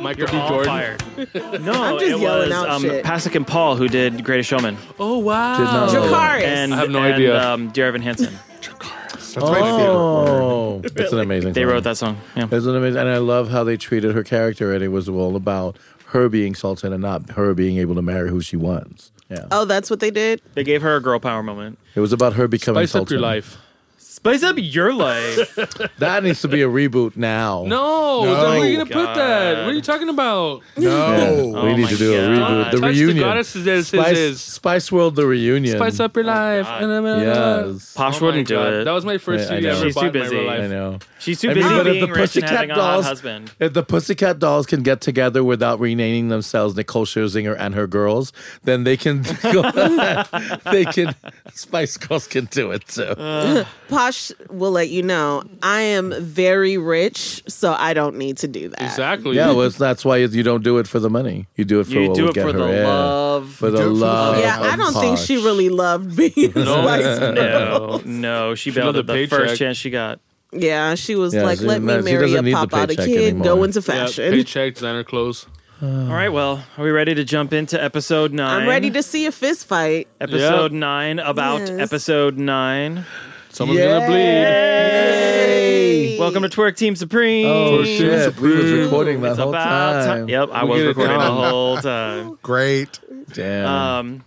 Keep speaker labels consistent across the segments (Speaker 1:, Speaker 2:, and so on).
Speaker 1: Michael
Speaker 2: You're
Speaker 1: B.
Speaker 2: all
Speaker 1: Jordan.
Speaker 2: fired.
Speaker 3: No,
Speaker 4: I'm just
Speaker 3: it
Speaker 4: yelling
Speaker 3: was
Speaker 4: out
Speaker 3: um,
Speaker 4: shit.
Speaker 3: Pasek and Paul who did Greatest Showman.
Speaker 1: Oh wow!
Speaker 5: Did not know.
Speaker 4: Dracarys.
Speaker 3: And,
Speaker 1: I have no
Speaker 3: and,
Speaker 1: idea.
Speaker 3: Um, Dear Evan Hansen.
Speaker 1: That's my favorite. word.
Speaker 5: Oh, it's an amazing.
Speaker 3: They
Speaker 5: song.
Speaker 3: wrote that song. Yeah.
Speaker 5: It's an amazing, and I love how they treated her character, and it was all about her being sultan and not her being able to marry who she wants. Yeah,
Speaker 4: Oh, that's what they did.
Speaker 3: They gave her a girl power moment.
Speaker 5: it was about her becoming
Speaker 1: Spice
Speaker 5: sultan.
Speaker 1: up your life.
Speaker 3: Spice up your life.
Speaker 5: That needs to be a reboot now.
Speaker 1: No,
Speaker 5: No.
Speaker 1: where are you gonna put that?
Speaker 3: God.
Speaker 1: What are you talking about? Ah,
Speaker 5: no,
Speaker 3: Oh
Speaker 5: we need
Speaker 3: my
Speaker 5: to do a
Speaker 3: God.
Speaker 5: reboot. The
Speaker 1: Touch the
Speaker 5: reunion,
Speaker 1: goddesses, this
Speaker 5: Spice,
Speaker 1: is-
Speaker 5: Spice World, the reunion.
Speaker 1: Spice up uh, your life.
Speaker 5: Yes.
Speaker 3: Posh
Speaker 1: Oh my
Speaker 3: wouldn't do
Speaker 1: God.
Speaker 3: it.
Speaker 1: That was my first
Speaker 5: Yeah, I
Speaker 1: CD
Speaker 5: know.
Speaker 1: I ever
Speaker 3: She's
Speaker 1: bought
Speaker 3: too
Speaker 1: in my real
Speaker 3: busy.
Speaker 1: life.
Speaker 5: I know.
Speaker 3: She's too
Speaker 5: I
Speaker 3: busy
Speaker 5: mean, but if
Speaker 3: being
Speaker 5: the
Speaker 3: rich and
Speaker 5: Pussycat
Speaker 3: having a hot
Speaker 5: Dolls,
Speaker 3: husband.
Speaker 5: if the Pussycat Dolls can get together without renaming themselves Nicole Scherzinger and her girls, then they can, they can. Spice Girls can do it too.
Speaker 3: Uh,
Speaker 4: Posh will let you know I am very rich, so I don't need to do that.
Speaker 1: Exactly.
Speaker 5: yeah, well, it's- that's why you don't do it for the money. You do it for
Speaker 3: You
Speaker 5: what
Speaker 3: do
Speaker 5: would
Speaker 3: it
Speaker 5: get
Speaker 3: for
Speaker 5: her
Speaker 3: the
Speaker 5: in.
Speaker 3: love.
Speaker 5: for the
Speaker 1: do it for the
Speaker 5: love.
Speaker 4: Yeah, I
Speaker 5: of
Speaker 4: don't think she
Speaker 5: Posh.
Speaker 4: really loved being a Spice Girl.
Speaker 3: No, no, she bailed
Speaker 1: loved
Speaker 3: at
Speaker 1: the
Speaker 3: the first
Speaker 1: paycheck.
Speaker 3: chance she got.
Speaker 4: Yeah, she was
Speaker 5: Yeah,
Speaker 4: like,
Speaker 5: she-
Speaker 4: "Let me
Speaker 5: she
Speaker 4: marry
Speaker 5: doesn't
Speaker 4: a
Speaker 5: need the
Speaker 4: pop out a
Speaker 5: paycheck
Speaker 4: kid,
Speaker 5: anymore.
Speaker 4: go into
Speaker 1: Yeah,
Speaker 4: fashion."
Speaker 1: paycheck, designer clothes.
Speaker 3: All right, well, are we ready to jump into episode nine?
Speaker 4: I'm ready to see a fist fight.
Speaker 3: Episode
Speaker 1: Yeah.
Speaker 3: nine about
Speaker 4: Yes.
Speaker 3: episode nine.
Speaker 1: Someone's gonna bleed.
Speaker 3: Welcome to Twerk Team Supreme.
Speaker 5: Oh shit! We was recording that
Speaker 3: It's
Speaker 5: whole
Speaker 3: about
Speaker 5: time.
Speaker 3: time. Yep, I
Speaker 1: We
Speaker 3: was
Speaker 1: get it
Speaker 3: recording the
Speaker 1: down.
Speaker 3: whole time.
Speaker 6: Great.
Speaker 5: Damn.
Speaker 3: Um,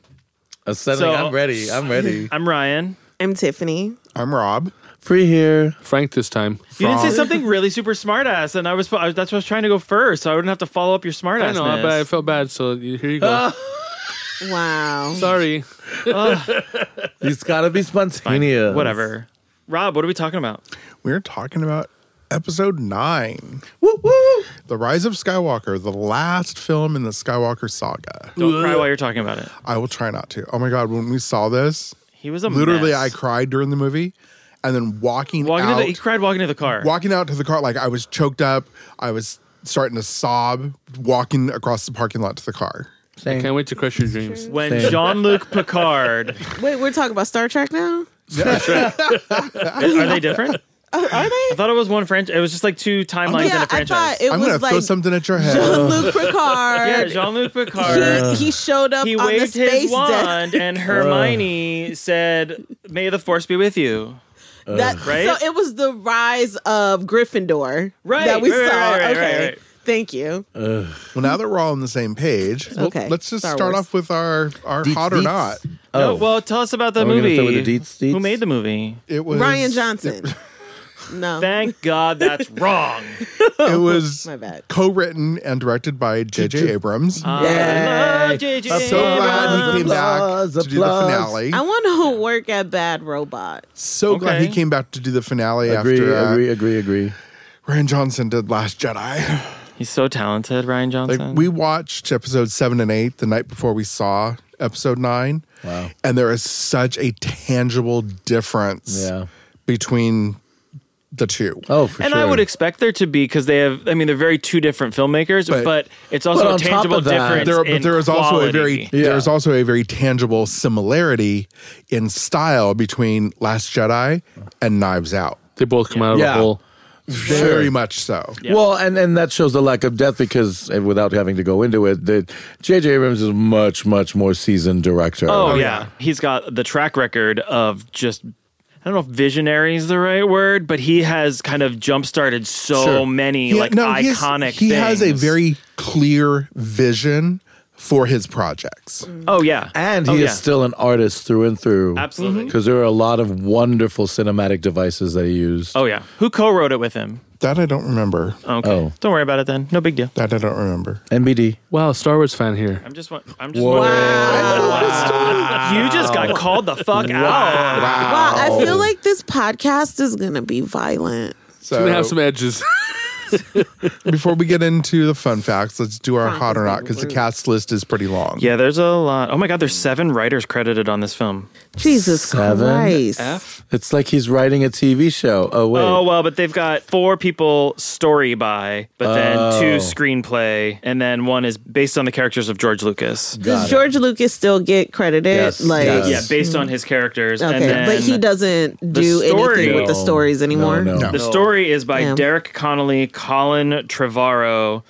Speaker 5: Uh, suddenly,
Speaker 3: so-
Speaker 5: I'm ready. I'm ready.
Speaker 3: I'm Ryan.
Speaker 4: I'm Tiffany.
Speaker 6: I'm Rob.
Speaker 5: Free here.
Speaker 1: Frank this time.
Speaker 3: You didn't say
Speaker 6: Frog.
Speaker 3: something really super smart ass, and I was I, that's what I was trying to go first, so I wouldn't have to follow up your smart
Speaker 1: I
Speaker 3: ass.
Speaker 1: know, but I felt bad, so you- here you go.
Speaker 5: Ah.
Speaker 4: Wow.
Speaker 1: Sorry.
Speaker 5: He's got to be spontaneous.
Speaker 3: Whatever. Rob, what are we talking about?
Speaker 6: We're talking about episode nine
Speaker 5: Woo woo.
Speaker 6: The Rise of Skywalker, the last film in the Skywalker saga.
Speaker 3: Don't cry while you're talking about it.
Speaker 6: I will try not to. Oh my God, when we saw this,
Speaker 3: He was a
Speaker 6: literally
Speaker 3: mess.
Speaker 6: I cried during the movie and then walking,
Speaker 3: Walking to
Speaker 6: out.
Speaker 3: the, he cried walking to the car.
Speaker 6: walking out to the car, like I was choked up. I was starting to sob walking across the parking lot to the car.
Speaker 1: Can't wait to crush your dreams.
Speaker 3: when
Speaker 5: Same.
Speaker 3: Jean Luc Picard,
Speaker 4: Wait, we're talking about Star Trek now.
Speaker 3: are they different?
Speaker 4: Are
Speaker 3: I
Speaker 4: they?
Speaker 3: thought it was one franchise. It was just like two timelines in
Speaker 4: yeah,
Speaker 3: a
Speaker 4: Oh I
Speaker 3: franchise.
Speaker 4: thought it
Speaker 6: I'm
Speaker 4: was
Speaker 6: going to
Speaker 4: like
Speaker 6: throw something at your head.
Speaker 4: Jean-Luc
Speaker 3: yeah,
Speaker 4: Picard.
Speaker 3: Jean Luc Picard.
Speaker 5: Uh,
Speaker 4: he, he showed up
Speaker 3: He
Speaker 4: on the
Speaker 3: waved
Speaker 4: space deck.
Speaker 3: his wand, and Hermione said, "May the force be with you."
Speaker 4: That,
Speaker 3: Right?
Speaker 4: So it was the rise of Gryffindor
Speaker 3: Right,
Speaker 4: that we
Speaker 3: right, right,
Speaker 4: saw.
Speaker 3: right, right,
Speaker 4: okay,
Speaker 3: right, right.
Speaker 4: thank you.
Speaker 6: Well, now that we're all on the same page, well,
Speaker 4: Okay.
Speaker 6: let's just
Speaker 4: Star
Speaker 6: start
Speaker 4: Wars.
Speaker 6: off with our, our hot or
Speaker 5: deets.
Speaker 6: not.
Speaker 3: No, well, tell us about the
Speaker 5: Oh. Are we gonna
Speaker 3: movie.
Speaker 5: start with the deets, deets?
Speaker 3: Who made the movie?
Speaker 6: It was
Speaker 4: Ryan Johnson. no,
Speaker 3: Thank God that's wrong.
Speaker 6: It was
Speaker 4: my bad.
Speaker 6: co-written and directed by J.J. Abrams.
Speaker 5: Ah.
Speaker 3: I love J.J.
Speaker 6: so glad he
Speaker 3: Abrams.
Speaker 6: came back
Speaker 5: Applause,
Speaker 6: to do the
Speaker 5: applause.
Speaker 6: finale.
Speaker 4: I want to work at Bad Robot.
Speaker 6: so glad
Speaker 3: Okay.
Speaker 6: he came back to do the finale
Speaker 5: Agree,
Speaker 6: after uh,
Speaker 5: agree, agree, agree.
Speaker 6: Ryan Johnson did Last Jedi.
Speaker 3: He's so talented, Ryan
Speaker 6: Like,
Speaker 3: Johnson.
Speaker 6: we watched episode seven and eight the night before we saw episode nine. Wow. And there is such a tangible difference
Speaker 5: Yeah.
Speaker 6: between the two.
Speaker 5: Oh, for
Speaker 3: and
Speaker 5: sure.
Speaker 3: I would expect there to be because they have. I mean, they're very two different filmmakers, but,
Speaker 6: But-
Speaker 3: it's also
Speaker 5: But
Speaker 3: a
Speaker 5: on top
Speaker 3: tangible
Speaker 5: of that,
Speaker 3: difference.
Speaker 6: there,
Speaker 3: in
Speaker 6: but there is also a very
Speaker 3: quality.
Speaker 5: Yeah.
Speaker 6: there is also a very tangible similarity in style between Last Jedi and Knives Out.
Speaker 1: They both come out of
Speaker 5: Yeah.
Speaker 1: the hole.
Speaker 6: Very much so.
Speaker 3: Yeah.
Speaker 5: Well, and, and that shows the lack of depth because, and without having to go into it, that J.J. Abrams is much, much more seasoned director.
Speaker 3: Oh, yeah. he's got the track record of just. I don't know if visionary is the right word, but he has kind of jump started so
Speaker 6: Sure.
Speaker 3: many
Speaker 6: He-
Speaker 3: like
Speaker 6: no, he has-
Speaker 3: iconic.
Speaker 6: He has a
Speaker 3: things.
Speaker 6: very clear vision for his projects.
Speaker 3: oh yeah,
Speaker 5: And he
Speaker 3: Oh,
Speaker 5: is
Speaker 3: yeah.
Speaker 5: still an artist through and through.
Speaker 3: Absolutely.
Speaker 5: Because there are a lot of wonderful cinematic devices that he used.
Speaker 3: Oh yeah, who co-wrote it with him?
Speaker 6: That I don't remember.
Speaker 3: Okay,
Speaker 5: Oh.
Speaker 3: don't worry about it then. No big deal.
Speaker 6: That I don't remember.
Speaker 5: NBD.
Speaker 1: Wow, Star Wars fan here.
Speaker 3: I'm just wa- I'm just wondering. You just got called the fuck out.
Speaker 4: Wow, I feel like this podcast is gonna be violent.
Speaker 1: We
Speaker 5: Uh,
Speaker 1: have
Speaker 6: So
Speaker 1: some edges.
Speaker 6: before we get into the fun facts, let's do our
Speaker 4: Fine,
Speaker 6: hot or
Speaker 4: let's
Speaker 6: not
Speaker 4: do
Speaker 6: because the
Speaker 4: it.
Speaker 6: cast list is pretty long.
Speaker 3: Yeah, there's a lot. Oh my god, there's seven writers credited on this film.
Speaker 4: Jesus
Speaker 5: Seven
Speaker 4: Christ!
Speaker 5: It's like he's writing a TV show. Oh, wait.
Speaker 3: Oh well, but they've got four people story by, but then two screenplay, and then one is based on the characters of George Lucas.
Speaker 4: Does George Lucas still get credited?
Speaker 5: Yes,
Speaker 4: Like,
Speaker 5: yes.
Speaker 3: Yeah, based on his characters. and
Speaker 4: okay,
Speaker 3: then
Speaker 4: but he doesn't do
Speaker 3: story-
Speaker 4: anything with the
Speaker 5: No.
Speaker 4: stories anymore.
Speaker 5: Oh. no, no.
Speaker 3: The story is by
Speaker 4: Yeah.
Speaker 3: Derek Connolly, Colin Trevorrow,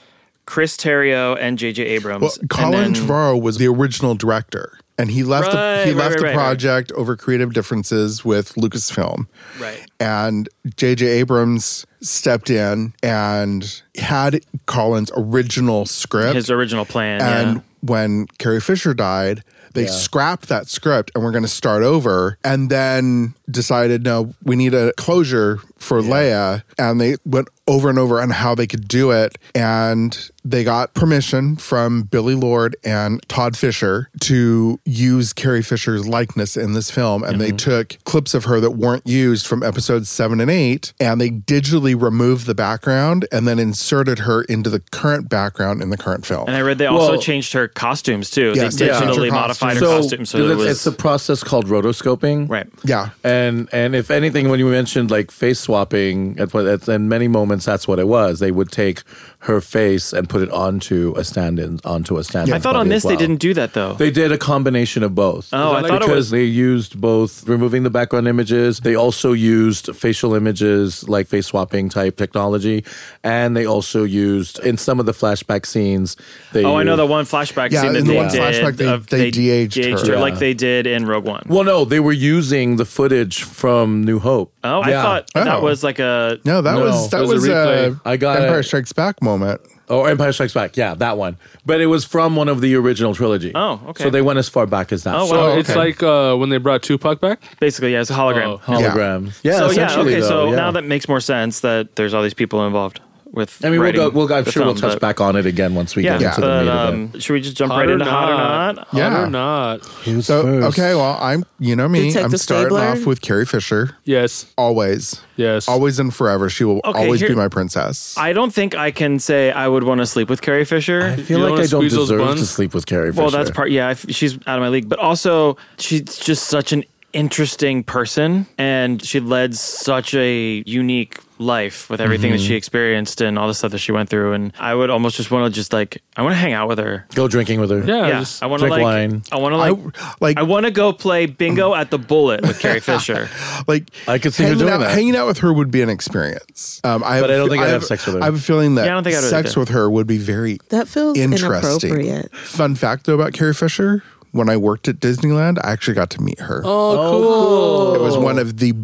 Speaker 3: Chris Terrio and J.J. Abrams.
Speaker 6: Well,
Speaker 3: And
Speaker 6: Colin
Speaker 3: then-
Speaker 6: Trevorrow was the original director, and he left
Speaker 3: Right,
Speaker 6: the, he
Speaker 3: right,
Speaker 6: left
Speaker 3: right,
Speaker 6: the
Speaker 3: right, right.
Speaker 6: project over creative differences with Lucasfilm.
Speaker 3: Right.
Speaker 6: And J.J. Abrams stepped in and had Colin's original script.
Speaker 3: His original plan.
Speaker 6: and
Speaker 3: yeah.
Speaker 6: when Carrie Fisher died, they scrapped that script and we're going to start over. And then decided, no, we need a closure for Leia. And they went over and over on how they could do it. And they got permission from Billy Lord and Todd Fisher to use Carrie Fisher's likeness in this film. And they took clips of her that weren't used from episodes seven and eight, and they digitally removed the background and then inserted her into the current background in the current film.
Speaker 3: And I read they also
Speaker 5: Well-
Speaker 3: changed her costumes too.
Speaker 6: Yes,
Speaker 3: they
Speaker 6: they changed her
Speaker 3: digitally
Speaker 6: costumes.
Speaker 3: modified her
Speaker 6: So,
Speaker 3: costume so it
Speaker 5: it's-
Speaker 3: was
Speaker 5: it's a process called rotoscoping.
Speaker 3: right.
Speaker 6: Yeah.
Speaker 5: And and if anything, when you mentioned like face swapping, at, what- at, in many moments that's what it was. They would take her face and put it onto a stand-in, onto a stand-in.
Speaker 3: I thought
Speaker 5: body
Speaker 3: on
Speaker 5: as
Speaker 3: this they
Speaker 5: well.
Speaker 3: didn't do that though.
Speaker 5: They did a combination of both.
Speaker 3: Oh, I thought it
Speaker 5: because
Speaker 3: was-
Speaker 5: they used both removing the background images. They also used facial images, like face swapping type technology, and they also used in some of the flashback scenes. They
Speaker 3: oh, I know
Speaker 5: used-
Speaker 3: the one flashback
Speaker 6: Yeah,
Speaker 3: scene that
Speaker 6: in the
Speaker 3: they
Speaker 6: one
Speaker 3: did.
Speaker 6: flashback they-
Speaker 3: of-
Speaker 6: they de-aged her.
Speaker 3: de-aged her,
Speaker 6: Yeah.
Speaker 3: like they did in Rogue One.
Speaker 5: Well, no, they were using the footage from New Hope.
Speaker 3: oh, I
Speaker 5: Yeah.
Speaker 3: thought that
Speaker 6: Oh.
Speaker 3: was like a
Speaker 6: No, that
Speaker 5: No,
Speaker 6: was that
Speaker 1: it was
Speaker 6: was,
Speaker 1: a
Speaker 6: a,
Speaker 1: replay.
Speaker 5: I got
Speaker 6: Empire
Speaker 5: it.
Speaker 6: Strikes Back moment.
Speaker 5: Oh, Empire Strikes Back. Yeah, that one. But it was from one of the original trilogy.
Speaker 3: Oh, okay.
Speaker 5: So they went as far back as that.
Speaker 3: Oh,
Speaker 1: So
Speaker 3: wow.
Speaker 6: okay.
Speaker 1: it's like uh, when they brought Tupac back.
Speaker 3: basically yeah, it's a hologram.
Speaker 1: Oh.
Speaker 5: So hologram. Yeah.
Speaker 3: so yeah,
Speaker 5: essentially,
Speaker 3: okay.
Speaker 5: though,
Speaker 3: so
Speaker 5: yeah.
Speaker 3: now that makes more sense that there's all these people involved with.
Speaker 5: I mean, we'll
Speaker 3: writing
Speaker 5: go. We'll go. I'm
Speaker 3: the
Speaker 5: sure we'll
Speaker 3: film,
Speaker 5: touch
Speaker 3: but-
Speaker 5: back on it again once we
Speaker 3: Yeah,
Speaker 5: get into the
Speaker 3: but
Speaker 5: meat of it.
Speaker 3: um, should we just jump
Speaker 1: Hot
Speaker 3: right
Speaker 1: or
Speaker 3: into hot or
Speaker 1: not?
Speaker 3: not?
Speaker 1: Hot
Speaker 6: Yeah.
Speaker 1: or not?
Speaker 6: So okay, well, I'm you know me,
Speaker 4: Detective
Speaker 6: I'm starting
Speaker 4: Stabler?
Speaker 6: off with Carrie Fisher.
Speaker 1: Yes.
Speaker 6: Always,
Speaker 1: Yes.
Speaker 6: always and forever, she will
Speaker 3: Okay,
Speaker 6: always
Speaker 3: here-
Speaker 6: be my princess.
Speaker 3: I don't think I can say I would want to sleep with Carrie Fisher.
Speaker 5: I feel
Speaker 1: You
Speaker 5: like
Speaker 1: wanna
Speaker 5: I don't
Speaker 1: squeeze those
Speaker 5: deserve to
Speaker 1: buns?
Speaker 5: sleep with Carrie Fisher.
Speaker 3: Well, that's part. Yeah, I f she's out of my league, but also she's just such an interesting person, and she led such a unique life with everything that she experienced and all the stuff that she went through. And I would almost just want to just like I want to hang out with her.
Speaker 5: Go drinking with her.
Speaker 1: Yeah.
Speaker 3: Yeah,
Speaker 1: Oh, just-
Speaker 3: I want to
Speaker 5: drink
Speaker 3: like
Speaker 5: wine.
Speaker 3: I want to
Speaker 6: I,
Speaker 3: like.
Speaker 6: like
Speaker 3: I want to go play bingo at the bullet with Carrie Fisher.
Speaker 6: like
Speaker 5: I could see her
Speaker 6: hanging
Speaker 5: doing
Speaker 6: out,
Speaker 5: that.
Speaker 6: Hanging out with her would be an experience. Um, I have
Speaker 5: But
Speaker 6: a
Speaker 5: I don't
Speaker 6: fe-
Speaker 5: think I'd have sex with her.
Speaker 6: I have a feeling that
Speaker 3: Yeah, I don't think I'd
Speaker 6: sex
Speaker 3: either.
Speaker 6: with her would be very
Speaker 4: That feels
Speaker 6: interesting.
Speaker 4: inappropriate.
Speaker 6: Fun fact though about Carrie Fisher: when I worked at Disneyland, I actually got to meet her.
Speaker 1: Oh, cool.
Speaker 6: It was one of the.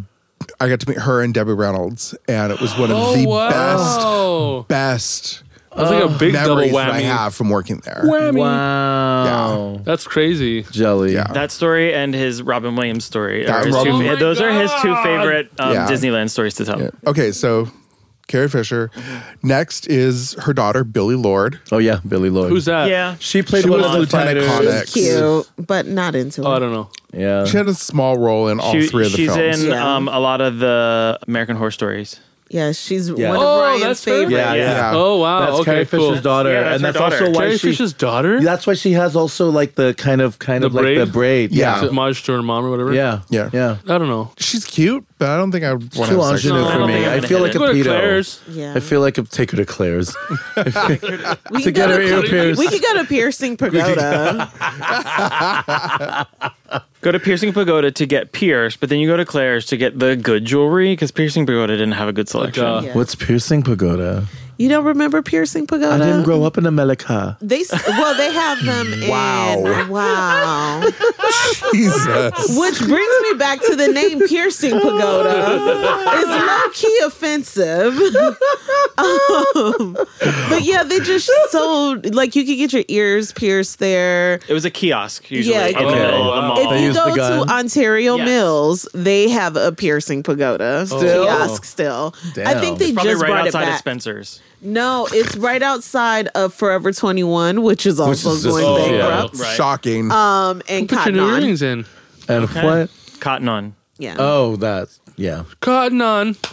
Speaker 6: I got to meet her and Debbie Reynolds, and it was one of the
Speaker 1: Oh, wow.
Speaker 6: best, best
Speaker 1: That's like a big double
Speaker 6: memories that I
Speaker 1: whammy.
Speaker 6: have from working there.
Speaker 5: Wow.
Speaker 1: That's crazy.
Speaker 5: Jelly.
Speaker 6: Yeah.
Speaker 3: That story and his Robin Williams story. Are
Speaker 6: That
Speaker 3: his
Speaker 6: Robin-
Speaker 3: two,
Speaker 6: Oh
Speaker 1: my
Speaker 3: those are his two
Speaker 1: God.
Speaker 3: favorite um,
Speaker 6: Yeah.
Speaker 3: Disneyland stories to tell.
Speaker 6: Okay, so Carrie Fisher. Next is her daughter Billy Lord.
Speaker 5: Oh yeah, Billy Lloyd.
Speaker 1: Who's that?
Speaker 3: Yeah.
Speaker 5: She played
Speaker 6: She
Speaker 5: one
Speaker 6: was
Speaker 5: of the
Speaker 6: Lieutenant
Speaker 5: fighters.
Speaker 6: Connor.
Speaker 4: It's cute, but not into
Speaker 1: Oh, I
Speaker 4: it.
Speaker 1: don't know.
Speaker 5: Yeah.
Speaker 6: She had a small role in all
Speaker 3: She-
Speaker 6: three of the
Speaker 3: she's
Speaker 6: films.
Speaker 3: in
Speaker 4: Yeah.
Speaker 3: um, a lot of the American Horror Stories.
Speaker 4: Yeah, she's
Speaker 5: Yeah.
Speaker 4: one of
Speaker 1: Oh,
Speaker 4: Ryan's
Speaker 1: that's her?
Speaker 4: favorite.
Speaker 5: yeah, yeah.
Speaker 6: Yeah.
Speaker 1: Oh wow.
Speaker 5: That's
Speaker 1: okay.
Speaker 5: Carrie
Speaker 1: cool.
Speaker 5: Fisher's daughter,
Speaker 3: Yeah, that's her
Speaker 5: and that's
Speaker 3: daughter.
Speaker 5: also why
Speaker 1: Carrie
Speaker 5: she.
Speaker 1: Fisher's daughter.
Speaker 5: That's why she has also like the kind of kind
Speaker 1: The
Speaker 5: of like the
Speaker 1: braid?
Speaker 5: braid.
Speaker 6: Yeah.
Speaker 1: Is it homage to her mom or whatever.
Speaker 5: Yeah.
Speaker 6: Yeah.
Speaker 5: Yeah.
Speaker 1: I don't know.
Speaker 6: She's cute, but I don't think I would want
Speaker 5: Too
Speaker 6: to have sex
Speaker 5: ingenue
Speaker 6: with
Speaker 3: I
Speaker 5: for
Speaker 3: don't
Speaker 5: me.
Speaker 3: think I'm
Speaker 5: I
Speaker 3: gonna
Speaker 5: feel
Speaker 3: hit
Speaker 5: like
Speaker 3: it.
Speaker 5: a
Speaker 1: Go to
Speaker 5: pedo.
Speaker 1: Claire's.
Speaker 4: Yeah.
Speaker 5: I feel like a take her to Claire's.
Speaker 4: we
Speaker 5: to
Speaker 4: could
Speaker 5: get
Speaker 4: go
Speaker 5: her ear
Speaker 4: to-
Speaker 5: pierced.
Speaker 4: We could go to piercing pagoda.
Speaker 3: Go to Piercing Pagoda to get pierced, but then you go to Claire's to get the good jewelry because Piercing Pagoda didn't have a good selection.
Speaker 1: uh,
Speaker 4: Yeah.
Speaker 5: What's piercing pagoda?
Speaker 4: you don't remember piercing pagoda?
Speaker 5: I didn't grow up in America.
Speaker 4: They s- well, they have them.
Speaker 6: Wow.
Speaker 4: in, wow.
Speaker 6: Jesus.
Speaker 4: Which brings me back to the name Piercing Pagoda. It's low key offensive. Um, but yeah, they just so like you could get your ears pierced there.
Speaker 3: It was a kiosk usually
Speaker 4: Yeah,
Speaker 3: in the
Speaker 5: okay.
Speaker 3: middle of the mall.
Speaker 4: If
Speaker 5: They
Speaker 4: you
Speaker 5: use the
Speaker 4: go to
Speaker 5: gun?
Speaker 4: Ontario
Speaker 3: Yes.
Speaker 4: Mills, they have a piercing pagoda
Speaker 5: Oh. Still?
Speaker 4: kiosk still. I
Speaker 5: Damn.
Speaker 4: think they
Speaker 3: Probably
Speaker 4: just
Speaker 3: right
Speaker 4: brought it
Speaker 3: outside of
Speaker 4: back.
Speaker 3: Spencer's.
Speaker 4: no, it's right outside of Forever 21, which is also
Speaker 5: is just-
Speaker 4: going
Speaker 5: oh,
Speaker 4: bankrupt.
Speaker 3: Right.
Speaker 6: Shocking.
Speaker 4: Um, and
Speaker 1: Put your
Speaker 4: Cotton
Speaker 1: new
Speaker 4: On.
Speaker 1: earrings in.
Speaker 5: And what?
Speaker 3: Cotton on.
Speaker 4: Yeah.
Speaker 5: Oh, that. Yeah.
Speaker 1: Cotton on.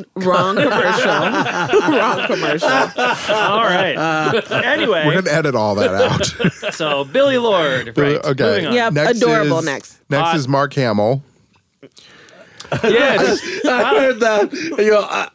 Speaker 4: Wrong commercial. Wrong commercial.
Speaker 3: All right. anyway,
Speaker 6: We're gonna edit all that out.
Speaker 3: so Billy Lord. Right.
Speaker 6: okay.
Speaker 3: Moving on.
Speaker 4: Yeah. Yep, adorable
Speaker 6: is-
Speaker 4: next.
Speaker 6: Next
Speaker 3: Hot.
Speaker 6: is Mark Hamill.
Speaker 1: Yes.
Speaker 5: I heard that. Yo, I,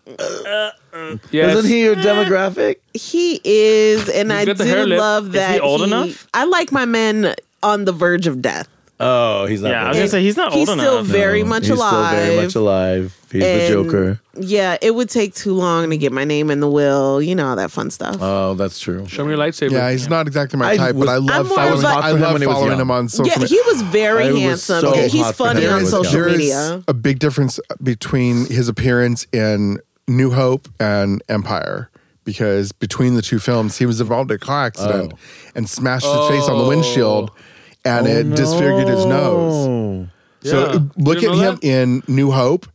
Speaker 1: yes.
Speaker 5: Isn't he your demographic?
Speaker 4: He is, and I
Speaker 1: got the
Speaker 4: do
Speaker 1: hair lip.
Speaker 4: love
Speaker 3: he
Speaker 4: that.
Speaker 3: old enough?
Speaker 4: I like my men on the verge of death.
Speaker 5: Oh, he's not.
Speaker 3: Yeah, I was
Speaker 5: dead.
Speaker 3: gonna say he's not
Speaker 4: He's
Speaker 3: old
Speaker 4: still
Speaker 3: enough.
Speaker 4: very- much
Speaker 5: he's Still very
Speaker 4: alive.
Speaker 5: much alive. He's the
Speaker 4: And,
Speaker 5: Joker.
Speaker 4: Yeah, it would take too long to get my name in the will, you know, all that fun stuff.
Speaker 5: Oh, that's true.
Speaker 1: Show me your lightsaber.
Speaker 6: Yeah, he's not exactly my
Speaker 5: I
Speaker 6: type,
Speaker 5: was-
Speaker 6: but I love
Speaker 4: more of
Speaker 6: following.
Speaker 4: a-
Speaker 6: I
Speaker 5: Popular
Speaker 6: love
Speaker 5: when he was
Speaker 6: following
Speaker 5: young.
Speaker 6: him on social
Speaker 4: yeah,
Speaker 6: media.
Speaker 4: he was very
Speaker 5: I was
Speaker 4: handsome.
Speaker 5: so
Speaker 4: Yeah, he's
Speaker 5: hot for
Speaker 4: funny
Speaker 5: him
Speaker 4: on
Speaker 5: when he was
Speaker 4: social
Speaker 5: young.
Speaker 6: There is
Speaker 4: media.
Speaker 6: a big difference between his appearance in New Hope and Empire. Because between the two films, he was involved in a car accident and smashed his face on the windshield, and it disfigured his nose.
Speaker 5: Oh.
Speaker 6: So
Speaker 1: Yeah.
Speaker 6: look
Speaker 1: You
Speaker 6: at
Speaker 1: didn't know
Speaker 6: him in New Hope,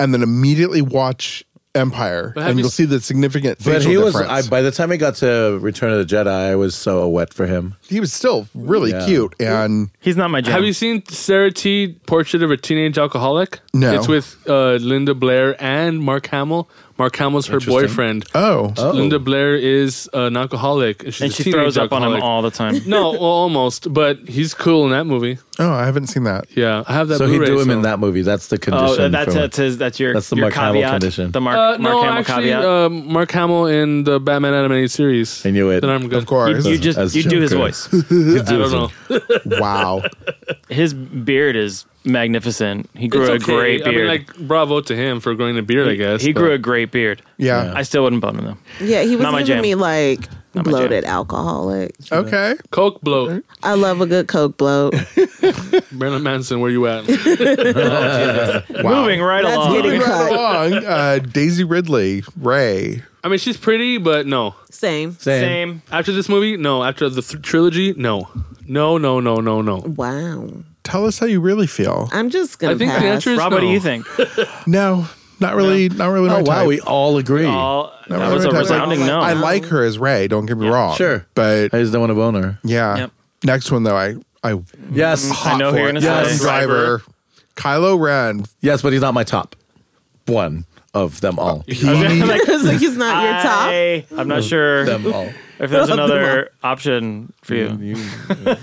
Speaker 6: and then immediately watch Empire,
Speaker 1: have
Speaker 6: and
Speaker 1: you
Speaker 6: you'll
Speaker 1: s-
Speaker 6: see the significant
Speaker 5: But
Speaker 6: facial
Speaker 5: he was.
Speaker 6: difference.
Speaker 5: I, by the time I got to Return of the Jedi, I was so wet for him.
Speaker 6: he was still really
Speaker 5: Yeah.
Speaker 6: cute, and
Speaker 3: He's not my jam.
Speaker 1: Have you seen Sarah T. Portrait of a Teenage Alcoholic?
Speaker 6: No.
Speaker 1: It's with uh, Linda Blair and Mark Hamill. Mark Hamill's her
Speaker 5: Interesting.
Speaker 1: boyfriend.
Speaker 6: oh,
Speaker 1: Linda Blair is an alcoholic, and, she's
Speaker 3: and
Speaker 1: a
Speaker 3: she
Speaker 1: teenage
Speaker 3: throws up on him
Speaker 1: alcoholic.
Speaker 3: all the time.
Speaker 1: no, well, almost, but he's cool in that movie.
Speaker 6: oh, I haven't seen that.
Speaker 1: Yeah, I have that.
Speaker 5: So he
Speaker 1: Blu-ray,
Speaker 5: do him
Speaker 1: so-
Speaker 5: in that movie. That's the
Speaker 3: Oh,
Speaker 5: condition.
Speaker 3: that's
Speaker 5: for-
Speaker 3: that's his. That's your.
Speaker 5: That's the
Speaker 3: your
Speaker 5: Mark Hamill
Speaker 3: caveat,
Speaker 5: condition.
Speaker 3: The Mark,
Speaker 1: Uh,
Speaker 3: Mark
Speaker 1: no,
Speaker 3: Hamill
Speaker 1: actually,
Speaker 3: caveat.
Speaker 1: uh, Mark Hamill in the Batman animated series.
Speaker 5: I knew it.
Speaker 1: Then I'm good.
Speaker 6: Of course,
Speaker 3: you just
Speaker 5: as
Speaker 3: you do his
Speaker 5: Joker.
Speaker 3: voice.
Speaker 1: I don't know.
Speaker 6: wow.
Speaker 3: His beard is magnificent. He grew
Speaker 1: It's
Speaker 3: a
Speaker 1: okay.
Speaker 3: great
Speaker 1: I
Speaker 3: beard.
Speaker 1: mean, like, bravo to him for growing a beard. I guess
Speaker 3: he grew a great beard.
Speaker 6: Yeah.
Speaker 3: I still wouldn't bump him though.
Speaker 4: Yeah, he was
Speaker 3: Not my
Speaker 4: giving
Speaker 3: jam.
Speaker 4: me like
Speaker 3: my jam.
Speaker 4: bloated alcoholic.
Speaker 6: Okay.
Speaker 1: Coke bloat.
Speaker 4: I love a good Coke bloat.
Speaker 1: Marilyn Manson, where you at?
Speaker 6: Wow.
Speaker 3: Moving right
Speaker 4: That's
Speaker 3: along.
Speaker 4: getting
Speaker 6: Moving right
Speaker 4: cut.
Speaker 6: along, uh, Daisy Ridley, Ray.
Speaker 1: I mean, she's pretty, but no.
Speaker 4: Same.
Speaker 5: Same.
Speaker 3: Same.
Speaker 1: After this movie, no. After the th- trilogy, no. No, no, no, no, no.
Speaker 4: Wow.
Speaker 6: Tell us how you really feel.
Speaker 4: I'm just gonna
Speaker 1: I think the
Speaker 4: pass.
Speaker 1: answer is
Speaker 3: Rob, what do
Speaker 1: no.
Speaker 3: you think?
Speaker 6: No, not really. Not really.
Speaker 5: Oh
Speaker 6: my
Speaker 5: wow,
Speaker 6: type.
Speaker 5: we all agree.
Speaker 3: All,
Speaker 6: Not
Speaker 3: that
Speaker 6: really
Speaker 3: was
Speaker 6: my
Speaker 3: a
Speaker 6: type.
Speaker 3: resounding
Speaker 6: I-
Speaker 3: no.
Speaker 6: I like her as Ray. Don't get me wrong.
Speaker 5: Sure.
Speaker 6: but
Speaker 5: I just don't want a boner.
Speaker 6: yeah.
Speaker 3: Yep.
Speaker 6: Next one though, I I
Speaker 5: Yes,
Speaker 3: I know who you're gonna
Speaker 5: Yes.
Speaker 3: say.
Speaker 6: driver. Kylo Ren.
Speaker 5: yes, but he's not my top one of them all.
Speaker 3: Like,
Speaker 4: It's like he's not your top.
Speaker 3: I, I'm not sure
Speaker 5: them all.
Speaker 3: if there's another option for you.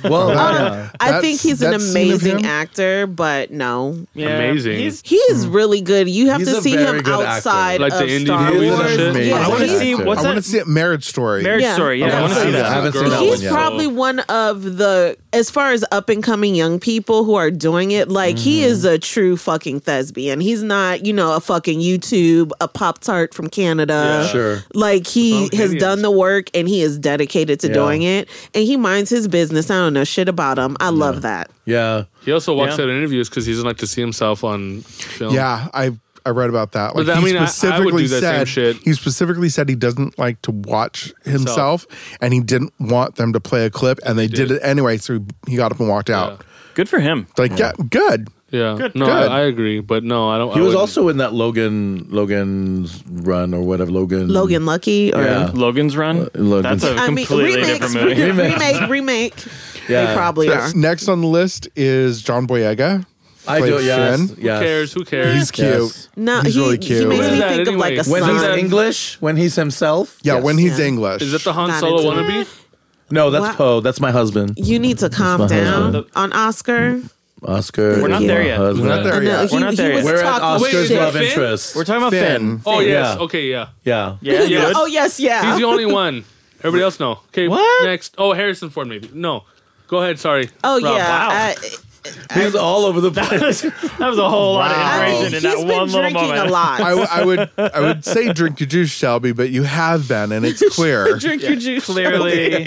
Speaker 5: Well,
Speaker 4: I
Speaker 6: That's-
Speaker 4: think he's an
Speaker 6: that scene of him?
Speaker 4: amazing actor, but no.
Speaker 3: Yeah,
Speaker 1: Amazing.
Speaker 3: he's-
Speaker 4: He is really good. You have
Speaker 5: Hmm. He's
Speaker 4: to
Speaker 5: a
Speaker 4: see
Speaker 5: very
Speaker 4: him
Speaker 5: good actor.
Speaker 4: outside
Speaker 1: Like the
Speaker 4: of
Speaker 1: indie
Speaker 4: Star
Speaker 1: movies
Speaker 4: Wars.
Speaker 1: and shit?
Speaker 4: Yeah,
Speaker 5: I
Speaker 6: I want
Speaker 5: wanna
Speaker 6: to
Speaker 4: he's-
Speaker 5: see-
Speaker 6: see.
Speaker 5: what's
Speaker 6: I want to
Speaker 3: that-
Speaker 6: see it. Marriage Story.
Speaker 3: Marriage
Speaker 4: Yeah.
Speaker 3: Story. Yeah,
Speaker 4: Yeah.
Speaker 3: I want to
Speaker 5: I
Speaker 3: see
Speaker 5: haven't-
Speaker 3: that.
Speaker 5: I haven't seen that
Speaker 4: He's
Speaker 5: one yet.
Speaker 4: probably one of the, as far as up and coming young people who are doing it, like
Speaker 5: Mm-hmm.
Speaker 4: he is a true fucking thespian. He's not, you know, a fucking YouTube, a Pop Tart from Canada.
Speaker 1: Yeah.
Speaker 5: Sure.
Speaker 4: Like he
Speaker 1: Some
Speaker 4: has
Speaker 1: Kenyans.
Speaker 4: done the work and he is dedicated to
Speaker 5: Yeah.
Speaker 4: doing it and he minds his business. I don't know shit about him. I love that.
Speaker 5: yeah.
Speaker 1: He also walks
Speaker 3: Yeah.
Speaker 1: out in interviews because he doesn't like to see himself on film.
Speaker 6: Yeah, I I read about that. Like
Speaker 1: I
Speaker 6: he
Speaker 1: mean, I- I would
Speaker 6: specifically
Speaker 1: do that
Speaker 6: said
Speaker 1: same shit.
Speaker 6: he specifically said he doesn't like to watch himself, and he didn't want them to play a clip, and they did.
Speaker 1: did.
Speaker 6: it anyway. So he- he got up and walked out.
Speaker 3: Good for him.
Speaker 6: Like, yeah, good.
Speaker 1: yeah.
Speaker 3: Good,
Speaker 1: no,
Speaker 6: good.
Speaker 1: I, I agree, but no, I don't.
Speaker 5: He
Speaker 1: I
Speaker 5: was
Speaker 1: wouldn't.
Speaker 5: also in that Logan Logan's run or whatever Logan
Speaker 4: Logan Lucky or
Speaker 5: Mm-hmm. Yeah.
Speaker 3: Logan's Run.
Speaker 5: Logan's-
Speaker 3: That's a
Speaker 4: I mean
Speaker 3: completely
Speaker 4: remakes,
Speaker 3: different movie.
Speaker 4: remake, remake. They
Speaker 5: Yeah.
Speaker 4: probably are.
Speaker 6: Yes, Next on the list is John Boyega.
Speaker 5: I do.
Speaker 6: Played
Speaker 5: Yes. yes.
Speaker 6: Finn.
Speaker 1: Who cares? Who cares?
Speaker 6: He's cute.
Speaker 5: Yes.
Speaker 4: No,
Speaker 6: He's
Speaker 4: he,
Speaker 6: really
Speaker 4: he
Speaker 6: cute.
Speaker 4: makes
Speaker 6: What
Speaker 4: me
Speaker 1: is that
Speaker 4: think of
Speaker 1: anyway?
Speaker 4: like a
Speaker 5: When he's
Speaker 1: Son.
Speaker 4: slime.
Speaker 5: English, when he's himself.
Speaker 6: Yeah,
Speaker 5: Yes.
Speaker 6: when he's
Speaker 4: Yeah.
Speaker 6: English.
Speaker 1: Is that the Han
Speaker 4: Not
Speaker 1: Solo
Speaker 4: into
Speaker 1: wannabe?
Speaker 4: it.
Speaker 5: No, that's
Speaker 4: Wow.
Speaker 5: Poe. That's my husband,
Speaker 4: You need to calm
Speaker 5: my
Speaker 4: down
Speaker 5: husband.
Speaker 4: on Oscar.
Speaker 5: Oscar.
Speaker 4: We're
Speaker 5: is
Speaker 4: not
Speaker 5: my
Speaker 3: there yet. We're
Speaker 5: husband.
Speaker 6: We're not
Speaker 4: I
Speaker 6: there
Speaker 4: know,
Speaker 6: yet.
Speaker 4: he,
Speaker 3: We're not
Speaker 4: he
Speaker 3: there
Speaker 4: was
Speaker 3: yet.
Speaker 5: We're at
Speaker 4: talking
Speaker 5: Oscar's
Speaker 4: shit.
Speaker 5: love
Speaker 1: Finn?
Speaker 5: interest.
Speaker 3: We're talking about Finn.
Speaker 6: Finn.
Speaker 1: Oh
Speaker 4: Finn.
Speaker 1: yes.
Speaker 5: Yeah.
Speaker 1: Okay. Yeah.
Speaker 5: yeah.
Speaker 3: Yeah,
Speaker 4: He's like,
Speaker 3: good.
Speaker 4: oh yes, yeah.
Speaker 1: He's the only one. Everybody else, no. Okay.
Speaker 3: What?
Speaker 1: Next. Oh, Harrison Ford, maybe. No. Go ahead. Sorry.
Speaker 4: oh yeah.
Speaker 3: wow.
Speaker 4: I,
Speaker 5: He's all over the place.
Speaker 3: that was a whole lot
Speaker 6: Wow.
Speaker 3: of
Speaker 4: I mean,
Speaker 3: information
Speaker 4: he's
Speaker 3: in that
Speaker 4: been
Speaker 3: one little
Speaker 4: drinking
Speaker 3: moment.
Speaker 4: a lot.
Speaker 6: I, w- I would I would say drink your juice, Shelby, but you have been, and it's clear.
Speaker 4: Drink your juice.
Speaker 3: Clearly,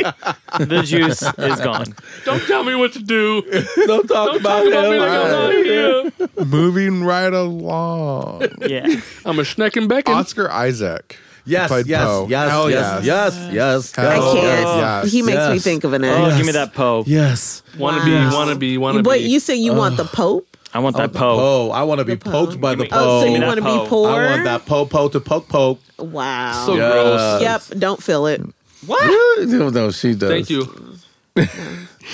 Speaker 3: the juice is gone.
Speaker 1: Don't tell me what to do.
Speaker 5: Don't talk about
Speaker 1: Talk about me like I'm
Speaker 5: him.
Speaker 1: out of here.
Speaker 6: Moving right along,
Speaker 3: Yeah.
Speaker 1: I'm a schneck and beck.
Speaker 6: Oscar Isaac.
Speaker 5: Yes, yes,
Speaker 6: Played
Speaker 5: yes,
Speaker 6: Poe.
Speaker 5: yes,
Speaker 6: Hell
Speaker 5: yes,
Speaker 6: yes.
Speaker 5: yes, yes.
Speaker 4: I
Speaker 6: Oh,
Speaker 4: can't.
Speaker 6: yes.
Speaker 4: he makes me
Speaker 5: Yes.
Speaker 4: think of an egg.
Speaker 3: Oh, give me that Poe.
Speaker 5: Yes.
Speaker 1: Wannabe, wannabe, wannabe.
Speaker 4: But you say you want the Pope?
Speaker 3: I want that Oh, Poe.
Speaker 5: Poe. I want to be poked by the
Speaker 4: Oh, so you
Speaker 5: Poe.
Speaker 4: want to
Speaker 3: Poe.
Speaker 4: be
Speaker 3: I
Speaker 4: poor?
Speaker 5: I want that Poe Poe to poke poke.
Speaker 4: Wow.
Speaker 3: Oh,
Speaker 1: so
Speaker 5: Yeah.
Speaker 1: gross.
Speaker 4: yep. Don't feel it.
Speaker 5: No, no, she does.
Speaker 1: Thank you.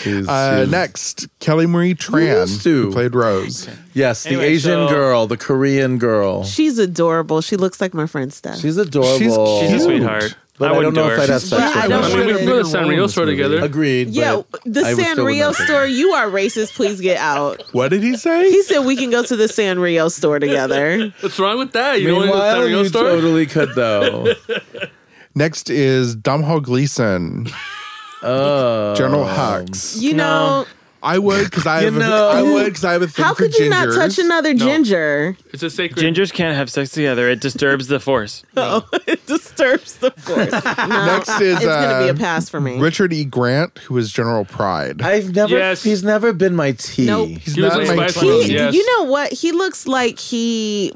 Speaker 5: She's,
Speaker 6: Uh,
Speaker 5: she's-
Speaker 6: next, Kelly Marie Tran,
Speaker 5: Used to.
Speaker 6: who played Rose.
Speaker 5: Yes, the
Speaker 3: Anyway, so-
Speaker 5: Asian girl, the Korean girl.
Speaker 4: She's adorable. She looks like my friend Steph.
Speaker 5: She's adorable.
Speaker 6: She's cute.
Speaker 3: She's a sweetheart.
Speaker 5: But I,
Speaker 3: I
Speaker 5: don't
Speaker 3: wouldn't
Speaker 5: know
Speaker 3: do
Speaker 5: if I'd
Speaker 3: her.
Speaker 5: have
Speaker 4: She's-
Speaker 5: sex
Speaker 4: I
Speaker 5: with
Speaker 4: don't
Speaker 5: her.
Speaker 1: I mean, we
Speaker 4: Shit.
Speaker 1: go to Sanrio store together.
Speaker 5: Agreed.
Speaker 4: yeah,
Speaker 5: but
Speaker 4: the
Speaker 5: I would still
Speaker 4: Sanrio
Speaker 5: wouldn't have
Speaker 4: store. You are racist. Please get out.
Speaker 6: What did he say?
Speaker 4: He said we can go to the Sanrio store together.
Speaker 1: What's wrong with that? You don't want
Speaker 5: Meanwhile,
Speaker 1: to Sanrio
Speaker 5: you
Speaker 1: store?
Speaker 5: totally could though.
Speaker 6: next is Domhnall Gleeson,
Speaker 5: Oh.
Speaker 6: General Hux.
Speaker 4: You
Speaker 3: No.
Speaker 4: know,
Speaker 6: I would because I
Speaker 5: You
Speaker 6: have. a-
Speaker 5: know.
Speaker 6: I would because I have a thing
Speaker 4: How
Speaker 6: for
Speaker 4: could you not touch
Speaker 6: gingers.
Speaker 4: another ginger?
Speaker 1: It's a sacred.
Speaker 3: Gingers can't have sex together. It disturbs the force.
Speaker 4: it disturbs the force. No,
Speaker 6: Next is
Speaker 4: it's gonna be
Speaker 6: uh,
Speaker 4: a pass for me.
Speaker 6: Richard E. Grant, who is General Pride.
Speaker 5: I've never.
Speaker 1: Yes.
Speaker 5: He's never been my tea.
Speaker 4: Nope.
Speaker 6: He's
Speaker 1: He was
Speaker 6: not
Speaker 1: in
Speaker 6: my
Speaker 1: Spice
Speaker 6: tea.
Speaker 1: Girls,
Speaker 4: He-
Speaker 1: yes.
Speaker 4: You know what? He looks like he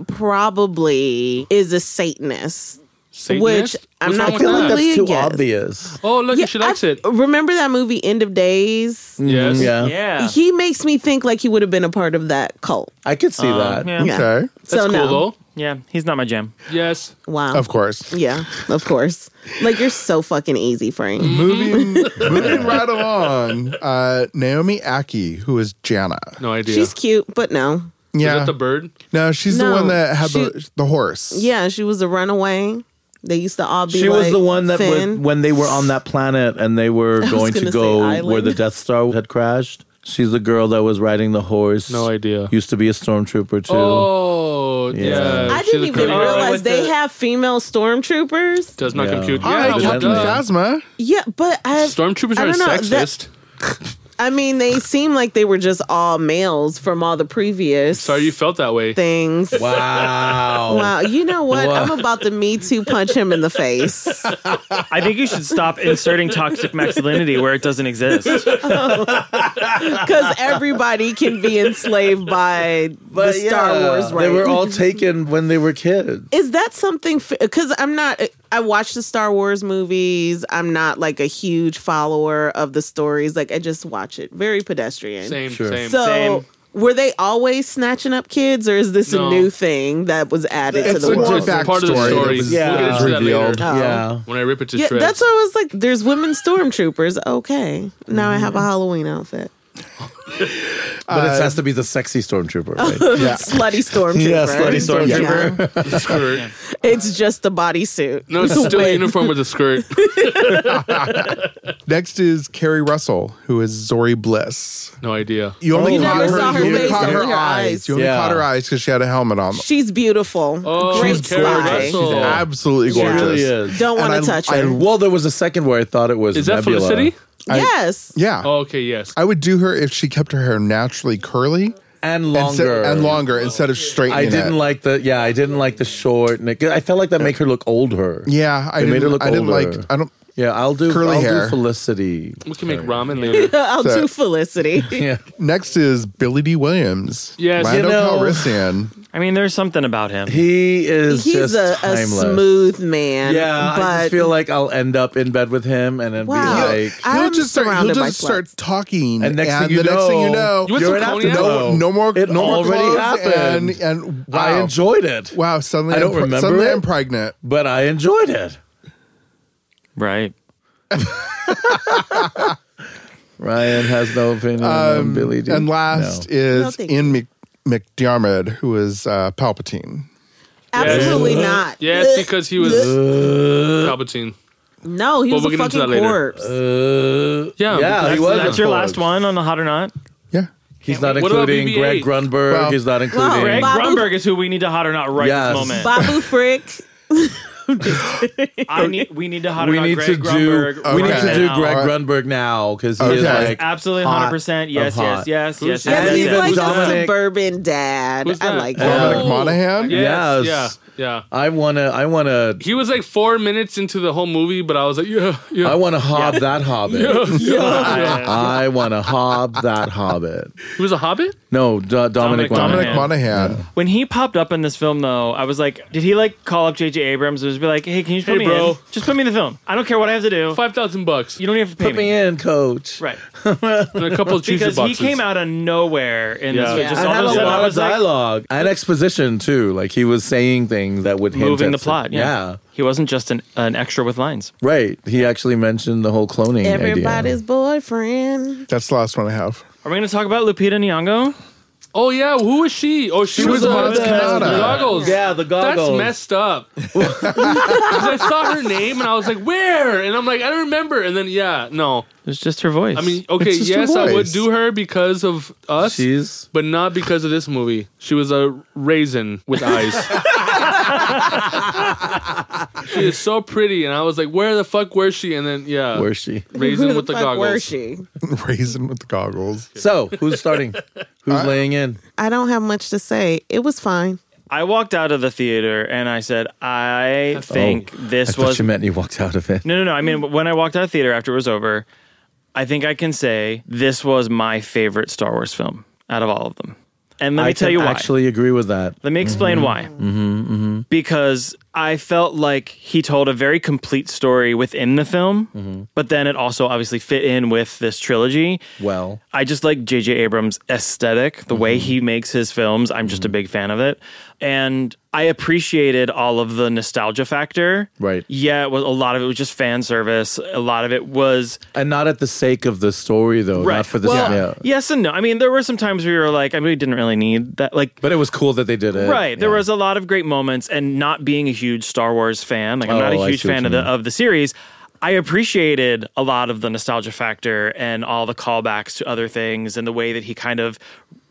Speaker 4: probably is a Satanist.
Speaker 1: Satanist?
Speaker 4: Which I'm
Speaker 1: What's
Speaker 4: not
Speaker 1: wrong
Speaker 5: I
Speaker 1: with
Speaker 5: feel
Speaker 1: that?
Speaker 5: like that's too
Speaker 4: Yes.
Speaker 5: obvious.
Speaker 1: Oh, look,
Speaker 4: Yeah,
Speaker 1: she likes
Speaker 4: I-
Speaker 1: it.
Speaker 4: Remember that movie End of Days?
Speaker 1: Yes.
Speaker 5: Mm, Yeah.
Speaker 3: Yeah.
Speaker 4: He makes me think like he would have been a part of that cult.
Speaker 5: I could see that.
Speaker 3: Um, yeah.
Speaker 4: Yeah.
Speaker 6: Okay,
Speaker 1: That's
Speaker 4: so
Speaker 1: cool
Speaker 4: no.
Speaker 1: though.
Speaker 3: Yeah. He's not my jam.
Speaker 1: Yes.
Speaker 4: Wow.
Speaker 6: of course.
Speaker 4: Yeah, of course. like you're so fucking easy,
Speaker 6: Mm-hmm.
Speaker 4: Frank.
Speaker 6: Moving, moving right along. Uh, Naomi Aki, who is Jana.
Speaker 1: No idea.
Speaker 4: She's cute, but no.
Speaker 1: Is
Speaker 6: Yeah,
Speaker 1: that the bird?
Speaker 6: no, she's
Speaker 4: No,
Speaker 6: the one that had the,
Speaker 4: she-
Speaker 6: the horse.
Speaker 4: Yeah, she was a runaway. They used to all be.
Speaker 5: She was
Speaker 4: like,
Speaker 5: the one that was,
Speaker 4: Finn.
Speaker 5: when they were on that planet and they were
Speaker 4: was
Speaker 5: going to
Speaker 4: gonna say
Speaker 5: go where the
Speaker 4: island.
Speaker 5: Death Star had crashed. She's the girl that was riding the horse.
Speaker 1: No idea.
Speaker 5: Used to be a stormtrooper too.
Speaker 1: Oh, yeah.
Speaker 4: I
Speaker 1: She's
Speaker 4: didn't
Speaker 1: a
Speaker 4: even
Speaker 1: pretty girl.
Speaker 3: Oh,
Speaker 4: realize
Speaker 3: with
Speaker 4: they
Speaker 3: the-
Speaker 4: have female stormtroopers.
Speaker 1: Does not
Speaker 5: Yeah.
Speaker 1: compute.
Speaker 6: All
Speaker 1: Yeah,
Speaker 6: right,
Speaker 1: well
Speaker 6: Captain
Speaker 1: done.
Speaker 6: Phasma.
Speaker 4: Yeah, but I
Speaker 1: Stormtroopers
Speaker 4: I
Speaker 1: aren't
Speaker 4: don't know, that-
Speaker 1: sexist.
Speaker 4: I mean, they seem like they were just all males from all the previous
Speaker 1: Sorry you felt that way.
Speaker 4: things.
Speaker 5: Wow.
Speaker 4: Wow, you know what?
Speaker 5: Wow.
Speaker 4: I'm about to me too punch him in the face.
Speaker 3: I think you should stop inserting toxic masculinity where it doesn't exist.
Speaker 4: Because everybody can be enslaved by the
Speaker 5: But
Speaker 4: Star
Speaker 5: yeah,
Speaker 4: Wars, right?
Speaker 5: They were all taken when they were kids.
Speaker 4: is that something because i'm not i watch the star wars movies i'm not like a huge follower of the stories like i just watch it very pedestrian
Speaker 1: Same,
Speaker 5: Sure.
Speaker 1: same.
Speaker 4: so
Speaker 3: same.
Speaker 4: were they always snatching up kids or is this
Speaker 1: No.
Speaker 4: a new thing that was added to
Speaker 6: It's
Speaker 4: the
Speaker 6: a
Speaker 4: world
Speaker 1: It's
Speaker 6: backstory
Speaker 1: part of the
Speaker 6: that
Speaker 1: story.
Speaker 6: was
Speaker 1: We'll get into that
Speaker 6: revealed.
Speaker 1: later.
Speaker 4: Oh.
Speaker 5: Yeah.
Speaker 1: When I rip it to
Speaker 4: yeah
Speaker 1: shreds.
Speaker 4: that's why i was like there's women stormtroopers okay now i have
Speaker 1: Mm-hmm.
Speaker 4: a halloween outfit
Speaker 5: But
Speaker 4: Uh,
Speaker 5: it has to be the sexy stormtrooper, right?
Speaker 6: Uh, Yeah.
Speaker 4: slutty stormtrooper
Speaker 5: Yeah, slutty stormtrooper.
Speaker 4: Yeah.
Speaker 1: The skirt.
Speaker 4: it's just a bodysuit
Speaker 1: No, it's still a uniform with a skirt.
Speaker 6: Next is Carrie Russell, who is Zori Bliss.
Speaker 1: No idea.
Speaker 6: You only
Speaker 5: Oh, You
Speaker 6: caught
Speaker 5: never
Speaker 6: her,
Speaker 5: saw her
Speaker 6: you only
Speaker 5: face,
Speaker 6: caught her,
Speaker 5: only
Speaker 4: her
Speaker 6: eyes.
Speaker 4: eyes.
Speaker 6: You only
Speaker 5: Yeah.
Speaker 6: caught her eyes because she had a helmet on.
Speaker 4: she's beautiful
Speaker 1: Oh,
Speaker 4: great
Speaker 1: she's Carrie
Speaker 4: spy
Speaker 1: Russell.
Speaker 6: She's absolutely
Speaker 4: Yeah.
Speaker 6: gorgeous.
Speaker 5: really is.
Speaker 4: don't want
Speaker 6: And
Speaker 4: to
Speaker 6: I-
Speaker 4: touch
Speaker 6: I
Speaker 4: her
Speaker 5: Well, there was a second where I thought it was
Speaker 1: Is that
Speaker 5: Nebula.
Speaker 1: Felicity?
Speaker 4: yes
Speaker 6: Yeah.
Speaker 1: Oh, okay, yes.
Speaker 6: I would do her if she kept her hair naturally curly
Speaker 5: and
Speaker 6: and, se-
Speaker 5: longer
Speaker 6: and longer instead of straightening
Speaker 5: I didn't
Speaker 6: it.
Speaker 5: like the yeah. I didn't like the short. neck. I felt like that make her look older.
Speaker 6: Yeah, I
Speaker 5: They
Speaker 6: didn't,
Speaker 5: made her look
Speaker 6: I didn't
Speaker 5: older.
Speaker 6: like. I don't.
Speaker 5: Yeah, I'll do
Speaker 6: Curly
Speaker 5: I'll
Speaker 6: hair.
Speaker 5: Do Felicity.
Speaker 1: we can make ramen later.
Speaker 4: I'll
Speaker 6: So-
Speaker 4: do Felicity.
Speaker 5: Yeah,
Speaker 6: Next is Billy D. Williams.
Speaker 1: Yes. You
Speaker 6: Lando
Speaker 5: know-
Speaker 6: Calrissian.
Speaker 3: I mean, there's something about him.
Speaker 5: he is.
Speaker 4: He's
Speaker 5: just
Speaker 4: a, a
Speaker 5: timeless.
Speaker 4: smooth man.
Speaker 5: Yeah,
Speaker 4: but
Speaker 5: I just feel like I'll end up in bed with him and then
Speaker 4: Wow.
Speaker 5: be like.
Speaker 4: I'm
Speaker 6: he'll just start. He'll
Speaker 4: surrounded by
Speaker 6: just start
Speaker 4: sluts.
Speaker 6: talking,
Speaker 5: And next thing you
Speaker 6: the next thing you
Speaker 5: know,
Speaker 6: know,
Speaker 1: You want
Speaker 5: you're
Speaker 1: some
Speaker 5: an
Speaker 1: cognac?
Speaker 5: afternoon.
Speaker 6: no, no more.
Speaker 5: It
Speaker 6: no more
Speaker 5: already
Speaker 6: clothes
Speaker 5: happened.
Speaker 6: And, and wow,
Speaker 5: I enjoyed it,
Speaker 6: Wow, suddenly
Speaker 5: I don't
Speaker 6: I'm pre-
Speaker 5: remember
Speaker 6: Suddenly
Speaker 5: it.
Speaker 6: I'm pregnant.
Speaker 5: but I enjoyed it.
Speaker 3: Right.
Speaker 5: Ryan has no opinion on Billy D.
Speaker 6: Um, And last
Speaker 5: No.
Speaker 4: No,
Speaker 6: is
Speaker 4: thank
Speaker 6: Ian Mc- McDiarmid, who is uh, Palpatine. uh,
Speaker 4: absolutely not.
Speaker 1: yes, because he was Palpatine.
Speaker 4: no, he was
Speaker 1: we'll
Speaker 4: a
Speaker 1: get into that
Speaker 4: fucking
Speaker 1: later.
Speaker 4: corpse.
Speaker 5: Uh,
Speaker 1: Yeah,
Speaker 5: yeah, he
Speaker 1: that's-
Speaker 5: was.
Speaker 1: that's
Speaker 5: a
Speaker 3: That's your last
Speaker 5: pug.
Speaker 3: one on the hot or not.
Speaker 6: Yeah.
Speaker 5: He's not
Speaker 1: What about
Speaker 5: including Greg
Speaker 1: BB-8?
Speaker 5: Grunberg.
Speaker 6: Well-
Speaker 5: He's not including.
Speaker 3: Greg
Speaker 4: Bob-
Speaker 3: Grumberg is who we need to hot or not right
Speaker 5: Yes.
Speaker 3: this moment.
Speaker 4: Babu Frick.
Speaker 3: I need. We need to hot or
Speaker 5: we
Speaker 3: not
Speaker 5: need
Speaker 3: Greg
Speaker 5: to
Speaker 3: Grumberg.
Speaker 5: do we need
Speaker 6: right
Speaker 5: to do
Speaker 3: now.
Speaker 5: Greg
Speaker 6: Alright.
Speaker 5: Grunberg now because he is
Speaker 6: Okay.
Speaker 5: like
Speaker 3: Absolutely,
Speaker 5: hot
Speaker 3: hundred percent. Yes,
Speaker 5: of
Speaker 3: yes, yes,
Speaker 5: hot.
Speaker 3: yes, yes.
Speaker 1: that?
Speaker 4: Yes,
Speaker 5: And
Speaker 4: he's
Speaker 5: then
Speaker 4: like
Speaker 5: Dominic-
Speaker 4: a suburban dad.
Speaker 1: Who's
Speaker 4: I
Speaker 1: that?
Speaker 4: like
Speaker 6: Dominic
Speaker 4: that.
Speaker 1: Oh,
Speaker 6: Monaghan?
Speaker 1: Yes,
Speaker 5: Yes.
Speaker 1: Yeah. Yeah.
Speaker 5: I wanna I wanna
Speaker 1: He was like four minutes into the whole movie, but I was like, yeah, yeah.
Speaker 5: I wanna hob that hobbit.
Speaker 3: Uh,
Speaker 5: I wanna hob that hobbit.
Speaker 1: he was a hobbit?
Speaker 5: No, D- Dominic.
Speaker 3: Dominic
Speaker 5: Dominic.
Speaker 6: Dominic
Speaker 3: Monaghan.
Speaker 6: Monaghan.
Speaker 3: When he popped up in this film, though, I was like, did he like call up J.J. Abrams and just be like, hey, can you just put
Speaker 1: Hey,
Speaker 3: me
Speaker 1: bro.
Speaker 3: in? Just put me in the film. I don't care what I have to do.
Speaker 1: Five thousand bucks
Speaker 3: You don't even have to pay
Speaker 5: Put me in, coach.
Speaker 3: Right.
Speaker 1: and a couple of cheesy
Speaker 3: Because he
Speaker 1: boxes.
Speaker 3: came out of nowhere in
Speaker 1: Yeah.
Speaker 3: this
Speaker 1: Yeah.
Speaker 3: film. Just
Speaker 5: I
Speaker 3: all
Speaker 5: had
Speaker 3: of
Speaker 5: a
Speaker 3: a sudden, I
Speaker 5: lot of
Speaker 3: was like,
Speaker 5: dialogue and exposition too. Like he was saying things that would hint
Speaker 3: moving
Speaker 5: at
Speaker 3: the
Speaker 5: some-
Speaker 3: plot. Yeah. He wasn't just an, an extra with lines.
Speaker 5: right. He actually mentioned the whole cloning
Speaker 4: Everybody's
Speaker 5: idea.
Speaker 4: boyfriend.
Speaker 6: That's the last one I have.
Speaker 3: Are we going to talk about Lupita Nyong'o?
Speaker 1: Oh yeah, who is she? Oh, she,
Speaker 5: She
Speaker 1: was,
Speaker 5: was
Speaker 1: the one
Speaker 5: one
Speaker 1: with
Speaker 5: of
Speaker 1: the
Speaker 5: the-
Speaker 1: goggles.
Speaker 5: Yeah, the
Speaker 1: That's
Speaker 5: goggles.
Speaker 1: messed up. 'Cause I saw her name and I was like, where? And I'm like, I don't remember. And then yeah, no.
Speaker 3: It was just her voice.
Speaker 1: I mean, okay,
Speaker 6: just her
Speaker 1: yes, I would
Speaker 6: voice.
Speaker 1: do her because of us,
Speaker 5: She's
Speaker 1: but not because of this movie. She was a raisin with eyes. she is so pretty, and I was like, "Where the fuck were she?" And then yeah,
Speaker 5: Where's she?
Speaker 1: raisin
Speaker 4: Who
Speaker 1: with the
Speaker 4: fuck Were
Speaker 1: goggles.
Speaker 4: she?
Speaker 6: Raisin with the goggles.
Speaker 5: So who's starting? Who's laying in?
Speaker 4: I don't have much to say. It was fine.
Speaker 3: I walked out of the theater and I said, I think
Speaker 5: I
Speaker 3: this
Speaker 5: thought
Speaker 3: was
Speaker 5: you meant you walked out of it.
Speaker 3: No, no, no. I mean, when I walked out of the theater after it was over, I think I can say this was my favorite Star Wars film out of all of them. And let me
Speaker 5: I
Speaker 3: tell
Speaker 5: can
Speaker 3: you why.
Speaker 5: actually Mm-hmm. agree with that.
Speaker 3: let me explain why. Because I felt like he told a very complete story within the film,
Speaker 5: Mm-hmm.
Speaker 3: but then it also obviously fit in with this trilogy.
Speaker 5: Well,
Speaker 3: I just like J.J. Abrams' aesthetic, the way
Speaker 5: Mm-hmm.
Speaker 3: he makes his films. I'm just a big fan of it. And I appreciated all of the nostalgia factor.
Speaker 5: Right.
Speaker 3: Yeah, it was, a lot of it was just fan service. A lot of it was,
Speaker 5: and not at the sake of the story though.
Speaker 3: Right.
Speaker 5: Not for the
Speaker 3: Well,
Speaker 5: yeah.
Speaker 3: yes and no. I mean, there were some times where you were like, I really didn't really need that. Like,
Speaker 5: But it was cool that they did it.
Speaker 3: Right. There
Speaker 5: Yeah.
Speaker 3: was a lot of great moments, and not being a huge Star Wars fan, like I'm not
Speaker 5: Oh,
Speaker 3: a
Speaker 5: I
Speaker 3: huge
Speaker 5: see what
Speaker 3: fan
Speaker 5: you
Speaker 3: of the
Speaker 5: mean.
Speaker 3: of the series. I appreciated a lot of the nostalgia factor and all the callbacks to other things, and the way that he kind of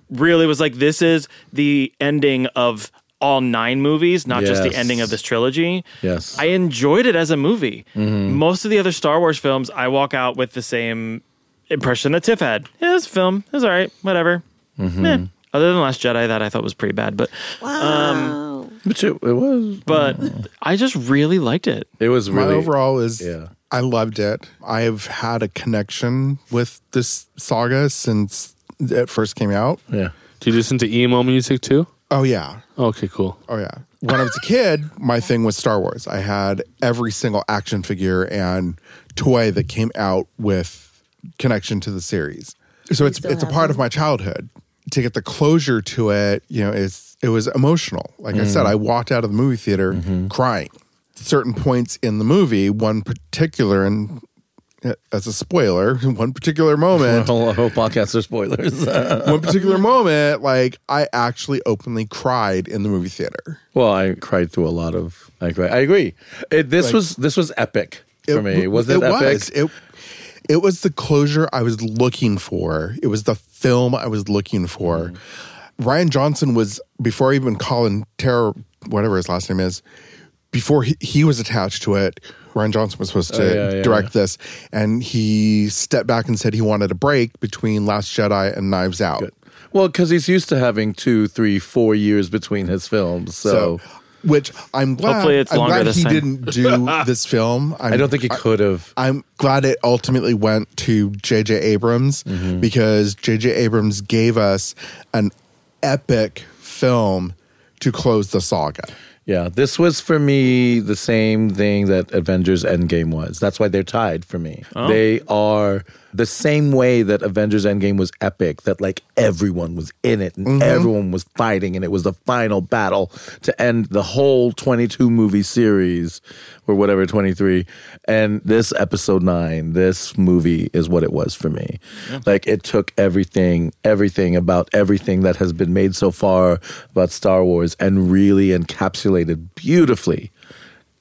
Speaker 3: really was like, "This is the ending of." All nine movies, not just the
Speaker 5: Yes.
Speaker 3: ending of this trilogy.
Speaker 5: Yes.
Speaker 3: I enjoyed it as a movie.
Speaker 5: Mm-hmm.
Speaker 3: Most of the other Star Wars films, I walk out with the same impression that Tiff had. Yeah, this film is all right, whatever.
Speaker 5: Mm-hmm.
Speaker 3: Meh. Other than Last Jedi, that I thought was pretty bad, but
Speaker 4: Wow.
Speaker 5: But it, it was.
Speaker 3: but I just really liked it.
Speaker 5: It was
Speaker 6: My
Speaker 5: really
Speaker 6: overall is
Speaker 5: yeah.
Speaker 6: I loved it. I have had a connection with this saga since it first came out.
Speaker 5: Yeah.
Speaker 1: Do you listen to emo music too?
Speaker 6: Oh yeah.
Speaker 1: Okay, cool.
Speaker 6: Oh yeah. When I was a kid, my thing was Star Wars. I had every single action figure and toy that came out with connection to the series. So it's
Speaker 4: still
Speaker 6: it's a
Speaker 4: have
Speaker 6: part of my childhood. To get the closure to it, you know, it's it was emotional. Like I
Speaker 4: Mm.
Speaker 6: said, I walked out of the movie theater
Speaker 4: Mm-hmm.
Speaker 6: crying. Certain points in the movie, one particular and uh, as a spoiler, one particular moment
Speaker 5: Whole, whole podcast are spoilers.
Speaker 6: one particular moment, like I actually openly cried in the movie theater.
Speaker 5: well, I cried through a lot of. I cried. I agree. It, this
Speaker 6: Like-
Speaker 5: was this was epic for me.
Speaker 6: w-
Speaker 5: Was it, epic?
Speaker 6: Was. It, it was the closure I was looking for. It was the film I was looking for.
Speaker 5: Mm-hmm.
Speaker 6: Ryan Johnson was, before even Colin Terror, whatever his last name is, before he, he was attached to it, Ryan Johnson was supposed to
Speaker 5: Oh, yeah, yeah,
Speaker 6: direct this. And he stepped back and said he wanted a break between Last Jedi and Knives Out.
Speaker 5: Well, because he's used to having two, three, four years between his films, so,
Speaker 6: So, which I'm glad.
Speaker 3: Hopefully it's
Speaker 6: I'm
Speaker 3: longer
Speaker 6: glad
Speaker 3: this
Speaker 6: he
Speaker 3: time.
Speaker 6: didn't do this film. I'm,
Speaker 5: I don't think he could have.
Speaker 6: I'm glad it ultimately went to J.J. Abrams
Speaker 5: Mm-hmm.
Speaker 6: because J.J. Abrams gave us an epic film to close the saga.
Speaker 5: Yeah, this was for me the same thing that Avengers Endgame was. That's why they're tied for me. They are the same way that Avengers Endgame was epic, that like everyone was in it and everyone was fighting, and it was the final battle to end the whole 22 movie series or whatever, 23. And this episode nine, this movie is what it was for me. Like it took everything, everything about everything that has been made so far about Star Wars and really encapsulated beautifully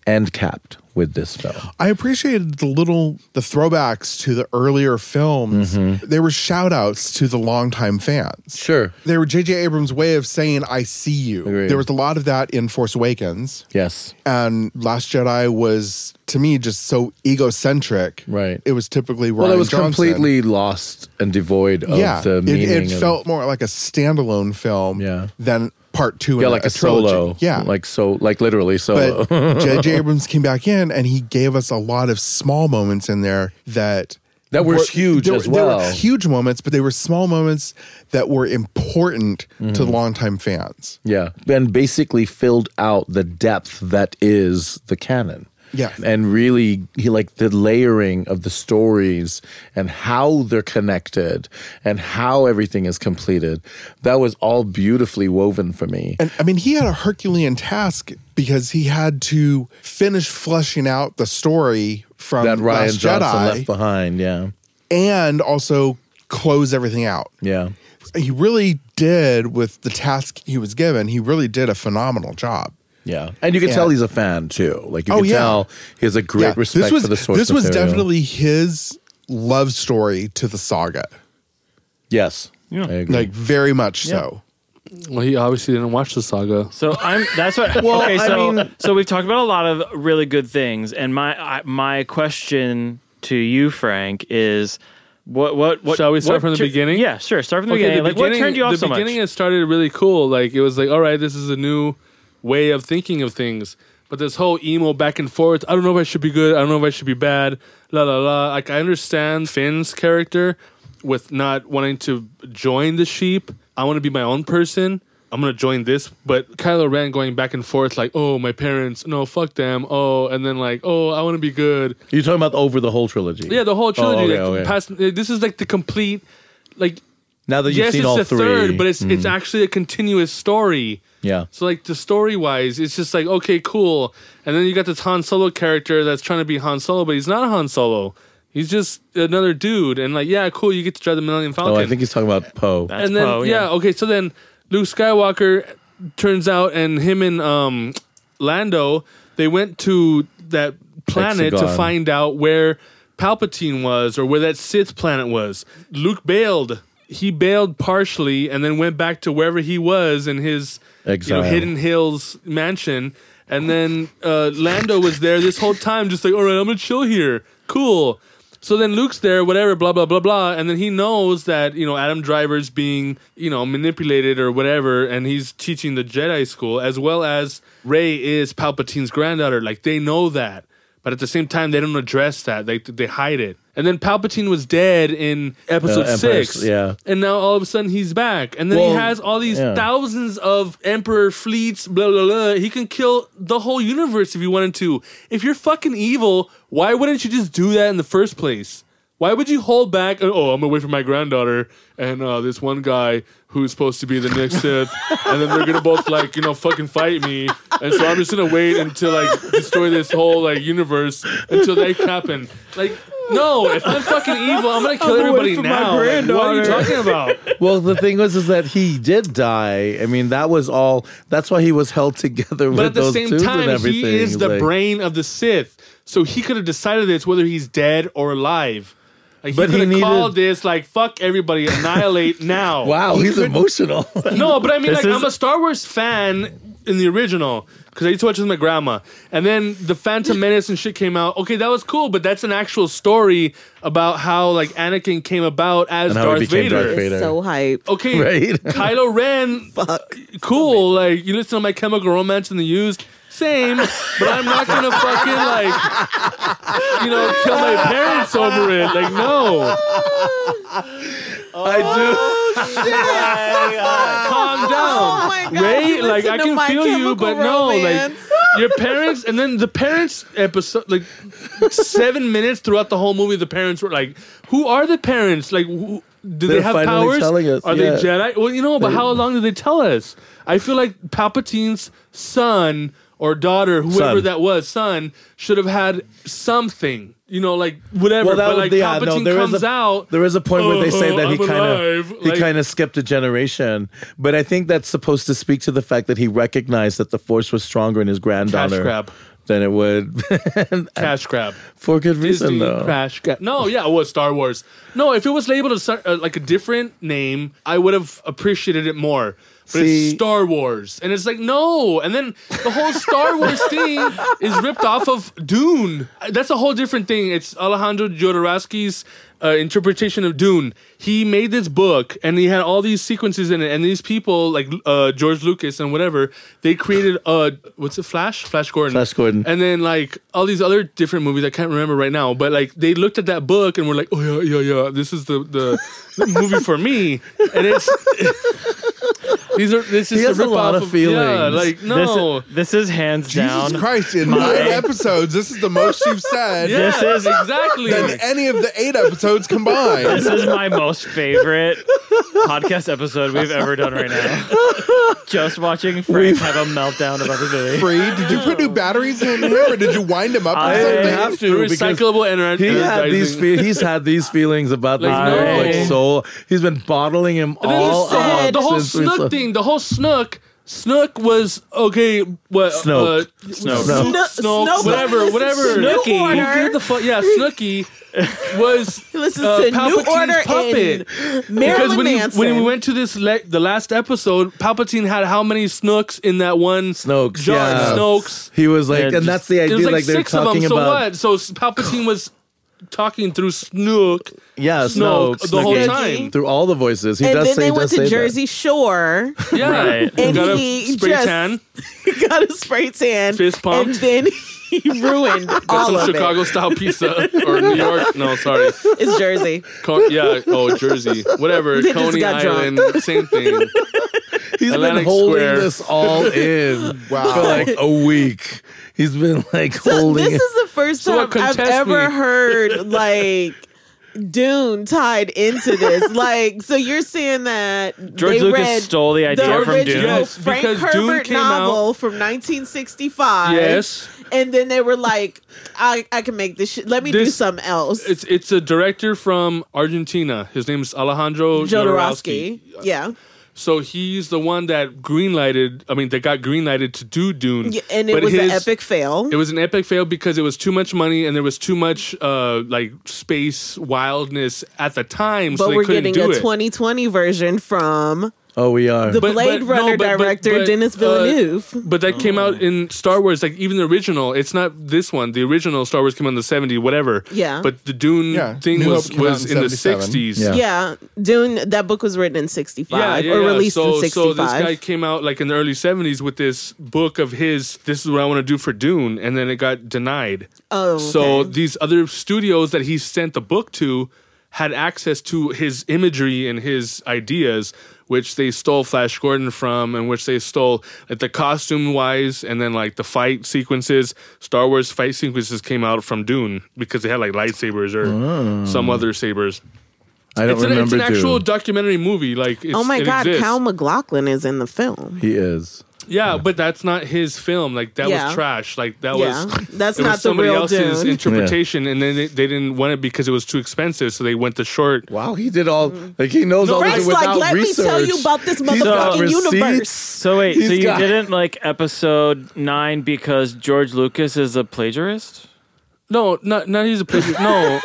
Speaker 5: and capped with this film.
Speaker 6: I appreciated the little the throwbacks to the earlier films.
Speaker 5: Mm-hmm.
Speaker 6: They were shout outs to the longtime fans.
Speaker 5: Sure.
Speaker 6: They were J.J. Abrams' way of saying "I see you."
Speaker 5: Agreed.
Speaker 6: There was a lot of that in Force Awakens.
Speaker 5: Yes.
Speaker 6: and Last Jedi was to me just so egocentric.
Speaker 5: Right.
Speaker 6: It was typically Ryan
Speaker 5: Well, it was
Speaker 6: Johnson.
Speaker 5: completely lost and devoid of
Speaker 6: yeah.
Speaker 5: the
Speaker 6: it,
Speaker 5: meaning.
Speaker 6: it
Speaker 5: of-
Speaker 6: felt more like a standalone film
Speaker 5: Yeah.
Speaker 6: than part two.
Speaker 5: yeah,
Speaker 6: in
Speaker 5: like a,
Speaker 6: trilogy.
Speaker 5: solo.
Speaker 6: Yeah,
Speaker 5: like so, like literally solo.
Speaker 6: but J.J. Abrams came back in and he gave us a lot of small moments in there that
Speaker 5: That were huge
Speaker 6: there
Speaker 5: as
Speaker 6: were- there were
Speaker 5: well.
Speaker 6: huge moments, but they were small moments that were important
Speaker 5: Mm-hmm.
Speaker 6: to longtime fans.
Speaker 5: Yeah. And basically filled out the depth that is the canon.
Speaker 6: Yeah.
Speaker 5: And really he like the layering of the stories and how they're connected and how everything is completed. That was all beautifully woven for me.
Speaker 6: And I mean, he had a Herculean task because he had to finish fleshing out the story from
Speaker 5: that Ryan
Speaker 6: Last
Speaker 5: Johnson
Speaker 6: Jedi
Speaker 5: left behind. Yeah.
Speaker 6: and also close everything out.
Speaker 5: Yeah.
Speaker 6: He really did with the task he was given. He really did a phenomenal job.
Speaker 5: Yeah. And you can
Speaker 6: Yeah.
Speaker 5: tell he's a fan too. Like you
Speaker 6: Oh,
Speaker 5: can
Speaker 6: yeah.
Speaker 5: tell he has a great
Speaker 6: Yeah,
Speaker 5: respect
Speaker 6: this was,
Speaker 5: for the source.
Speaker 6: This was
Speaker 5: material.
Speaker 6: definitely his love story to the saga,
Speaker 5: Yes. I agree.
Speaker 6: like very much so.
Speaker 1: Well, he obviously didn't watch the saga.
Speaker 3: So I'm. That's what. Well, okay.
Speaker 5: I
Speaker 3: So
Speaker 5: mean-
Speaker 3: so we've talked about a lot of really good things, and my I, my question to you, Frank, is what what what
Speaker 1: Shall we start
Speaker 3: what
Speaker 1: from the
Speaker 3: tur-
Speaker 1: beginning?
Speaker 3: Yeah, sure. Start from the beginning. like, what turned you off
Speaker 1: the
Speaker 3: so much?
Speaker 1: beginning it started really cool. Like it was like, all right, this is a new way of thinking of things. But this whole emo back and forth, I don't know if I should be good, I don't know if I should be bad, la la la. Like I understand Finn's character with not wanting to join the sheep. I want to be my own person. I'm gonna join this, but Kylo Ren going back and forth like, oh, my parents, no, fuck them, oh, and then like, oh, I want to be good,
Speaker 5: You're talking about over the whole trilogy.
Speaker 1: yeah, the whole trilogy.
Speaker 5: Oh, okay,
Speaker 1: like,
Speaker 5: okay.
Speaker 1: past, this is like the complete, like
Speaker 5: Now that you've
Speaker 1: yes,
Speaker 5: seen
Speaker 1: it's
Speaker 5: all
Speaker 1: the
Speaker 5: three, Mm.
Speaker 1: third, but it's it's actually a continuous story.
Speaker 5: yeah.
Speaker 1: So like the story wise, it's just like okay, cool. And then you got this Han Solo character that's trying to be Han Solo, but he's not Han Solo. He's just another dude. And like, yeah, cool. You get to drive the Millennium
Speaker 5: Oh,
Speaker 1: Falcon.
Speaker 5: I think he's talking about Poe.
Speaker 3: That's
Speaker 1: and then
Speaker 3: Poe,
Speaker 1: yeah. okay. So then Luke Skywalker turns out, and him and um, Lando they went to that planet to
Speaker 5: Hexagon.
Speaker 1: find out where Palpatine was or where that Sith planet was. Luke bailed. He bailed partially, and then went back to wherever he was in his you know,
Speaker 5: Exile.
Speaker 1: hidden Hills mansion. And then uh, Lando was there this whole time, just like, all right, I'm gonna chill here. Cool. So then Luke's there, whatever, blah blah blah blah, and then he knows that you know Adam Driver's being you know manipulated or whatever, and he's teaching the Jedi school as well as Ray is Palpatine's granddaughter. Like they know that, but at the same time they don't address that. They they hide it. And then Palpatine was dead in episode
Speaker 5: Uh, Empire's-
Speaker 1: six,
Speaker 5: yeah.
Speaker 1: and now all of a sudden he's back, and then he
Speaker 5: Well,
Speaker 1: has all these
Speaker 5: yeah.
Speaker 1: thousands of emperor fleets, blah blah blah. He can kill the whole universe if he wanted to. If you're fucking evil, why wouldn't you just do that in the first place? Why would you hold back? and, Oh, I'm away from my granddaughter and uh, this one guy who's supposed to be the next Sith, and then they're gonna both like you know fucking fight me, and so I'm just gonna wait until like destroy this whole like universe until they happen. Like, no, if I'm fucking evil, I'm gonna kill everybody
Speaker 5: from my
Speaker 1: now. Like, what are you
Speaker 5: granddaughter.
Speaker 1: talking about?
Speaker 5: Well, the thing was is that he did die. I mean, that was all. That's why he was held together with
Speaker 1: But at the
Speaker 5: those
Speaker 1: same
Speaker 5: tubes and
Speaker 1: time,
Speaker 5: everything.
Speaker 1: he is the
Speaker 5: like-
Speaker 1: brain of the Sith, so he could have decided this whether he's dead or alive. Like,
Speaker 5: But
Speaker 1: he could
Speaker 5: he
Speaker 1: have
Speaker 5: needed-
Speaker 1: called this like "fuck everybody, annihilate now."
Speaker 5: Wow, he's emotional.
Speaker 1: No, but I mean, like,
Speaker 3: This is-
Speaker 1: I'm a Star Wars fan in the original because I used to watch it with my grandma, and then the Phantom Menace and shit came out. Okay, that was cool, but that's an actual story about how like Anakin came about as
Speaker 5: And how he
Speaker 1: Darth
Speaker 5: became
Speaker 1: Vader.
Speaker 5: Darth Vader. Later.
Speaker 4: So hype.
Speaker 1: Okay,
Speaker 5: Right?
Speaker 1: Kylo Ren,
Speaker 4: Fuck.
Speaker 1: cool. Like you listen to my Chemical Romance and the Used, same. But I'm not gonna fucking like, you know, kill my parents over it. Like no,
Speaker 5: I do.
Speaker 1: Oh, calm
Speaker 4: Oh
Speaker 1: down.
Speaker 4: my god.
Speaker 1: Ray,
Speaker 4: you
Speaker 1: like
Speaker 4: listen
Speaker 1: I
Speaker 4: to
Speaker 1: can
Speaker 4: My
Speaker 1: feel you,
Speaker 4: Chemical
Speaker 1: but no, like
Speaker 4: Romance.
Speaker 1: your parents, and then the parents episode, like seven minutes throughout the whole movie, the parents were like, "Who are the parents? Like, who, do they
Speaker 5: They're
Speaker 1: have
Speaker 5: finally
Speaker 1: powers?
Speaker 5: telling us,
Speaker 1: are
Speaker 5: yeah.
Speaker 1: they Jedi? Well, you know, but how long did they tell us? I feel like Palpatine's son or daughter, whoever
Speaker 5: Son.
Speaker 1: that was, son, should have had something." You know, like whatever,
Speaker 5: Well, that
Speaker 1: but like
Speaker 5: was yeah, no,
Speaker 1: Palpatine
Speaker 5: there is
Speaker 1: comes
Speaker 5: a,
Speaker 1: out.
Speaker 5: There is a point where they say
Speaker 1: "Oh,
Speaker 5: that he
Speaker 1: I'm
Speaker 5: kind of
Speaker 1: alive,"
Speaker 5: he
Speaker 1: like-
Speaker 5: kind of skipped a generation, but I think that's supposed to speak to the fact that he recognized that the force was stronger in his granddaughter
Speaker 1: grab.
Speaker 5: than it would
Speaker 1: cash grab.
Speaker 5: for good reason
Speaker 1: Disney
Speaker 5: though.
Speaker 1: Crash. Ga- no, yeah, it was Star Wars. No, if it was labeled as Star- uh, like a different name, I would have appreciated it more. But it's
Speaker 5: See-
Speaker 1: Star Wars, and it's like no, and then the whole Star Wars thing is ripped off of Dune. Uh, That's a whole different thing. It's Alejandro Jodorowsky's uh, interpretation of Dune. He made this book, and he had all these sequences in it, and these people like uh, George Lucas and whatever they created. Uh, what's it? Flash, Flash Gordon.
Speaker 5: Flash Gordon.
Speaker 1: And then like all these other different movies, I can't remember right now, but like they looked at that book and were like, oh yeah, yeah, yeah, this is the the movie for me, and it's. These are this is
Speaker 5: He has a lot
Speaker 1: ripoff
Speaker 5: of
Speaker 1: Yeah,
Speaker 5: feelings.
Speaker 1: like no,
Speaker 3: This, this is hands
Speaker 6: Jesus
Speaker 3: down.
Speaker 6: Christ, in nine episodes, this is the most you've said
Speaker 1: yeah,
Speaker 3: This is-
Speaker 1: exactly.
Speaker 6: than any of the eight episodes combined.
Speaker 3: This is my most favorite podcast episode we've ever done right now. Just watching Frank have a meltdown about the movie.
Speaker 6: Free? Did you put new batteries in him, or did you wind him up
Speaker 3: I
Speaker 6: or something?
Speaker 5: have
Speaker 1: The
Speaker 5: to because
Speaker 1: recyclable energy.
Speaker 5: He had these fe- he's had these feelings about this
Speaker 1: Like,
Speaker 3: no.
Speaker 5: book so he's been bottling him
Speaker 1: And then
Speaker 5: all
Speaker 1: the,
Speaker 5: up
Speaker 1: the whole
Speaker 5: since we
Speaker 1: snook
Speaker 5: saw-
Speaker 1: thing, the whole snook Snook was okay. What Uh,
Speaker 5: Snoke.
Speaker 3: Snoke.
Speaker 1: Snook,
Speaker 4: Sno-
Speaker 1: Snoke,
Speaker 4: Snoke
Speaker 1: whatever,
Speaker 4: listens
Speaker 1: whatever.
Speaker 4: to
Speaker 3: Snooki.
Speaker 4: New
Speaker 1: Who cares
Speaker 4: Order.
Speaker 1: the fuck? Yeah, Snooky was
Speaker 4: He listens
Speaker 1: uh,
Speaker 4: to New
Speaker 1: Palpatine's
Speaker 4: Order
Speaker 1: puppet.
Speaker 4: and
Speaker 1: Because
Speaker 4: Marilyn
Speaker 1: when, he-
Speaker 4: Manson.
Speaker 1: when we went to this le- the last episode, Palpatine had how many Snooks in that one
Speaker 5: Snokes,
Speaker 1: jar?
Speaker 5: yeah.
Speaker 1: Snokes.
Speaker 5: He was like,
Speaker 3: Yeah,
Speaker 5: and
Speaker 3: just-
Speaker 5: that's the
Speaker 1: It
Speaker 5: idea.
Speaker 1: was like,
Speaker 5: Like, they're
Speaker 1: six of them.
Speaker 5: talking
Speaker 1: So
Speaker 5: about
Speaker 1: what? So s- Palpatine was talking through Snook,
Speaker 5: yeah,
Speaker 1: Snoke,
Speaker 5: Snoke,
Speaker 1: the whole
Speaker 5: Snooki.
Speaker 1: time.
Speaker 5: through all the voices. He
Speaker 4: and
Speaker 5: does
Speaker 4: then
Speaker 5: say,
Speaker 4: they
Speaker 5: he
Speaker 4: went
Speaker 5: does
Speaker 4: to
Speaker 5: say
Speaker 4: Jersey Shore.
Speaker 1: Yeah,
Speaker 3: Right.
Speaker 1: You
Speaker 4: And
Speaker 1: gotta
Speaker 4: he
Speaker 1: spray
Speaker 4: just-
Speaker 1: tan,
Speaker 4: He got a spray tan.
Speaker 1: Fist pumped.
Speaker 4: And then he ruined
Speaker 1: got
Speaker 4: all
Speaker 1: some
Speaker 4: of
Speaker 1: Chicago style pizza or New York. No, sorry.
Speaker 4: it. It's Jersey.
Speaker 1: Co- yeah, oh Jersey, whatever.
Speaker 4: They just
Speaker 1: Coney
Speaker 4: got
Speaker 1: Island, same thing.
Speaker 5: that. He's been
Speaker 1: Atlantic
Speaker 5: holding
Speaker 1: Square.
Speaker 5: this all in for
Speaker 6: Wow.
Speaker 5: like a week. He's been like
Speaker 4: So
Speaker 5: holding.
Speaker 4: this
Speaker 5: it.
Speaker 4: is the first
Speaker 1: So
Speaker 4: time
Speaker 1: what,
Speaker 4: I've
Speaker 1: contest
Speaker 4: ever
Speaker 1: me?
Speaker 4: heard like Dune tied into this. like, so you're saying that
Speaker 3: George
Speaker 4: they
Speaker 3: Lucas
Speaker 4: read
Speaker 3: stole the idea
Speaker 4: the
Speaker 3: from
Speaker 4: original
Speaker 3: Dune.
Speaker 1: Yes,
Speaker 4: Frank
Speaker 1: because Dune
Speaker 4: Herbert
Speaker 1: came
Speaker 4: novel from 1965.
Speaker 1: Yes.
Speaker 4: and then they were like, "I I can make this shit. Let me do
Speaker 1: This-
Speaker 4: something else."
Speaker 1: It's it's a director from Argentina. His name is Alejandro
Speaker 4: Jodorowsky.
Speaker 1: Jodorowsky.
Speaker 4: Yeah.
Speaker 1: So he's the one that greenlighted. I mean, that got greenlighted to do Dune.
Speaker 4: yeah, and it
Speaker 1: But
Speaker 4: was an
Speaker 1: his-
Speaker 4: epic fail.
Speaker 1: It was an epic fail because it was too much money and there was too much uh, like space wildness at the time, so
Speaker 4: but
Speaker 1: they
Speaker 4: we're
Speaker 1: couldn't
Speaker 4: getting
Speaker 1: do
Speaker 4: a
Speaker 1: it.
Speaker 4: 2020 version from
Speaker 5: oh, we are.
Speaker 4: the
Speaker 1: But-
Speaker 4: Blade
Speaker 1: but- no,
Speaker 4: Runner
Speaker 1: but- but-
Speaker 4: director
Speaker 1: but,
Speaker 4: Dennis
Speaker 1: uh,
Speaker 4: Villeneuve.
Speaker 1: But that came out in Star Wars, like even the original. It's not this one. The original Star Wars came out in the 70s, whatever.
Speaker 4: Yeah.
Speaker 1: But the Dune
Speaker 6: Yeah.
Speaker 1: thing
Speaker 6: New
Speaker 1: was
Speaker 6: Hope came out
Speaker 1: was
Speaker 6: in
Speaker 1: in, the
Speaker 6: 77.
Speaker 1: 60s.
Speaker 5: Yeah.
Speaker 4: yeah. Dune. That book was written in '65 or released
Speaker 1: so,
Speaker 4: in '65.
Speaker 1: So this guy came out like in the early 70s with this book of his, this is what I want to do for Dune, and then it got denied.
Speaker 4: Oh,
Speaker 1: So
Speaker 4: okay.
Speaker 1: these other studios that he sent the book to had access to his imagery and his ideas, which they stole Flash Gordon from, and which they stole like the costume wise, and then like the fight sequences. Star Wars fight sequences came out from Dune because they had like lightsabers or
Speaker 4: Oh.
Speaker 1: some other sabers.
Speaker 5: I don't
Speaker 1: It's an,
Speaker 5: remember.
Speaker 1: it's an actual
Speaker 5: dude.
Speaker 1: documentary movie. Like, it's,
Speaker 4: oh my
Speaker 1: it
Speaker 4: God,
Speaker 1: exists.
Speaker 4: Cal McLaughlin is in the film.
Speaker 5: He is.
Speaker 1: Yeah, but that's not his film. Like that
Speaker 4: Yeah.
Speaker 1: was trash. Like that
Speaker 4: Yeah.
Speaker 1: was
Speaker 4: That's
Speaker 1: it
Speaker 4: not
Speaker 1: was
Speaker 4: the
Speaker 1: somebody
Speaker 4: real
Speaker 1: else's
Speaker 4: Dune.
Speaker 1: interpretation, and then they, they didn't want it because it was too expensive, so they went the short.
Speaker 5: Wow, he did all like he knows all
Speaker 4: Frank's
Speaker 5: this without
Speaker 4: Mm. like, "Let me
Speaker 5: research.
Speaker 4: tell you about this
Speaker 5: He's got
Speaker 4: motherfucking
Speaker 5: receipts.
Speaker 4: universe."
Speaker 3: So wait,
Speaker 5: He's
Speaker 3: so you
Speaker 5: got-
Speaker 3: didn't like episode nine because George Lucas is a plagiarist?
Speaker 1: No, not not he's a plagiarist. No,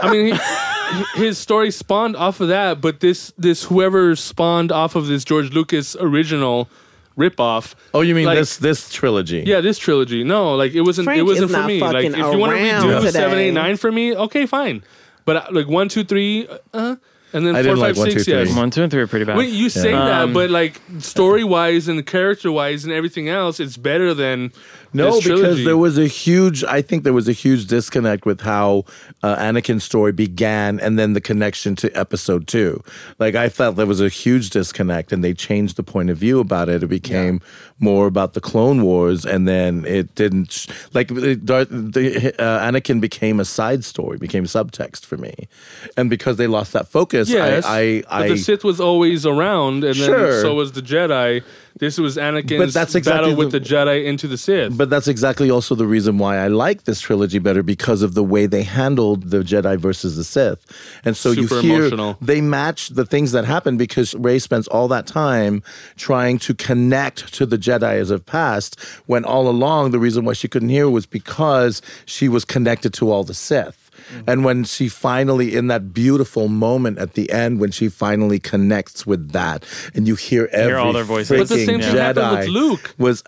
Speaker 1: I mean he, his story spawned off of that, but this this whoever spawned off of this George Lucas original ripoff.
Speaker 5: Oh, you mean
Speaker 1: Like-
Speaker 5: this this trilogy?
Speaker 1: Yeah, this trilogy. No, like it wasn't.
Speaker 4: Frank
Speaker 1: it wasn't
Speaker 4: is
Speaker 1: for
Speaker 4: not
Speaker 1: me. Like
Speaker 4: fucking
Speaker 1: if you want to
Speaker 4: around
Speaker 1: redo
Speaker 4: today.
Speaker 1: seven, eight, nine for me, okay, fine. But uh, like one, two, three, uh, uh, and then four,
Speaker 5: I didn't
Speaker 1: five,
Speaker 5: like one,
Speaker 1: six,
Speaker 5: two, three.
Speaker 1: yes.
Speaker 3: One, two, and three are pretty bad.
Speaker 1: Wait, you say
Speaker 4: Um,
Speaker 1: that, but like story wise and character wise and everything else, it's better than
Speaker 5: No,
Speaker 1: this
Speaker 5: because
Speaker 1: trilogy.
Speaker 5: there was a huge. I think there was a huge disconnect with how uh, Anakin's story began, and then the connection to Episode Two. Like I felt there was a huge disconnect, and they changed the point of view about it. It became more about the Clone Wars, and then it didn't. sh- Like the- Darth, the, uh, Anakin became a side story, became subtext for me, and because they lost that focus,
Speaker 1: Yes,
Speaker 5: I, I, I
Speaker 1: but the Sith was always around, and
Speaker 5: Sure.
Speaker 1: then so was the Jedi. This was Anakin's
Speaker 5: But that's exactly
Speaker 1: battle with
Speaker 5: the-
Speaker 1: the Jedi into the Sith.
Speaker 5: But that's exactly also the reason why I like this trilogy better because of the way they handled the Jedi versus the Sith. And so
Speaker 1: Super
Speaker 5: you hear
Speaker 1: emotional.
Speaker 5: they match the things that happen because Ray spends all that time trying to connect to the Jedi as of past when all along the reason why she couldn't hear was because she was connected to all the Sith.
Speaker 1: Mm-hmm.
Speaker 5: And when she finally, in that beautiful moment at the end, when she finally connects with that, and you hear every
Speaker 3: all their voices.
Speaker 1: But the same
Speaker 5: freaking
Speaker 1: thing happened with
Speaker 5: Jedi
Speaker 1: Luke.
Speaker 5: was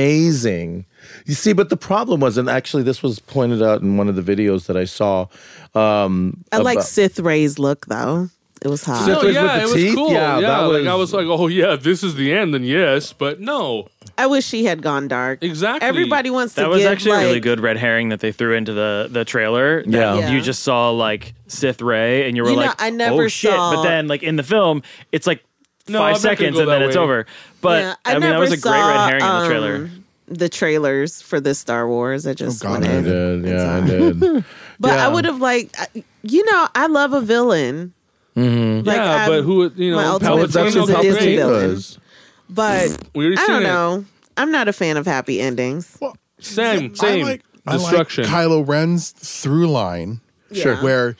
Speaker 5: amazing. You see, but the problem was, and actually, this was pointed out in one of the videos that I saw. Um,
Speaker 4: I like
Speaker 5: about-
Speaker 4: Sith Ray's look though. It was hot.
Speaker 5: Sith-
Speaker 1: no,
Speaker 5: with
Speaker 1: yeah,
Speaker 5: the
Speaker 1: it was
Speaker 5: teeth?
Speaker 1: cool.
Speaker 5: Yeah,
Speaker 1: Yeah,
Speaker 5: that
Speaker 1: like I was
Speaker 5: was-
Speaker 1: like, oh yeah, if this is the end, then yes, but no,
Speaker 4: I wish she had gone dark.
Speaker 1: Exactly.
Speaker 4: Everybody wants to
Speaker 3: that was
Speaker 4: give,
Speaker 3: actually
Speaker 4: like,
Speaker 3: a really good red herring that they threw into the the trailer. that
Speaker 5: Yeah. Yeah.
Speaker 3: you just saw like Sith Ray, and you were
Speaker 4: You know,
Speaker 3: like,
Speaker 4: I never
Speaker 3: "Oh shit!" But
Speaker 4: saw-
Speaker 3: then, like in the film, it's like
Speaker 1: No, I'm
Speaker 3: five
Speaker 1: not gonna
Speaker 3: seconds,
Speaker 1: go
Speaker 3: and then
Speaker 1: that
Speaker 3: it's
Speaker 1: way.
Speaker 3: over. But
Speaker 4: Yeah,
Speaker 3: I, mean, that
Speaker 4: never
Speaker 3: was a great
Speaker 4: saw,
Speaker 3: red herring in the trailer. Oh,
Speaker 4: um, The trailers for the Star Wars. I just
Speaker 6: God,
Speaker 5: I
Speaker 4: wanted.
Speaker 5: did, yeah, I
Speaker 4: That's
Speaker 5: did.
Speaker 4: But
Speaker 5: Yeah.
Speaker 4: I would have liked, I- you know, I love a villain.
Speaker 3: Mm-hmm.
Speaker 4: Like, um,
Speaker 1: yeah,
Speaker 4: I'm-
Speaker 1: but who would- you know?
Speaker 4: my ultimate
Speaker 1: Palpatine,
Speaker 4: That's
Speaker 5: That's
Speaker 4: wish
Speaker 1: no,
Speaker 4: what is a
Speaker 5: what
Speaker 4: Disney
Speaker 1: Palpatine.
Speaker 5: Palpatine
Speaker 4: villain.
Speaker 5: was.
Speaker 4: But
Speaker 1: We already
Speaker 4: I
Speaker 1: seen
Speaker 4: don't
Speaker 1: it.
Speaker 4: know. I'm not a fan of happy endings.
Speaker 6: Well,
Speaker 1: Same,
Speaker 6: I
Speaker 1: same.
Speaker 6: like- I like
Speaker 1: Destruction.
Speaker 6: Kylo Ren's through line,
Speaker 4: Sure. Yeah.
Speaker 6: where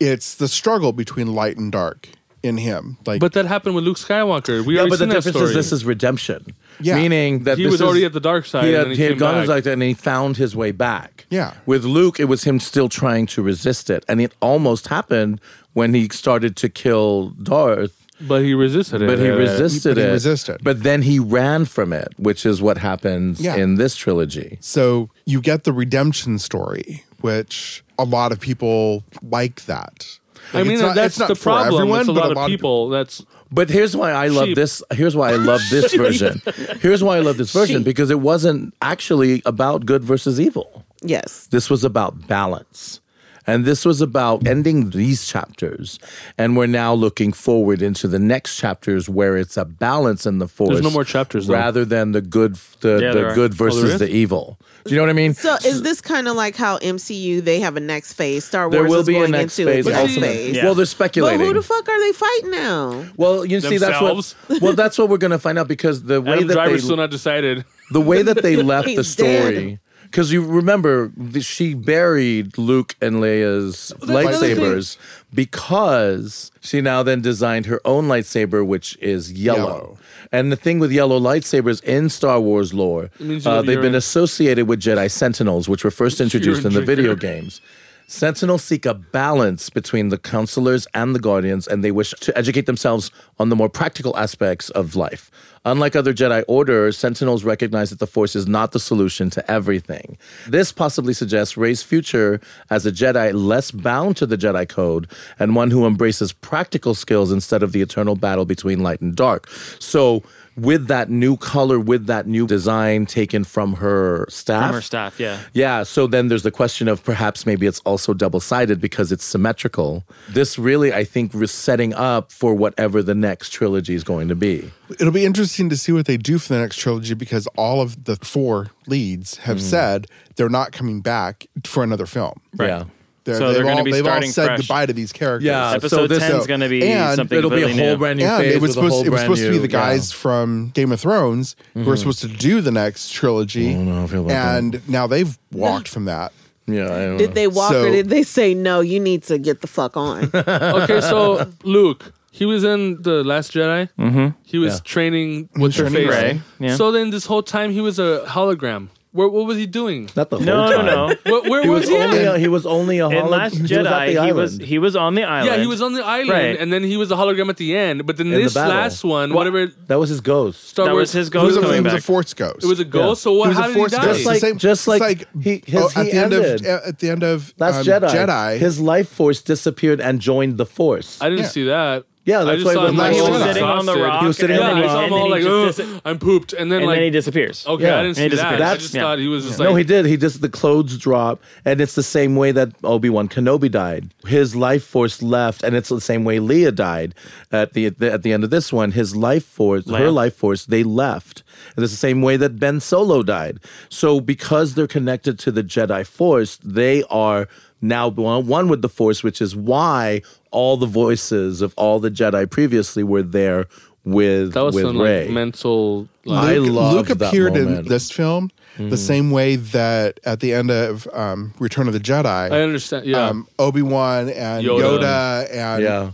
Speaker 6: it's the struggle between light and dark in him. Like,
Speaker 1: But that happened with Luke Skywalker. We
Speaker 5: Yeah,
Speaker 1: already
Speaker 5: but the
Speaker 1: seen that
Speaker 5: difference
Speaker 1: story.
Speaker 5: is this is redemption.
Speaker 6: Yeah.
Speaker 5: Meaning that
Speaker 1: He
Speaker 5: this
Speaker 1: was already
Speaker 5: is-
Speaker 1: at the dark side
Speaker 5: He
Speaker 1: and
Speaker 5: had,
Speaker 1: then he
Speaker 5: he had
Speaker 1: came
Speaker 5: gone
Speaker 1: back.
Speaker 5: to the dark side and he found his way back.
Speaker 6: Yeah.
Speaker 5: With Luke, it was him still trying to resist it, and it almost happened when he started to kill Darth.
Speaker 1: but he resisted it.
Speaker 5: But he
Speaker 1: Uh,
Speaker 5: resisted
Speaker 6: But he
Speaker 5: it.
Speaker 6: resisted.
Speaker 5: But then he ran from it, which is what happens
Speaker 6: Yeah.
Speaker 5: in this trilogy.
Speaker 6: so you get the redemption story, which a lot of people like that.
Speaker 1: I
Speaker 6: Like,
Speaker 1: mean,
Speaker 6: it's not-
Speaker 1: that's
Speaker 6: it's not
Speaker 1: the
Speaker 6: for
Speaker 1: problem.
Speaker 6: everyone,
Speaker 1: it's a lot,
Speaker 6: but
Speaker 1: of people. That's
Speaker 5: But here's why I love
Speaker 1: Sheep.
Speaker 5: this. Here's why I love this version. Here's why I love this version because it wasn't actually about good versus evil.
Speaker 4: Yes.
Speaker 5: This was about balance. And this was about ending these chapters. And we're now looking forward into the next chapters where it's a balance in the force.
Speaker 1: no more chapters, though.
Speaker 5: Rather than the good
Speaker 3: Yeah,
Speaker 5: the,
Speaker 3: there
Speaker 5: the
Speaker 3: are.
Speaker 5: good
Speaker 3: Oh,
Speaker 1: there
Speaker 5: versus
Speaker 1: is?
Speaker 5: the evil. Do you know what I mean?
Speaker 4: So is this kind of like how MCU they have a next phase? Star Wars
Speaker 5: there will
Speaker 4: is
Speaker 5: be a
Speaker 4: going
Speaker 5: next
Speaker 4: into
Speaker 5: phase.
Speaker 4: its next
Speaker 5: ultimately.
Speaker 4: phase.
Speaker 3: Yeah.
Speaker 5: Well, they're
Speaker 4: But
Speaker 5: speculating.
Speaker 4: who the fuck are they fighting now?
Speaker 5: well, you see,
Speaker 1: Themselves.
Speaker 5: that's what. Well, that's what we're going to find out because the way
Speaker 1: Adam
Speaker 5: that
Speaker 1: Driver's
Speaker 5: they,
Speaker 1: still not decided.
Speaker 5: the way that they left the
Speaker 4: He's dead.
Speaker 5: story because you remember th- she buried luke and leia's
Speaker 1: that's another
Speaker 5: lightsabers because she now then designed her own lightsaber which is yellow,
Speaker 6: Yellow.
Speaker 5: and the thing with yellow lightsabers in star wars lore
Speaker 1: means
Speaker 5: uh,
Speaker 1: you're-
Speaker 5: they've been
Speaker 1: you're-
Speaker 5: associated with jedi sentinels which were first introduced in the
Speaker 1: drinker.
Speaker 5: video games Sentinels seek a balance between the counselors and the guardians, and they wish to educate themselves on the more practical aspects of life. Unlike other Jedi Order, Sentinels recognize that the Force is not the solution to everything. This possibly suggests Rey's future as a Jedi less bound to the Jedi Code and one who embraces practical skills instead of the eternal battle between light and dark. So, with that new color, with that new design taken from her staff,
Speaker 3: From her staff, yeah.
Speaker 5: yeah, so then there's the question of perhaps maybe it's also double sided because it's symmetrical. This really, I think, is setting up for whatever the next trilogy is going to be.
Speaker 6: It'll be interesting to see what they do for the next trilogy because all of the four leads
Speaker 1: Hmm.
Speaker 6: have said they're not coming back for another film.
Speaker 5: Right. Yeah.
Speaker 6: They're,
Speaker 3: So they're
Speaker 6: they've
Speaker 3: gonna
Speaker 6: all-
Speaker 3: be
Speaker 6: they've all
Speaker 3: starting
Speaker 6: said
Speaker 3: fresh.
Speaker 6: goodbye to these characters.
Speaker 5: Yeah. Uh, so
Speaker 3: Episode
Speaker 5: this-
Speaker 3: 10 is
Speaker 6: so-
Speaker 3: going to be
Speaker 6: and
Speaker 3: something
Speaker 5: It'll be a
Speaker 3: completely
Speaker 5: whole
Speaker 3: new.
Speaker 5: brand new
Speaker 6: Yeah,
Speaker 5: phase.
Speaker 6: it was
Speaker 5: with a whole
Speaker 6: supposed it was
Speaker 5: brand
Speaker 6: supposed to be
Speaker 5: new-
Speaker 6: the guys
Speaker 5: yeah.
Speaker 6: from Game of Thrones who were supposed to do the next trilogy.
Speaker 5: know how I feel about that.
Speaker 6: and now they've walked from that.
Speaker 5: Yeah, I don't know.
Speaker 4: Did they walk
Speaker 6: So-
Speaker 4: or did they say no? You need to get the fuck on.
Speaker 1: Okay, so Luke, he was in the Last Jedi. Mm-hmm. He was
Speaker 5: Yeah.
Speaker 1: training with her
Speaker 6: Training
Speaker 1: face.
Speaker 3: Rey, yeah.
Speaker 1: So then, this whole time, he was a hologram. Where, what was he doing?
Speaker 5: Not the
Speaker 3: No,
Speaker 5: whole
Speaker 3: no,
Speaker 5: time.
Speaker 3: no.
Speaker 1: Where, where
Speaker 5: He
Speaker 1: was,
Speaker 5: was,
Speaker 1: he?
Speaker 5: only
Speaker 1: at?
Speaker 5: a, he was only a
Speaker 3: In
Speaker 5: holo-
Speaker 3: Last
Speaker 5: he was at the
Speaker 3: Jedi, he was
Speaker 5: island.
Speaker 3: he was on the island.
Speaker 1: yeah, he was on the island,
Speaker 3: Right.
Speaker 1: and then he was a hologram at the end. But then
Speaker 5: the
Speaker 1: this
Speaker 5: battle.
Speaker 1: last one,
Speaker 3: Well,
Speaker 1: whatever
Speaker 5: that was his ghost.
Speaker 1: Star
Speaker 3: That
Speaker 1: Wars,
Speaker 3: was his
Speaker 6: It
Speaker 3: ghost
Speaker 6: was, a,
Speaker 3: coming
Speaker 6: it was a
Speaker 3: back.
Speaker 6: Force Ghost.
Speaker 1: It was a ghost.
Speaker 5: Yeah.
Speaker 1: So what?
Speaker 6: It was
Speaker 1: How
Speaker 6: a
Speaker 1: did he
Speaker 6: Force
Speaker 1: die?
Speaker 6: Ghost.
Speaker 5: Just like-
Speaker 6: Same-
Speaker 5: just
Speaker 6: it's oh,
Speaker 5: like he- his-
Speaker 6: at
Speaker 5: he
Speaker 6: the end
Speaker 5: ended.
Speaker 6: of uh, at the end of
Speaker 5: Last
Speaker 6: um,
Speaker 5: Jedi.
Speaker 6: Jedi.
Speaker 5: His life force disappeared and joined the force.
Speaker 1: I didn't
Speaker 6: Yeah.
Speaker 1: see that.
Speaker 5: Yeah,
Speaker 1: I
Speaker 5: that's
Speaker 1: just
Speaker 5: why
Speaker 1: saw
Speaker 5: the
Speaker 1: him like
Speaker 6: last He was
Speaker 1: all
Speaker 6: sitting
Speaker 3: on the
Speaker 1: exhausted.
Speaker 3: rock,
Speaker 5: He was sitting
Speaker 1: Yeah,
Speaker 5: and on the
Speaker 1: I saw
Speaker 5: then rock,
Speaker 1: him
Speaker 3: and
Speaker 1: all
Speaker 3: then
Speaker 1: like,
Speaker 3: he just dis-
Speaker 1: "Ugh, I'm pooped, and then
Speaker 3: and
Speaker 1: like,
Speaker 3: then he disappears.
Speaker 1: okay,
Speaker 5: Yeah.
Speaker 1: I didn't
Speaker 5: And
Speaker 1: see
Speaker 3: he
Speaker 1: that. I
Speaker 3: disappears.
Speaker 1: just
Speaker 3: Yeah.
Speaker 1: thought he was just like,
Speaker 5: no, he did. He just the clothes drop, and it's the same way that Obi Wan Kenobi died. His life force left, and it's the same way Leia died at the, the at the end of this one. His life force, her
Speaker 3: Leia.
Speaker 5: life force, they left, and it's the same way that Ben Solo died. So because they're connected to the Jedi Force, they are now one one with the Force, which is why all the voices of all the Jedi previously were there with
Speaker 1: that was
Speaker 5: with
Speaker 1: some
Speaker 5: Rey.
Speaker 1: like mental. Like,
Speaker 5: I love
Speaker 6: Luke
Speaker 5: that
Speaker 6: appeared in
Speaker 5: moment.
Speaker 6: this film
Speaker 5: Mm-hmm.
Speaker 6: the same way that at the end of um, Return of the Jedi,
Speaker 1: I understand. Yeah,
Speaker 6: um, Obi Wan and
Speaker 1: Yoda.
Speaker 6: Yoda, and
Speaker 5: Yeah.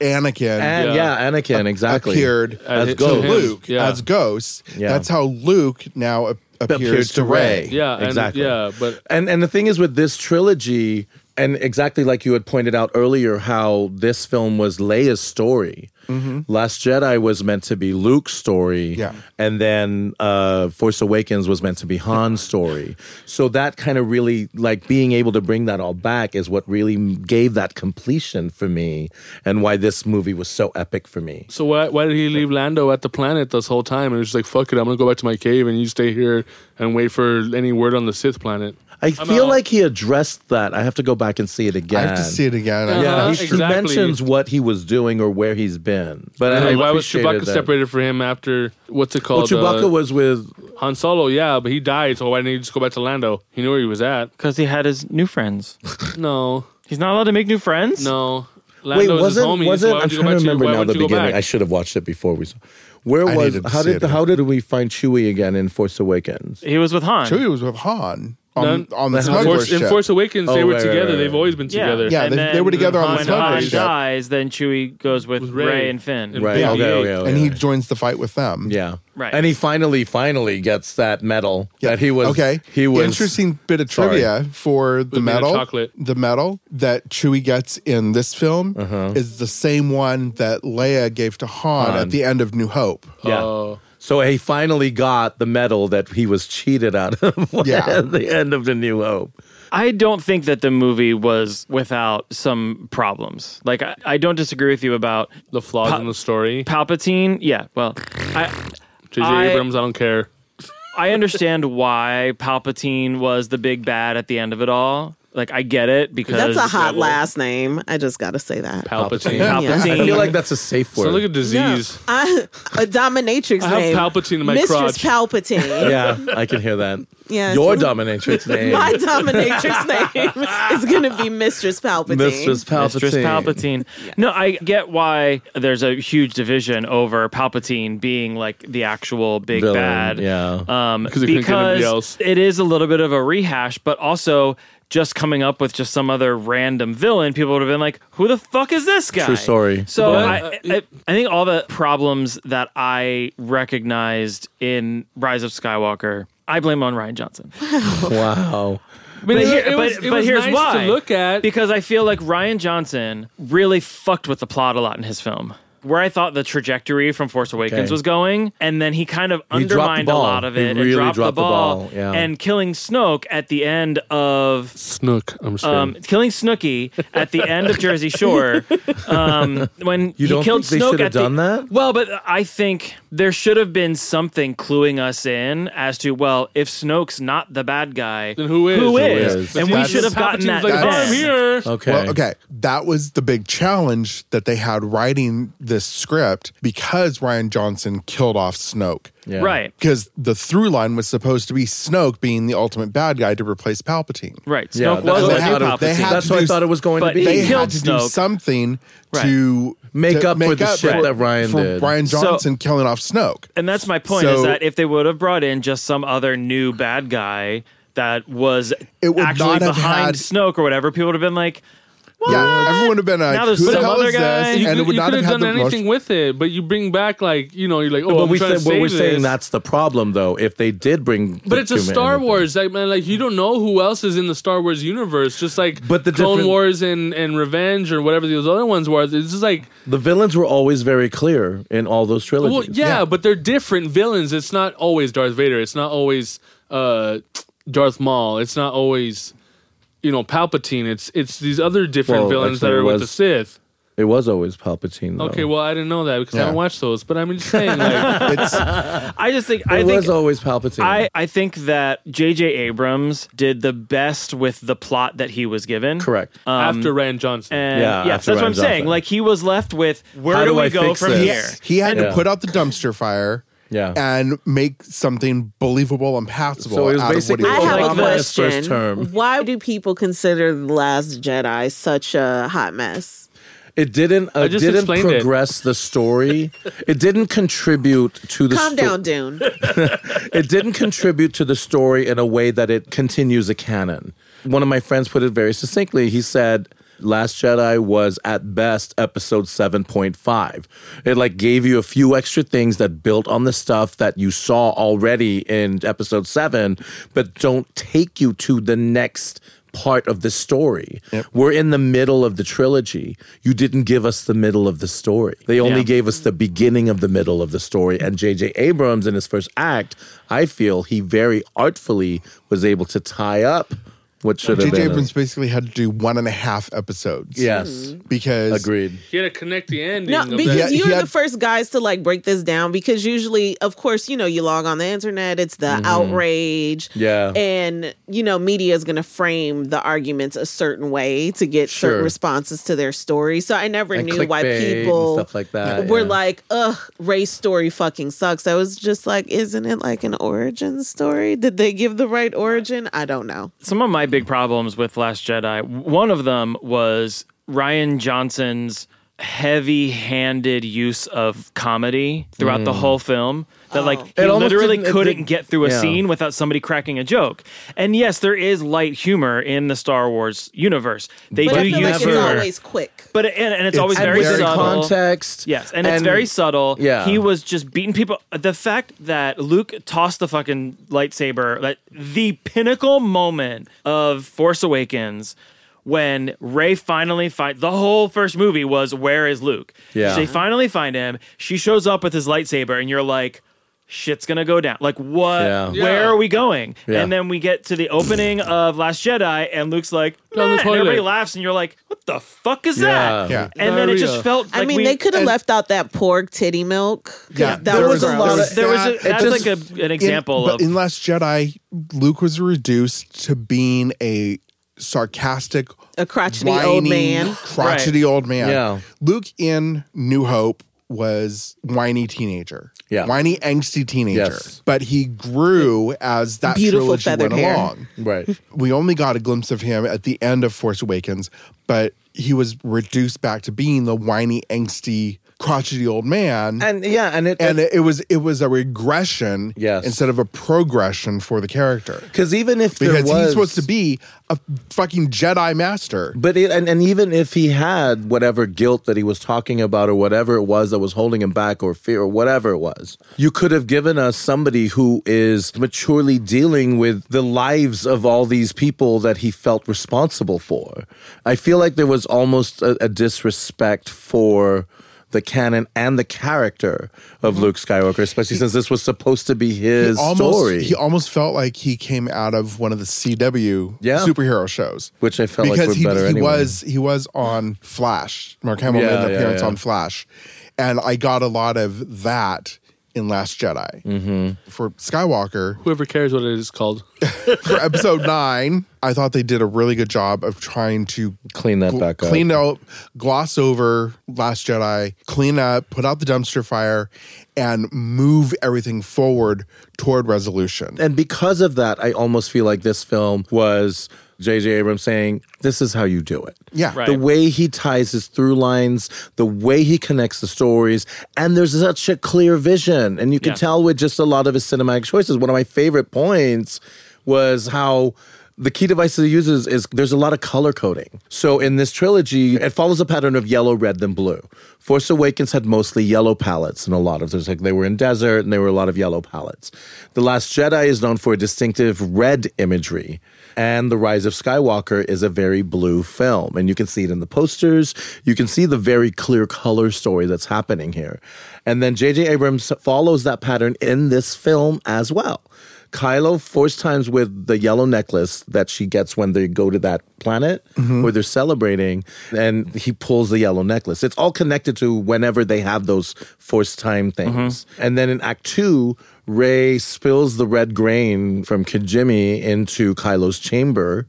Speaker 6: Anakin
Speaker 5: and yeah, Anakin exactly
Speaker 6: appeared
Speaker 5: as
Speaker 1: to
Speaker 5: Ghost.
Speaker 1: him.
Speaker 6: Oh, Luke
Speaker 1: Yeah.
Speaker 6: as ghosts.
Speaker 5: Yeah.
Speaker 6: That's how Luke now ap- appears
Speaker 5: appears
Speaker 6: to Ray.
Speaker 1: yeah, and-
Speaker 5: exactly.
Speaker 1: yeah, but
Speaker 5: And and the thing is with this trilogy, and exactly like you had pointed out earlier, how this film was Leia's story. Last Jedi was meant to be Luke's story,
Speaker 6: Mm-hmm. Yeah.
Speaker 5: and then uh, Force Awakens was meant to be Han's story. So that kind of really like being able to bring that all back is what really gave that completion for me, and why this movie was so epic for me.
Speaker 1: So why why did he leave Lando at the planet this whole time? And it was just like, fuck it, I'm gonna go back to my cave, and you stay here and wait for any word on the Sith planet.
Speaker 5: I feel
Speaker 1: out.
Speaker 5: like he addressed that. I have to go back and see it
Speaker 6: I
Speaker 5: again.
Speaker 6: have to see it again. I-
Speaker 5: Yeah,
Speaker 1: Uh-huh,
Speaker 5: he, he
Speaker 1: exactly.
Speaker 5: mentions what he was doing or where he's been. But I
Speaker 1: Like, why was
Speaker 5: appreciated
Speaker 1: Chewbacca
Speaker 5: that.
Speaker 1: separated from him after what's it
Speaker 5: Well,
Speaker 1: called?
Speaker 5: Chewbacca
Speaker 1: Uh,
Speaker 5: was with.
Speaker 1: Han Solo, yeah, but he died, so why didn't he just go back to Lando? He knew where he was at.
Speaker 3: Because he had his new friends.
Speaker 1: No,
Speaker 3: He's not allowed to make new friends?
Speaker 1: no.
Speaker 5: Wait,
Speaker 1: Lando is his
Speaker 5: wasn't
Speaker 1: homie.
Speaker 5: wasn't?
Speaker 1: so why
Speaker 5: I'm
Speaker 1: would you go
Speaker 5: trying to
Speaker 1: back
Speaker 5: remember
Speaker 1: why
Speaker 5: now
Speaker 1: would
Speaker 5: the
Speaker 1: you go
Speaker 5: beginning.
Speaker 1: back?
Speaker 5: I should have watched it before we saw. Where
Speaker 6: I
Speaker 5: was?
Speaker 6: needed to
Speaker 5: How
Speaker 6: see
Speaker 5: did
Speaker 6: it again.
Speaker 5: how did we find Chewie again in Force Awakens?
Speaker 3: He was with Han.
Speaker 6: Chewie was with Han. on, on the
Speaker 5: That's
Speaker 1: In
Speaker 6: smuggler
Speaker 1: Force, in
Speaker 6: ship.
Speaker 1: Force Awakens,
Speaker 5: Oh,
Speaker 1: they were
Speaker 5: right, right,
Speaker 1: together.
Speaker 5: right,
Speaker 1: They've
Speaker 5: right.
Speaker 1: always been together.
Speaker 6: Yeah,
Speaker 3: And
Speaker 6: they-
Speaker 3: then
Speaker 6: they were together on the
Speaker 3: when
Speaker 6: smuggler
Speaker 3: Han
Speaker 6: ship.
Speaker 3: dies, then Chewie goes with,
Speaker 1: With Rey.
Speaker 3: Ray. and Finn.
Speaker 1: And-
Speaker 5: Right.
Speaker 6: Yeah.
Speaker 5: Okay, okay, okay.
Speaker 6: and he joins the fight with them.
Speaker 5: Yeah.
Speaker 3: Right.
Speaker 5: And he finally, finally gets that medal
Speaker 6: Yeah.
Speaker 5: that he was.
Speaker 6: okay.
Speaker 5: He was.
Speaker 6: interesting bit of
Speaker 5: Sorry.
Speaker 6: trivia for the
Speaker 1: made of
Speaker 6: medal.
Speaker 1: chocolate.
Speaker 6: The medal that Chewie gets in this film is the same one that Leia gave to Han,
Speaker 5: Uh-huh. Han.
Speaker 6: at the end of New Hope.
Speaker 5: Yeah.
Speaker 1: Oh.
Speaker 5: So he finally got the medal that he was cheated out of
Speaker 6: Yeah.
Speaker 5: at the end of The New Hope.
Speaker 3: I don't think that the movie was without some problems. Like, I, I don't disagree with you about
Speaker 1: The flaws in the story.
Speaker 3: Palpatine. Yeah, well, I,
Speaker 1: J.J.
Speaker 3: I-
Speaker 1: Abrams, I don't care.
Speaker 3: I understand why Palpatine was the big bad at the end of it all. Like, I get it because
Speaker 4: That's a hot
Speaker 1: Rebel.
Speaker 4: last name. I just got to say that.
Speaker 1: Palpatine.
Speaker 5: Palpatine.
Speaker 4: Yeah.
Speaker 5: I
Speaker 3: Palpatine.
Speaker 5: feel like that's a safe
Speaker 1: So
Speaker 5: word.
Speaker 1: look at disease.
Speaker 4: I, a dominatrix
Speaker 1: I have
Speaker 4: name.
Speaker 1: Palpatine in my
Speaker 4: Mistress
Speaker 1: crotch.
Speaker 4: Palpatine.
Speaker 5: yeah, I can hear that.
Speaker 4: Yes.
Speaker 5: Your dominatrix name.
Speaker 4: My dominatrix name is going to be Mistress Palpatine.
Speaker 5: Mistress Palpatine.
Speaker 3: Mistress Palpatine. No, I get why there's a huge division over Palpatine being like the actual big
Speaker 5: Villain,
Speaker 3: bad.
Speaker 5: yeah.
Speaker 3: Um,
Speaker 1: Because they couldn't get anybody
Speaker 3: because
Speaker 1: else.
Speaker 3: it is a little bit of a rehash, but also just coming up with just some other random villain, people would have been like, "Who the fuck is this guy?"
Speaker 5: True story.
Speaker 3: So
Speaker 1: But- uh,
Speaker 3: I, I, I think all the problems that I recognized in Rise of Skywalker, I blame on Ryan Johnson.
Speaker 5: Wow.
Speaker 1: But
Speaker 3: But,
Speaker 1: it-
Speaker 3: here-
Speaker 1: it
Speaker 3: but-
Speaker 1: was- it
Speaker 3: but
Speaker 1: was
Speaker 3: here's
Speaker 1: nice
Speaker 3: why.
Speaker 1: to look at.
Speaker 3: Because I feel like Ryan Johnson really fucked with the plot a lot in his film. Where I thought the trajectory from Force Awakens
Speaker 5: Okay.
Speaker 3: was going, and then he kind of
Speaker 5: dropped the
Speaker 3: undermined a
Speaker 5: ball.
Speaker 3: lot of
Speaker 5: He
Speaker 3: it and
Speaker 5: really
Speaker 3: dropped,
Speaker 5: dropped the
Speaker 3: the ball.
Speaker 5: ball, yeah.
Speaker 3: And killing Snoke at the end of
Speaker 1: Snook. I'm sorry.
Speaker 3: um, killing Snooky at the end of Jersey Shore. Um, when you
Speaker 5: don't
Speaker 3: he killed
Speaker 5: think they
Speaker 3: Snoke
Speaker 5: should have
Speaker 3: at the-
Speaker 5: done that?
Speaker 3: Well, but I think there should have been something cluing us in as to well, if Snoke's not the bad guy,
Speaker 1: Then who is?
Speaker 3: Who
Speaker 1: Who
Speaker 3: is?
Speaker 5: is?
Speaker 3: And we
Speaker 6: That's-
Speaker 3: should have gotten
Speaker 1: Palpatine's
Speaker 3: that.
Speaker 1: like, "Oh,
Speaker 3: then.
Speaker 1: I'm here.
Speaker 5: Okay.
Speaker 6: Well, okay. That was the big challenge that they had writing this script because Ryan Johnson killed off Snoke.
Speaker 5: Yeah.
Speaker 3: Right.
Speaker 6: Because the through line was supposed to be Snoke being the ultimate bad guy to replace Palpatine.
Speaker 3: Right.
Speaker 5: Yeah,
Speaker 3: Snoke
Speaker 5: that's
Speaker 3: was
Speaker 5: what
Speaker 3: the
Speaker 5: I
Speaker 3: new
Speaker 5: thought
Speaker 3: Palpatine.
Speaker 5: it-
Speaker 6: They had
Speaker 5: That's
Speaker 6: to
Speaker 5: what I
Speaker 6: do-
Speaker 5: thought it was going to
Speaker 3: but
Speaker 5: be.
Speaker 6: they
Speaker 3: He
Speaker 6: had
Speaker 3: killed
Speaker 6: to do
Speaker 3: Snoke.
Speaker 6: something
Speaker 3: Right.
Speaker 6: to
Speaker 5: Make
Speaker 6: to
Speaker 5: up for the shit
Speaker 6: for-
Speaker 5: that Ryan
Speaker 6: for
Speaker 5: did.
Speaker 6: Ryan
Speaker 3: So-
Speaker 6: Johnson killing off Snoke.
Speaker 3: And that's my point is
Speaker 6: So-
Speaker 3: that if they would have brought in just some other new bad guy that was
Speaker 6: It would
Speaker 3: actually
Speaker 6: not have
Speaker 3: behind
Speaker 6: had-
Speaker 3: Snoke or whatever, people would have been like,
Speaker 6: Yeah, everyone would have been like,
Speaker 3: Now
Speaker 6: "Who
Speaker 3: there's
Speaker 6: the
Speaker 3: some
Speaker 6: hell
Speaker 3: other
Speaker 6: is
Speaker 3: guy."
Speaker 6: this?"
Speaker 1: You
Speaker 6: and
Speaker 1: could,
Speaker 6: it would
Speaker 1: you
Speaker 6: not
Speaker 1: could
Speaker 6: have had
Speaker 1: done
Speaker 6: the
Speaker 1: anything
Speaker 6: emotion.
Speaker 1: with it, but you bring back like you know you're like oh
Speaker 5: But
Speaker 1: I'm
Speaker 5: we
Speaker 1: trying
Speaker 5: said,
Speaker 1: to
Speaker 5: well,
Speaker 1: save
Speaker 5: we're saying
Speaker 1: this.
Speaker 5: that's the problem, though. If they did bring,
Speaker 1: But it's a
Speaker 5: humanity-
Speaker 1: Star Wars, like man, like you don't know who else is in the Star Wars universe. Just like
Speaker 5: But the
Speaker 1: Clone
Speaker 5: different-
Speaker 1: Wars and, and Revenge or whatever those other ones were. It's just like
Speaker 5: The villains were always very clear in all those trilogies.
Speaker 1: well, yeah, but they're different villains. It's not always Darth Vader. It's not always uh, Darth Maul. It's not always you know Palpatine. It's it's these other different
Speaker 5: Well,
Speaker 1: villains that
Speaker 5: actually,
Speaker 1: are
Speaker 5: it
Speaker 1: with
Speaker 5: was-
Speaker 1: the Sith.
Speaker 5: It was always Palpatine. Though.
Speaker 1: Okay, well I didn't know that because I
Speaker 6: Yeah. Um,
Speaker 1: haven't watched those. But I'm just saying, like,
Speaker 6: It's,
Speaker 3: I just think,
Speaker 5: it
Speaker 3: I think
Speaker 5: was always Palpatine.
Speaker 3: I, I think that J.J. Abrams did the best with the plot that he was given.
Speaker 5: Correct.
Speaker 1: after Ryan Johnson,
Speaker 3: And
Speaker 5: Yeah,
Speaker 3: yeah,
Speaker 5: after
Speaker 3: that's what I'm
Speaker 5: Ryan
Speaker 3: saying.
Speaker 5: Johnson.
Speaker 3: Like he was left with where
Speaker 5: How
Speaker 3: do,
Speaker 5: do
Speaker 3: we
Speaker 5: I
Speaker 3: go
Speaker 5: fix
Speaker 3: from
Speaker 5: this?
Speaker 3: here?
Speaker 6: he had
Speaker 5: Yeah.
Speaker 6: to put out the dumpster fire,
Speaker 5: Yeah.
Speaker 6: and make something believable and passable.
Speaker 5: So it was
Speaker 6: out of what he
Speaker 5: basically-
Speaker 4: I
Speaker 5: Well,
Speaker 6: was
Speaker 4: have
Speaker 5: Obama
Speaker 4: a
Speaker 5: in his
Speaker 4: question.
Speaker 5: first term.
Speaker 4: Why do people consider The Last Jedi such a hot mess?
Speaker 5: It didn't. Uh,
Speaker 1: I just
Speaker 5: didn't
Speaker 1: explained it.
Speaker 5: progress the story. it didn't contribute to the.
Speaker 4: Calm
Speaker 5: sto-
Speaker 4: down, Dune.
Speaker 5: it didn't contribute to the story in a way that it continues a canon. One of my friends put it very succinctly. He said, Last Jedi was at best episode 7.5. It like gave you a few extra things that built on the stuff that you saw already in episode 7, but don't take you to the next part of the story. We're in the middle of the trilogy. You didn't give us the middle of the story. They only
Speaker 3: Yeah.
Speaker 5: gave us the beginning of the middle of the story. And J.J. Abrams, in his first act, I feel he very artfully was able to tie up what should have
Speaker 6: J.J.
Speaker 5: been. a-
Speaker 6: Abrams basically had to do one and a half episodes.
Speaker 5: uh, yes,
Speaker 4: Hmm.
Speaker 6: because
Speaker 5: agreed.
Speaker 1: he had to connect the ending.
Speaker 4: No,
Speaker 1: of that.
Speaker 4: because
Speaker 6: Yeah,
Speaker 4: you
Speaker 6: he
Speaker 4: were the
Speaker 6: had-
Speaker 4: first guys to like break this down. Because usually, of course, you know, you log on the internet, it's the outrage,
Speaker 5: Mm-hmm. Yeah.
Speaker 4: and you know, media is going to frame the arguments a certain way to get
Speaker 5: Sure.
Speaker 4: certain responses to their story. So I never
Speaker 5: And
Speaker 4: knew why
Speaker 5: clickbait and
Speaker 4: people
Speaker 5: stuff like that,
Speaker 4: were
Speaker 5: yeah.
Speaker 4: like, "Ugh, Ray's story fucking sucks." I was just like, "Isn't it like an origin story? Did they give the right origin? I don't know."
Speaker 3: Some of my big problems with Last Jedi, one of them was Ryan Johnson's heavy-handed use of comedy throughout the whole film that like he
Speaker 5: Mm. Oh. It almost
Speaker 3: literally
Speaker 5: didn't- it
Speaker 3: couldn't
Speaker 5: didn't-
Speaker 3: get through a
Speaker 5: yeah.
Speaker 3: scene without somebody cracking a joke. And yes, there is light humor in the Star Wars universe. They
Speaker 4: But
Speaker 3: do
Speaker 4: I feel
Speaker 3: use
Speaker 4: like it's
Speaker 3: humor.
Speaker 4: always quick.
Speaker 3: But and, and it's, always
Speaker 5: and
Speaker 3: very
Speaker 5: with the
Speaker 3: subtle.
Speaker 5: context.
Speaker 3: Yes, and, it's very subtle.
Speaker 5: Yeah.
Speaker 3: he was just beating people. The fact that Luke tossed the fucking lightsaber, like the pinnacle moment of Force Awakens, when Ray finally find the whole first movie was where is Luke?
Speaker 5: Yeah.
Speaker 3: they finally find him. She shows up with his lightsaber, and you're like. Shit's gonna go down. Like what?
Speaker 5: Yeah.
Speaker 3: Where
Speaker 1: Yeah.
Speaker 3: are we going?
Speaker 5: Yeah.
Speaker 3: And then we get to the opening of Last Jedi, and Luke's like,
Speaker 1: Down the
Speaker 3: "Meh," and everybody
Speaker 1: toilet.
Speaker 3: laughs, and you're like, "What the fuck is that?"
Speaker 6: Yeah.
Speaker 3: And then it just
Speaker 1: Diarrhea.
Speaker 3: felt. Like
Speaker 4: I mean,
Speaker 3: we,
Speaker 4: they could have
Speaker 6: and-
Speaker 4: left out that pork titty milk. 'cause
Speaker 6: Yeah,
Speaker 4: that
Speaker 6: there
Speaker 4: was,
Speaker 6: was
Speaker 4: a
Speaker 6: gross.
Speaker 4: lot. Of,
Speaker 6: There
Speaker 3: there was a,
Speaker 6: That-
Speaker 3: that's
Speaker 5: it just-
Speaker 3: like a, an example
Speaker 6: in,
Speaker 3: of
Speaker 6: But in Last Jedi, Luke was reduced to being a sarcastic,
Speaker 4: a crotchety old
Speaker 6: whiny,
Speaker 4: man.
Speaker 6: crotchety old man.
Speaker 5: Yeah.
Speaker 6: Luke in New Hope was whiny teenager.
Speaker 5: Yeah.
Speaker 6: whiny angsty teenager.
Speaker 5: Yes.
Speaker 6: But he grew as that
Speaker 4: Beautiful
Speaker 6: trilogy
Speaker 4: feathered
Speaker 6: went
Speaker 4: hair.
Speaker 6: along.
Speaker 5: right.
Speaker 6: We only got a glimpse of him at the end of Force Awakens, but he was reduced back to being the whiny angsty. Crotchety old man,
Speaker 5: And yeah, and it
Speaker 6: and it, it was it was a regression
Speaker 5: Yes.
Speaker 6: instead of a progression for the character
Speaker 5: because even if there
Speaker 6: because
Speaker 5: was
Speaker 6: he's supposed to be a fucking Jedi master.
Speaker 5: But it, and, and even if he had whatever guilt that he was talking about or whatever it was that was holding him back or fear or whatever it was, you could have given us somebody who is maturely dealing with the lives of all these people that he felt responsible for. I feel like there was almost a, a disrespect for the canon and the character of Luke Skywalker, especially since this was supposed to be his
Speaker 6: almost,
Speaker 5: story.
Speaker 6: Mm-hmm. He almost felt like he came out of one of the CW
Speaker 5: Yeah.
Speaker 6: superhero shows,
Speaker 5: Which I felt like
Speaker 6: because
Speaker 5: were
Speaker 6: he,
Speaker 5: better
Speaker 6: he
Speaker 5: anyway.
Speaker 6: was he was on Flash. Mark Hamill
Speaker 5: Yeah,
Speaker 6: made an
Speaker 5: yeah,
Speaker 6: appearance
Speaker 5: yeah.
Speaker 6: on Flash, and I got a lot of that in Last Jedi.
Speaker 5: Mm-hmm.
Speaker 6: For Skywalker,
Speaker 1: Whoever cares what it is called.
Speaker 6: for episode nine, I thought they did a really good job of trying to
Speaker 5: clean that
Speaker 6: gl-
Speaker 5: back up.
Speaker 6: clean out, gloss over Last Jedi, clean up, put out the dumpster fire, and move everything forward toward resolution.
Speaker 5: and because of that, I almost feel like this film was J.J. Abrams saying, "This is how you do it."
Speaker 6: Yeah.
Speaker 3: Right.
Speaker 5: the way he ties his through lines, the way he connects the stories, and there's such a clear vision, and you can
Speaker 3: Yeah.
Speaker 5: tell with just a lot of his cinematic choices. One of my favorite points was how. The key device that he uses is there's a lot of color coding. So in this trilogy, it follows a pattern of yellow, red, then blue. Force Awakens had mostly yellow palettes and a lot of those. Like they were in desert and there were a lot of yellow palettes. The Last Jedi is known for a distinctive red imagery. And The Rise of Skywalker is a very blue film. And you can see it in the posters. You can see the very clear color story that's happening here. And then J.J. Abrams follows that pattern in this film as well. Kylo first times with the yellow necklace that she gets when they go to that planet where they're celebrating, and he pulls the yellow necklace. It's all connected to whenever they have those first time things. And then in Act Two, Ray spills the red grain from Kijimi into Kylo's chamber.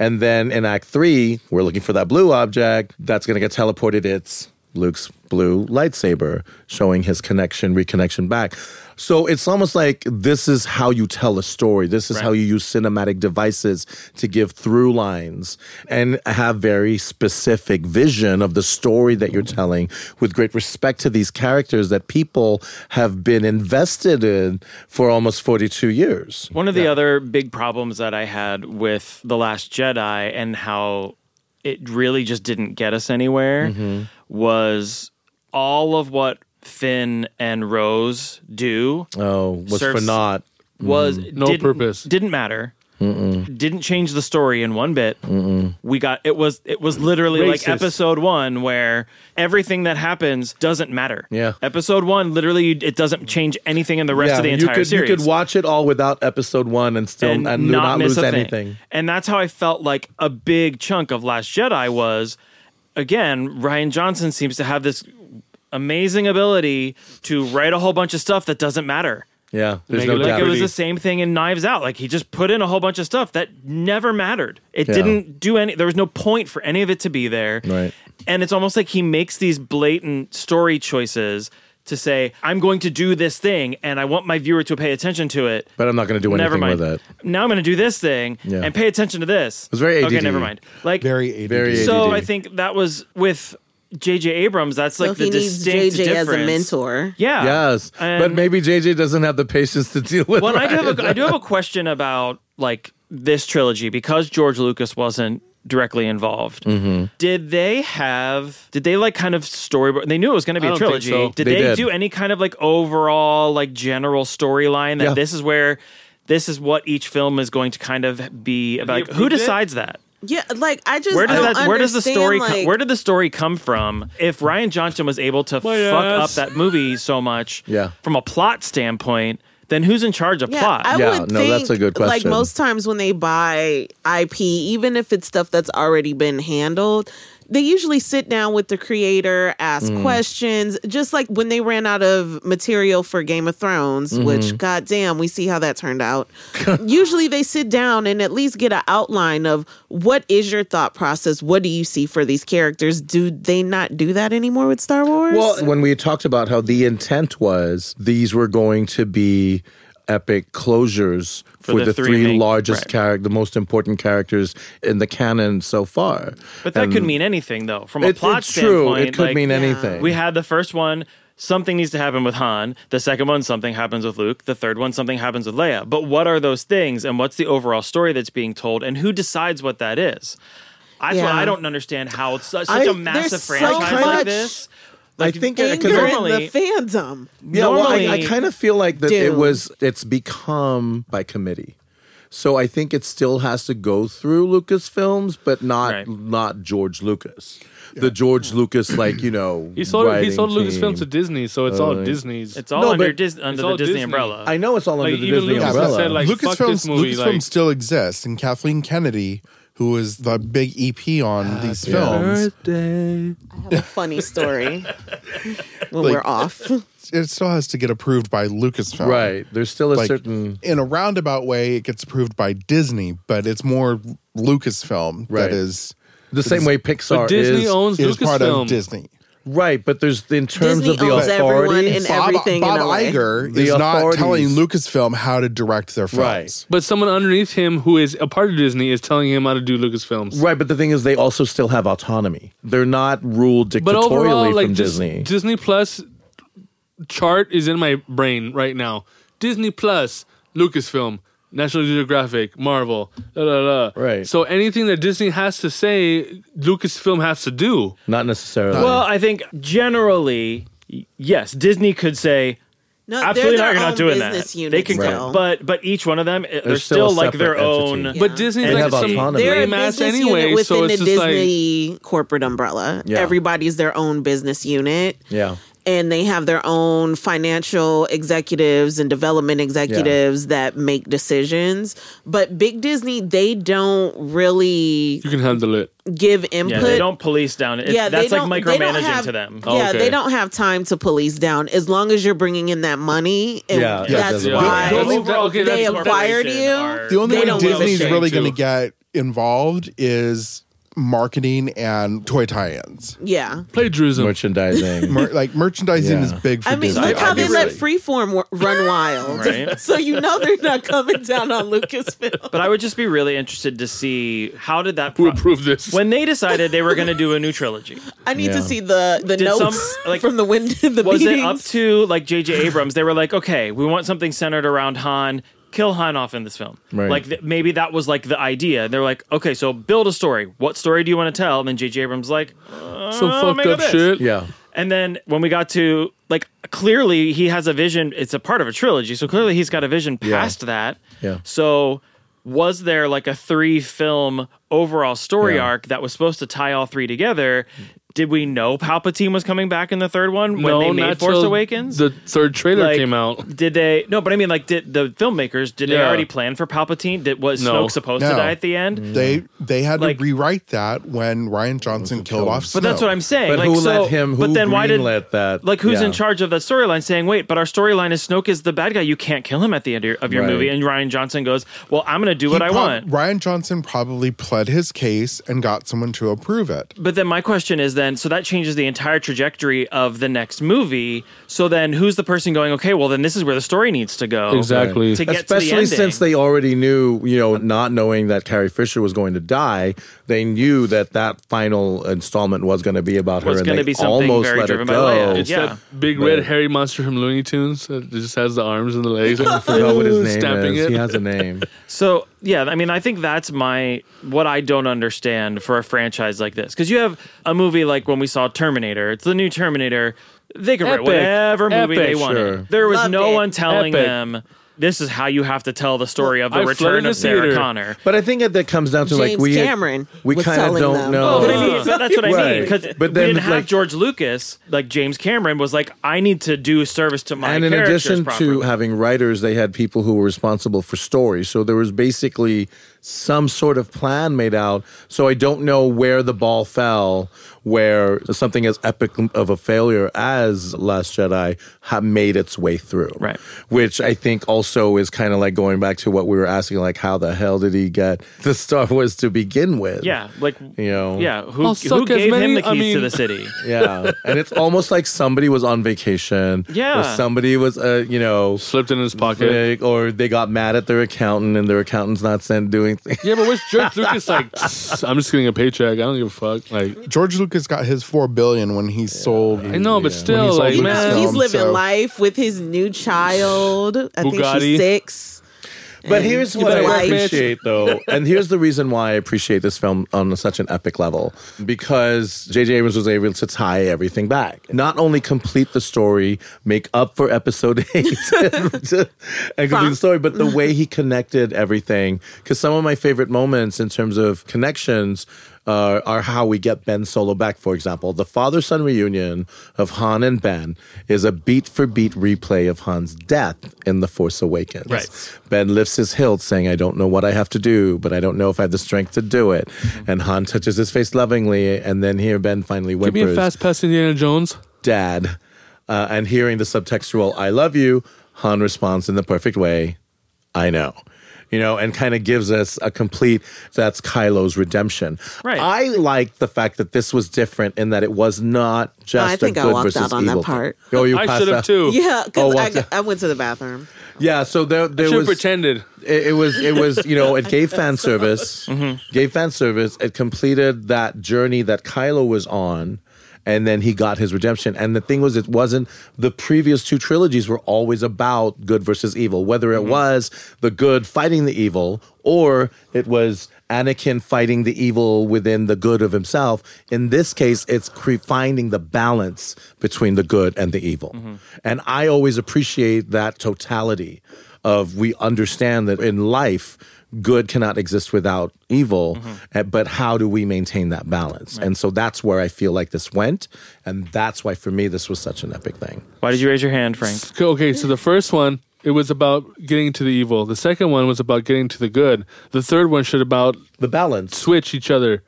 Speaker 5: And then in Act Three, we're looking for that blue object that's going to get teleported. It's Luke's blue lightsaber, showing his connection, reconnection back. So it's almost like this is how you tell a story. This is how you use cinematic devices to give through lines and have very specific vision of the story that you're telling with great respect to these characters that people have been invested in for almost 42 years.
Speaker 3: One of the other big problems that I had with The Last Jedi and how it really just didn't get us anywhere was all of what Finn and Rose do
Speaker 5: Oh, was for
Speaker 3: Serves-
Speaker 5: naught.
Speaker 3: was
Speaker 1: No
Speaker 3: didn't-
Speaker 1: purpose.
Speaker 3: Didn't matter. Didn't change the story in one bit. We got it was it was literally like
Speaker 1: Racist.
Speaker 3: episode one where everything that happens doesn't matter.
Speaker 5: Yeah.
Speaker 3: episode one literally it doesn't change anything in the rest of the entire
Speaker 5: you could,
Speaker 3: series.
Speaker 5: you could watch it all without episode one and still and, do not,
Speaker 3: miss
Speaker 5: lose
Speaker 3: a thing.
Speaker 5: anything.
Speaker 3: And that's how I felt like a big chunk of Last Jedi was. Again, Ryan Johnson seems to have this amazing ability to write a whole bunch of stuff that doesn't matter.
Speaker 5: Yeah, there's
Speaker 1: Make
Speaker 5: no
Speaker 1: it look
Speaker 5: doubt.
Speaker 3: Like it was
Speaker 1: Pretty.
Speaker 3: the same thing in Knives Out. Like he just put in a whole bunch of stuff that never mattered. It
Speaker 5: Yeah.
Speaker 3: didn't do any. There was no point for any of it to be there.
Speaker 5: Right.
Speaker 3: And it's almost like he makes these blatant story choices to say, "I'm going to do this thing, and I want my viewer to pay attention to it."
Speaker 5: But I'm not going to do
Speaker 3: never
Speaker 5: anything
Speaker 3: mind.
Speaker 5: with it.
Speaker 3: Now I'm going to do this thing
Speaker 5: Yeah.
Speaker 3: and pay attention to this. It
Speaker 5: was very
Speaker 3: okay.
Speaker 5: ADD.
Speaker 3: Never mind. Like
Speaker 6: Very ADD.
Speaker 5: Very
Speaker 3: so
Speaker 5: ADD.
Speaker 3: I think that was with J.J. Abrams, that's like
Speaker 4: so
Speaker 3: the
Speaker 4: he needs
Speaker 3: distinct
Speaker 4: JJ
Speaker 3: difference.
Speaker 4: as a mentor.
Speaker 3: Yeah.
Speaker 5: Yes, but
Speaker 3: And-
Speaker 5: maybe JJ doesn't have the patience to deal with.
Speaker 3: Well, and I do have a,
Speaker 5: Ryan.
Speaker 3: I do have a question about like this trilogy because George Lucas wasn't directly involved. Did they have? Did they like kind of storyboard? They knew it was going to be
Speaker 1: I
Speaker 3: a
Speaker 1: don't think
Speaker 3: trilogy.
Speaker 1: so.
Speaker 3: Did
Speaker 5: They
Speaker 3: they,
Speaker 5: did.
Speaker 3: do any kind of like overall like general storyline that
Speaker 5: Yeah.
Speaker 3: this is where this is what each film is going to kind of be about? Like, who
Speaker 1: approved it?
Speaker 3: decides that?
Speaker 4: Yeah, like I just
Speaker 3: Where does
Speaker 4: don't
Speaker 3: that? Where does the
Speaker 4: understand,
Speaker 3: story? co-
Speaker 4: Like,
Speaker 3: where did the story come from? If Ryan Johnson was able to
Speaker 1: My
Speaker 3: fuck
Speaker 1: ass.
Speaker 3: up that movie so much,
Speaker 5: Yeah.
Speaker 3: from a plot standpoint, then who's in charge of
Speaker 4: yeah,
Speaker 3: plot?
Speaker 4: I
Speaker 5: Yeah,
Speaker 4: would
Speaker 5: no,
Speaker 4: think,
Speaker 5: that's a good
Speaker 4: Like
Speaker 5: question.
Speaker 4: most times when they buy IP, even if it's stuff that's already been handled, they usually sit down with the creator, ask
Speaker 5: Mm.
Speaker 4: questions. Just like when they ran out of material for Game of Thrones,
Speaker 5: Mm-hmm.
Speaker 4: which goddamn, we see how that turned out. usually they sit down and at least get an outline of what is your thought process. What do you see for these characters? Do they not do that anymore with Star Wars?
Speaker 5: Well, when we talked about how the intent was these were going to be epic closures for,
Speaker 3: the
Speaker 5: the,
Speaker 3: three
Speaker 5: three
Speaker 3: main-
Speaker 5: largest
Speaker 3: right.
Speaker 5: character, the most important characters in the canon so far.
Speaker 3: But that could
Speaker 5: And
Speaker 3: mean anything, though. From a
Speaker 5: it,
Speaker 3: plot
Speaker 5: it's true.
Speaker 3: standpoint,
Speaker 5: It could
Speaker 3: like,
Speaker 5: mean anything.
Speaker 3: we had the first one. Something needs to happen with Han. The second one, something happens with Luke. The third one, something happens with Leia. But what are those things, and what's the overall story that's being told, and who decides what that is? That's
Speaker 4: Yeah.
Speaker 3: why I don't understand how it's su- such
Speaker 5: I-
Speaker 3: a
Speaker 4: there's
Speaker 3: massive
Speaker 4: so
Speaker 3: franchise
Speaker 4: much
Speaker 3: like this.
Speaker 5: I think it- 'cause
Speaker 4: anger
Speaker 5: I-
Speaker 3: normally-
Speaker 4: in the fandom.
Speaker 5: Yeah, well, I, I
Speaker 3: Normally-
Speaker 5: kind of feel like that it
Speaker 4: Dune.
Speaker 5: was. It's become by committee, so I think it still has to go through Lucasfilms, but not
Speaker 3: Right.
Speaker 5: not George Lucas, the George Lucas like you know.
Speaker 1: He sold he
Speaker 5: writing
Speaker 1: sold Lucasfilm
Speaker 5: team.
Speaker 1: to Disney, so it's all Disney's.
Speaker 3: It's all
Speaker 5: No,
Speaker 3: under
Speaker 5: but
Speaker 3: Dis- under
Speaker 1: all
Speaker 3: the Disney
Speaker 1: Disney.
Speaker 3: umbrella.
Speaker 5: I know it's all under
Speaker 1: Like,
Speaker 5: the
Speaker 1: even
Speaker 5: Disney
Speaker 1: Lucas has
Speaker 5: umbrella.
Speaker 1: said, like, fuck
Speaker 6: Lucasfilm,
Speaker 1: this movie,
Speaker 6: Lucasfilm
Speaker 1: like-
Speaker 6: still exists, and Kathleen Kennedy, who was the big EP on
Speaker 5: Ah,
Speaker 6: these films,
Speaker 4: have a funny story when we're off.
Speaker 6: it still has to get approved by Lucasfilm.
Speaker 5: right, there's still a
Speaker 6: Like
Speaker 5: certain
Speaker 6: in a roundabout way, it gets approved by Disney, but it's more Lucasfilm
Speaker 5: Right.
Speaker 6: that is
Speaker 5: the same way Pixar
Speaker 1: But Disney
Speaker 5: is
Speaker 1: owns
Speaker 6: is part
Speaker 1: Lucasfilm.
Speaker 6: of Disney.
Speaker 5: right, but there's in terms
Speaker 4: Disney
Speaker 5: of the
Speaker 4: owns everyone
Speaker 5: authority.
Speaker 4: in every- everything
Speaker 6: Bob
Speaker 4: in LA.
Speaker 6: Iger
Speaker 5: The
Speaker 6: is not telling
Speaker 5: authorities.
Speaker 6: Lucasfilm how to direct their films.
Speaker 5: Right.
Speaker 1: But someone underneath him who is a part of Disney is telling him how to do Lucasfilms.
Speaker 5: Right, but the thing is, they also still have autonomy. They're not ruled
Speaker 1: But
Speaker 5: dictatorially
Speaker 1: overall,
Speaker 5: from
Speaker 1: like just-
Speaker 5: Disney.
Speaker 1: Disney Plus chart is in my brain right now. Disney Plus, Lucasfilm, National Geographic, Marvel, la la la.
Speaker 5: Right.
Speaker 1: So anything that Disney has to say, Lucasfilm has to do.
Speaker 5: not necessarily.
Speaker 3: well, I think generally, y- yes, Disney could say
Speaker 4: No,
Speaker 3: absolutely
Speaker 4: they're their
Speaker 3: not. You're not
Speaker 4: own
Speaker 3: doing that.
Speaker 4: business
Speaker 3: They
Speaker 4: units,
Speaker 3: can,
Speaker 4: though.
Speaker 3: but but each one of them, it- they're
Speaker 5: still
Speaker 3: still,
Speaker 5: a
Speaker 3: like their
Speaker 5: separate
Speaker 3: own.
Speaker 5: entity.
Speaker 1: But Disney's
Speaker 5: They
Speaker 1: like
Speaker 5: have
Speaker 1: some
Speaker 5: autonomy.
Speaker 4: they're a
Speaker 1: lame ass
Speaker 4: business
Speaker 1: anyway,
Speaker 4: unit within
Speaker 1: so it's
Speaker 4: the
Speaker 1: just like
Speaker 4: Disney corporate umbrella.
Speaker 5: Yeah.
Speaker 4: Everybody's their own business unit.
Speaker 5: yeah.
Speaker 4: And they have their own financial executives and development executives that make decisions. But Big Disney, they don't really
Speaker 1: you can handle it.
Speaker 4: give
Speaker 3: Yeah,
Speaker 4: input.
Speaker 3: they don't police down. It,
Speaker 4: yeah,
Speaker 3: that's
Speaker 4: they
Speaker 3: like
Speaker 4: don't- they don't
Speaker 3: micromanaging
Speaker 4: have-
Speaker 3: to them.
Speaker 1: Oh,
Speaker 4: yeah,
Speaker 1: okay.
Speaker 4: they don't have time to police down as long as you're bringing in that money. And
Speaker 5: Yeah, yeah,
Speaker 4: that's
Speaker 5: yeah.
Speaker 4: why
Speaker 1: The only- okay,
Speaker 4: they acquired you.
Speaker 6: The only
Speaker 4: They
Speaker 6: way
Speaker 4: don't give a
Speaker 6: Disney's
Speaker 4: shit,
Speaker 6: really going to
Speaker 1: too.
Speaker 6: get involved is marketing and toy tie-ins.
Speaker 4: yeah.
Speaker 1: Plagiarism.
Speaker 5: Merchandising.
Speaker 6: Mer- like merchandising
Speaker 5: Yeah.
Speaker 6: is big for
Speaker 4: I mean,
Speaker 6: Disney.
Speaker 4: look how they let
Speaker 6: obviously.
Speaker 4: Freeform wa- run wild.
Speaker 3: Right.
Speaker 4: so you know they're not coming down on Lucasfilm.
Speaker 3: But I would just be really interested to see how did that
Speaker 1: Who
Speaker 3: pro-
Speaker 1: approved this?
Speaker 3: when they decided they were going to do a new trilogy.
Speaker 4: I need
Speaker 5: Yeah.
Speaker 4: to see the the
Speaker 3: Did some-
Speaker 4: notes
Speaker 3: like,
Speaker 4: from the wind the
Speaker 3: Was
Speaker 4: meetings.
Speaker 3: it up to like J.J. Abrams? They were like, okay, we want something centered around Han. Kill Han off in this film.
Speaker 5: Right.
Speaker 3: Like th- maybe that was like the idea. They're like, okay, so build a story. What story do you want to tell? And then J.J. Abrams like,
Speaker 1: some
Speaker 3: uh,
Speaker 1: fucked
Speaker 3: make
Speaker 1: up
Speaker 3: this.
Speaker 1: shit.
Speaker 5: yeah.
Speaker 3: And then when we got to like clearly he has a vision. It's a part of a trilogy, so clearly he's got a vision past that.
Speaker 5: Yeah.
Speaker 3: So was there like a three film overall story
Speaker 5: Yeah.
Speaker 3: arc that was supposed to tie all three together? Did we know Palpatine was coming back in the third one when
Speaker 1: no,
Speaker 3: they made
Speaker 1: not
Speaker 3: Force
Speaker 1: till
Speaker 3: Awakens?
Speaker 1: The third trailer
Speaker 3: Like,
Speaker 1: came out.
Speaker 3: Did they? No, but I mean, like, did the filmmakers did they
Speaker 1: Yeah.
Speaker 3: already plan for Palpatine? Did was
Speaker 1: No.
Speaker 3: Snoke supposed to
Speaker 6: No.
Speaker 3: die at the end?
Speaker 6: They they had
Speaker 3: Like-
Speaker 6: to rewrite that when Ryan Johnson killed off.
Speaker 3: But that's
Speaker 6: Snoke.
Speaker 3: what I'm saying.
Speaker 5: But
Speaker 3: like,
Speaker 5: who
Speaker 3: so,
Speaker 5: let him? Who
Speaker 3: but then why did
Speaker 5: let that?
Speaker 3: like who's
Speaker 5: Yeah.
Speaker 3: in charge of that storyline saying wait but our storyline is snoke is the bad guy you can't kill him at the end of your, of your
Speaker 5: Right.
Speaker 3: movie and ryan johnson goes well i'm gonna do
Speaker 6: He
Speaker 3: what i
Speaker 6: prob-
Speaker 3: want
Speaker 6: Ryan Johnson probably pled his case and got someone to approve it.
Speaker 3: but then my question is then so that changes the entire trajectory of the next movie. So then who's the person going, okay, well then this is where the story needs to go.
Speaker 1: Exactly.
Speaker 3: To get
Speaker 5: Especially
Speaker 3: to the ending.
Speaker 5: since they already knew, you know, not knowing that Carrie Fisher was going to die, they knew that that final installment was going to be about
Speaker 3: Was
Speaker 5: her, and
Speaker 3: gonna
Speaker 5: they
Speaker 3: be something
Speaker 5: almost
Speaker 3: very
Speaker 5: let her
Speaker 3: driven by
Speaker 5: go.
Speaker 3: Leia.
Speaker 1: It's
Speaker 3: Yeah.
Speaker 1: that big red hairy monster from Looney Tunes that just has the arms and the legs. I
Speaker 5: I forgot what his name
Speaker 1: Stamping
Speaker 5: is.
Speaker 1: it.
Speaker 5: He has a name.
Speaker 3: So yeah, I mean, I think that's my what I don't understand for a franchise like this because you have a movie like when we saw Terminator. It's the new Terminator. They could write
Speaker 1: Epic.
Speaker 3: whatever movie
Speaker 1: Epic,
Speaker 3: they wanted.
Speaker 5: sure.
Speaker 3: There was
Speaker 4: Loved
Speaker 3: no
Speaker 4: it.
Speaker 3: one telling
Speaker 1: Epic.
Speaker 3: them this is how you have to tell the story of the
Speaker 1: I flooded
Speaker 3: return
Speaker 1: the
Speaker 3: of Sarah
Speaker 1: theater.
Speaker 3: Connor.
Speaker 5: But I think that that comes down to like
Speaker 4: James
Speaker 5: we
Speaker 4: Cameron
Speaker 5: we
Speaker 4: was
Speaker 5: kind of
Speaker 4: telling
Speaker 5: don't
Speaker 4: them.
Speaker 5: know.
Speaker 3: But I mean, so that's what I mean.
Speaker 5: Right.
Speaker 3: Because
Speaker 5: But
Speaker 3: we
Speaker 5: then,
Speaker 3: didn't have
Speaker 5: like-
Speaker 3: George Lucas, like James Cameron was like, I need to do service to my
Speaker 5: and in
Speaker 3: characters
Speaker 5: addition to
Speaker 3: properly."
Speaker 5: having writers, they had people who were responsible for stories. So there was basically some sort of plan made out. So I don't know where the ball fell, where something as epic of a failure as Last Jedi ha- made its way through.
Speaker 3: Right.
Speaker 5: Which I think also is kind of like going back to what we were asking, like how the hell did he get the Star Wars to begin with?
Speaker 3: yeah, like
Speaker 5: You know.
Speaker 3: yeah, who,
Speaker 1: I'll
Speaker 3: who
Speaker 1: suck as
Speaker 3: gave him
Speaker 1: many-
Speaker 3: the keys
Speaker 1: I
Speaker 3: to
Speaker 1: mean-
Speaker 3: the city?
Speaker 5: yeah, and it's almost like somebody was on vacation.
Speaker 3: Yeah.
Speaker 5: or somebody was, uh, you know,
Speaker 1: Slipped in his pocket.
Speaker 5: Like, or they got mad at their accountant and their accountant's not sent doing things.
Speaker 1: Yeah, but what's George Lucas like? "Tss, I'm just getting a paycheck. I don't give a fuck. Like
Speaker 6: George Lucas got his four billion when he sold.
Speaker 1: I know, but still,
Speaker 6: he's
Speaker 1: like
Speaker 6: older,
Speaker 1: man,
Speaker 6: so-
Speaker 4: he's living
Speaker 6: so-
Speaker 4: life with his new child. I think
Speaker 1: Bugatti.
Speaker 4: she's six.
Speaker 5: But here's
Speaker 4: You
Speaker 5: what
Speaker 4: better
Speaker 5: I
Speaker 4: watch.
Speaker 5: appreciate, though, and here's the reason why I appreciate this film on such an epic level because J.J. Abrams was able to tie everything back. Not only complete the story, make up for episode eight, and complete the story, but the way he connected everything. Because some of my favorite moments in terms of connections uh, are how we get Ben Solo back. For example, the father son reunion of Han and Ben is a beat for beat replay of Han's death in The Force Awakens.
Speaker 3: Right.
Speaker 5: Ben lifts his hilt, saying, I don't know what I have to do, but I don't know if I have the strength to do it.
Speaker 1: Mm-hmm.
Speaker 5: And Han touches his face lovingly, and then here Ben finally
Speaker 1: give
Speaker 5: whimpers,
Speaker 1: me a fast pass, Indiana Jones.
Speaker 5: Dad. Uh, and hearing the subtextual, I love you, Han responds in the perfect way, I know. You know, and kind of gives us a complete that's Kylo's redemption.
Speaker 3: Right.
Speaker 5: I like the fact that this was different in that it was not just
Speaker 4: I think
Speaker 5: a
Speaker 4: I
Speaker 5: good
Speaker 4: walked
Speaker 5: versus
Speaker 4: out on that
Speaker 5: evil
Speaker 4: part.
Speaker 5: thing. Oh, you
Speaker 1: I
Speaker 5: passed
Speaker 1: should have
Speaker 5: out.
Speaker 1: too.
Speaker 4: Yeah,
Speaker 5: Oh,
Speaker 4: because
Speaker 5: wow.
Speaker 4: I, I went to the bathroom.
Speaker 5: Yeah, so there, there
Speaker 1: should have
Speaker 5: was
Speaker 1: pretended.
Speaker 5: it, it was it was you know it gave fan service gave fan service it completed that journey that kylo was on and then he got his redemption and the thing was it wasn't the previous two trilogies were always about good versus evil whether it was the good fighting the evil or it was Anakin fighting the evil within the good of himself. In this case, it's cre- finding the balance between the good and the evil. And I always appreciate that totality of we understand that in life, good cannot exist without evil, eh, but how do we maintain that balance? And so that's where I feel like this went. And that's why for me, this was such an epic thing.
Speaker 3: Why did you raise your hand, Frank?
Speaker 1: Okay, Okay, so the first one it was about getting to the evil. The second one was about getting to the good. The third one should about
Speaker 5: The balance.
Speaker 1: switch each other.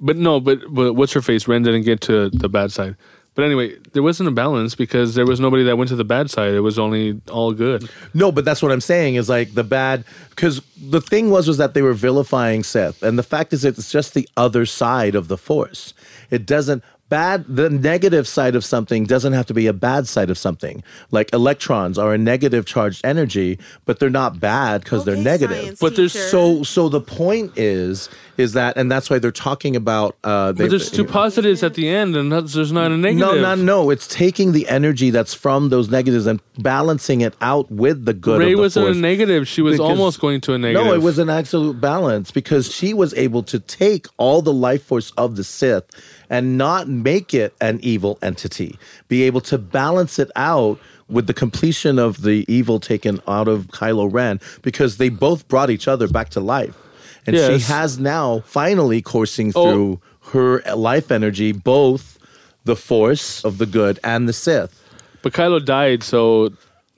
Speaker 1: But no, but, but what's her face? Ren didn't get to the bad side. But anyway, there wasn't a balance because there was nobody that went to the bad side. It was only all good.
Speaker 5: No, but that's what I'm saying is like the bad because the thing was was that they were vilifying Sith, and the fact is it's just the other side of the Force. It doesn't bad the negative side of something doesn't have to be a bad side of something. Like electrons are a negative charged energy, but they're not bad because they're
Speaker 4: Okay,
Speaker 5: negative.
Speaker 4: science
Speaker 1: But there's
Speaker 4: teacher.
Speaker 5: So so the point is is that and that's why they're talking about uh they,
Speaker 1: But there's two positives at the end, and that's, there's not a negative.
Speaker 5: no, no, no! It's taking the energy that's from those negatives and balancing it out with the good.
Speaker 1: Ray
Speaker 5: of the
Speaker 1: wasn't
Speaker 5: force.
Speaker 1: a negative. She was
Speaker 5: Because-
Speaker 1: almost going to a negative.
Speaker 5: No, it was an absolute balance because she was able to take all the life force of the Sith and not make it an evil entity, be able to balance it out with the completion of the evil taken out of Kylo Ren because they both brought each other back to life. And
Speaker 1: Yes.
Speaker 5: she has now finally coursing
Speaker 1: Oh.
Speaker 5: through her life energy, both the force of the good and the Sith.
Speaker 1: But Kylo died, so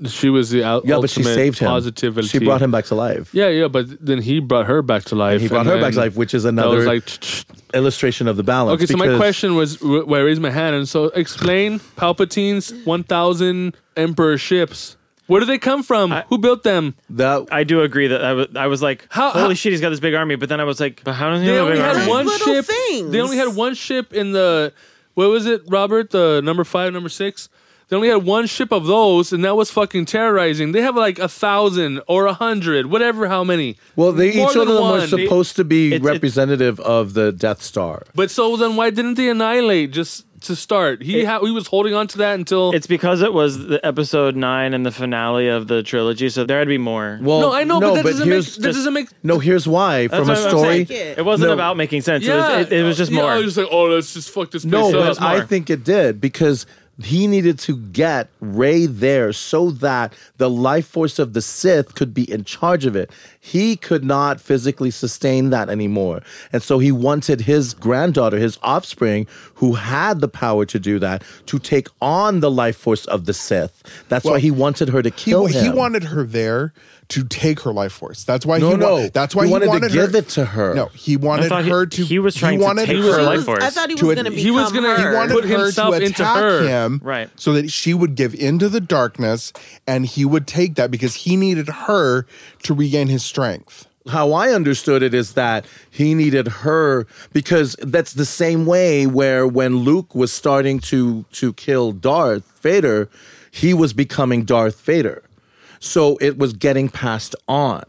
Speaker 1: she was the out.
Speaker 5: Yeah, but she
Speaker 1: ultimate
Speaker 5: saved him.
Speaker 1: Positivity.
Speaker 5: She brought him back to life.
Speaker 1: Yeah, yeah, but then he brought her back to life.
Speaker 5: He brought
Speaker 1: and
Speaker 5: her back to
Speaker 1: then
Speaker 5: life, which is
Speaker 1: that
Speaker 5: another
Speaker 1: was like, "Tch, tch."
Speaker 5: illustration of the balance.
Speaker 1: okay. So my
Speaker 5: because-
Speaker 1: question was, wh- where I raised my hand, and so explain Palpatine's one thousand Emperor ships. Where do they come from? Who built them?
Speaker 5: That
Speaker 3: I do agree that I wa- I was like,
Speaker 1: How-
Speaker 3: holy
Speaker 1: how-
Speaker 3: shit, he's got this big army. But then I was like, but how does he
Speaker 1: They
Speaker 3: have a
Speaker 1: only
Speaker 3: big
Speaker 1: had
Speaker 3: army?
Speaker 1: one
Speaker 4: Those little
Speaker 1: ship.
Speaker 4: things.
Speaker 1: They only had one ship in the. what was it, Robert? The number five, number six. They only had one ship of those, and that was fucking terrorizing. They have like a thousand or a hundred, whatever, how many.
Speaker 5: Well, they
Speaker 1: More
Speaker 5: each one of
Speaker 1: than
Speaker 5: them
Speaker 1: one.
Speaker 5: were supposed to be
Speaker 3: It's- it's-
Speaker 5: representative of the Death Star.
Speaker 1: But so then, why didn't they annihilate just to start? He ha- he was holding on to that until.
Speaker 3: It's because it was the episode nine and the finale of the trilogy, so there had to be more.
Speaker 5: Well,
Speaker 1: no, I know, but that doesn't make
Speaker 5: here's
Speaker 1: that doesn't make.
Speaker 5: no. Here's why
Speaker 3: That's
Speaker 5: from a
Speaker 3: what I'm saying.
Speaker 5: story.
Speaker 4: Yeah.
Speaker 3: It wasn't
Speaker 5: No.
Speaker 3: about making sense.
Speaker 1: Yeah,
Speaker 3: It, was, it, it was just
Speaker 1: yeah,
Speaker 3: more.
Speaker 1: I was just like, oh, let's just fuck this.
Speaker 5: No,
Speaker 1: place up.
Speaker 5: but I think it did because he needed to get Ray there so that the life force of the Sith could be in charge of it. He could not physically sustain that anymore. And so he wanted his granddaughter, his offspring, who had the power to do that, to take on the life force of the Sith. That's
Speaker 6: Well,
Speaker 5: why he wanted her to
Speaker 6: He,
Speaker 5: kill him.
Speaker 6: he wanted her there to take her life force. That's why
Speaker 5: No,
Speaker 6: he wa-
Speaker 5: no.
Speaker 6: That's why
Speaker 5: He
Speaker 6: he
Speaker 5: wanted to
Speaker 6: wanted
Speaker 5: give
Speaker 6: her-
Speaker 5: it to her.
Speaker 6: No, he wanted
Speaker 3: thought he-
Speaker 6: her to.
Speaker 3: he was trying to take
Speaker 6: her
Speaker 3: her
Speaker 4: He
Speaker 3: life
Speaker 4: was-
Speaker 3: force.
Speaker 4: I thought he
Speaker 6: To
Speaker 4: was going
Speaker 6: ad-
Speaker 4: to be.
Speaker 1: he was gonna- he
Speaker 6: He wanted
Speaker 1: Put
Speaker 6: her to
Speaker 1: himself
Speaker 6: attack
Speaker 1: into her.
Speaker 6: him,
Speaker 3: Right.
Speaker 6: So that she would give into the darkness, and he would take that because he needed her to regain his strength.
Speaker 5: how I understood it is that he needed her because that's the same way where when Luke was starting to to kill Darth Vader, he was becoming Darth Vader. So it was getting passed on.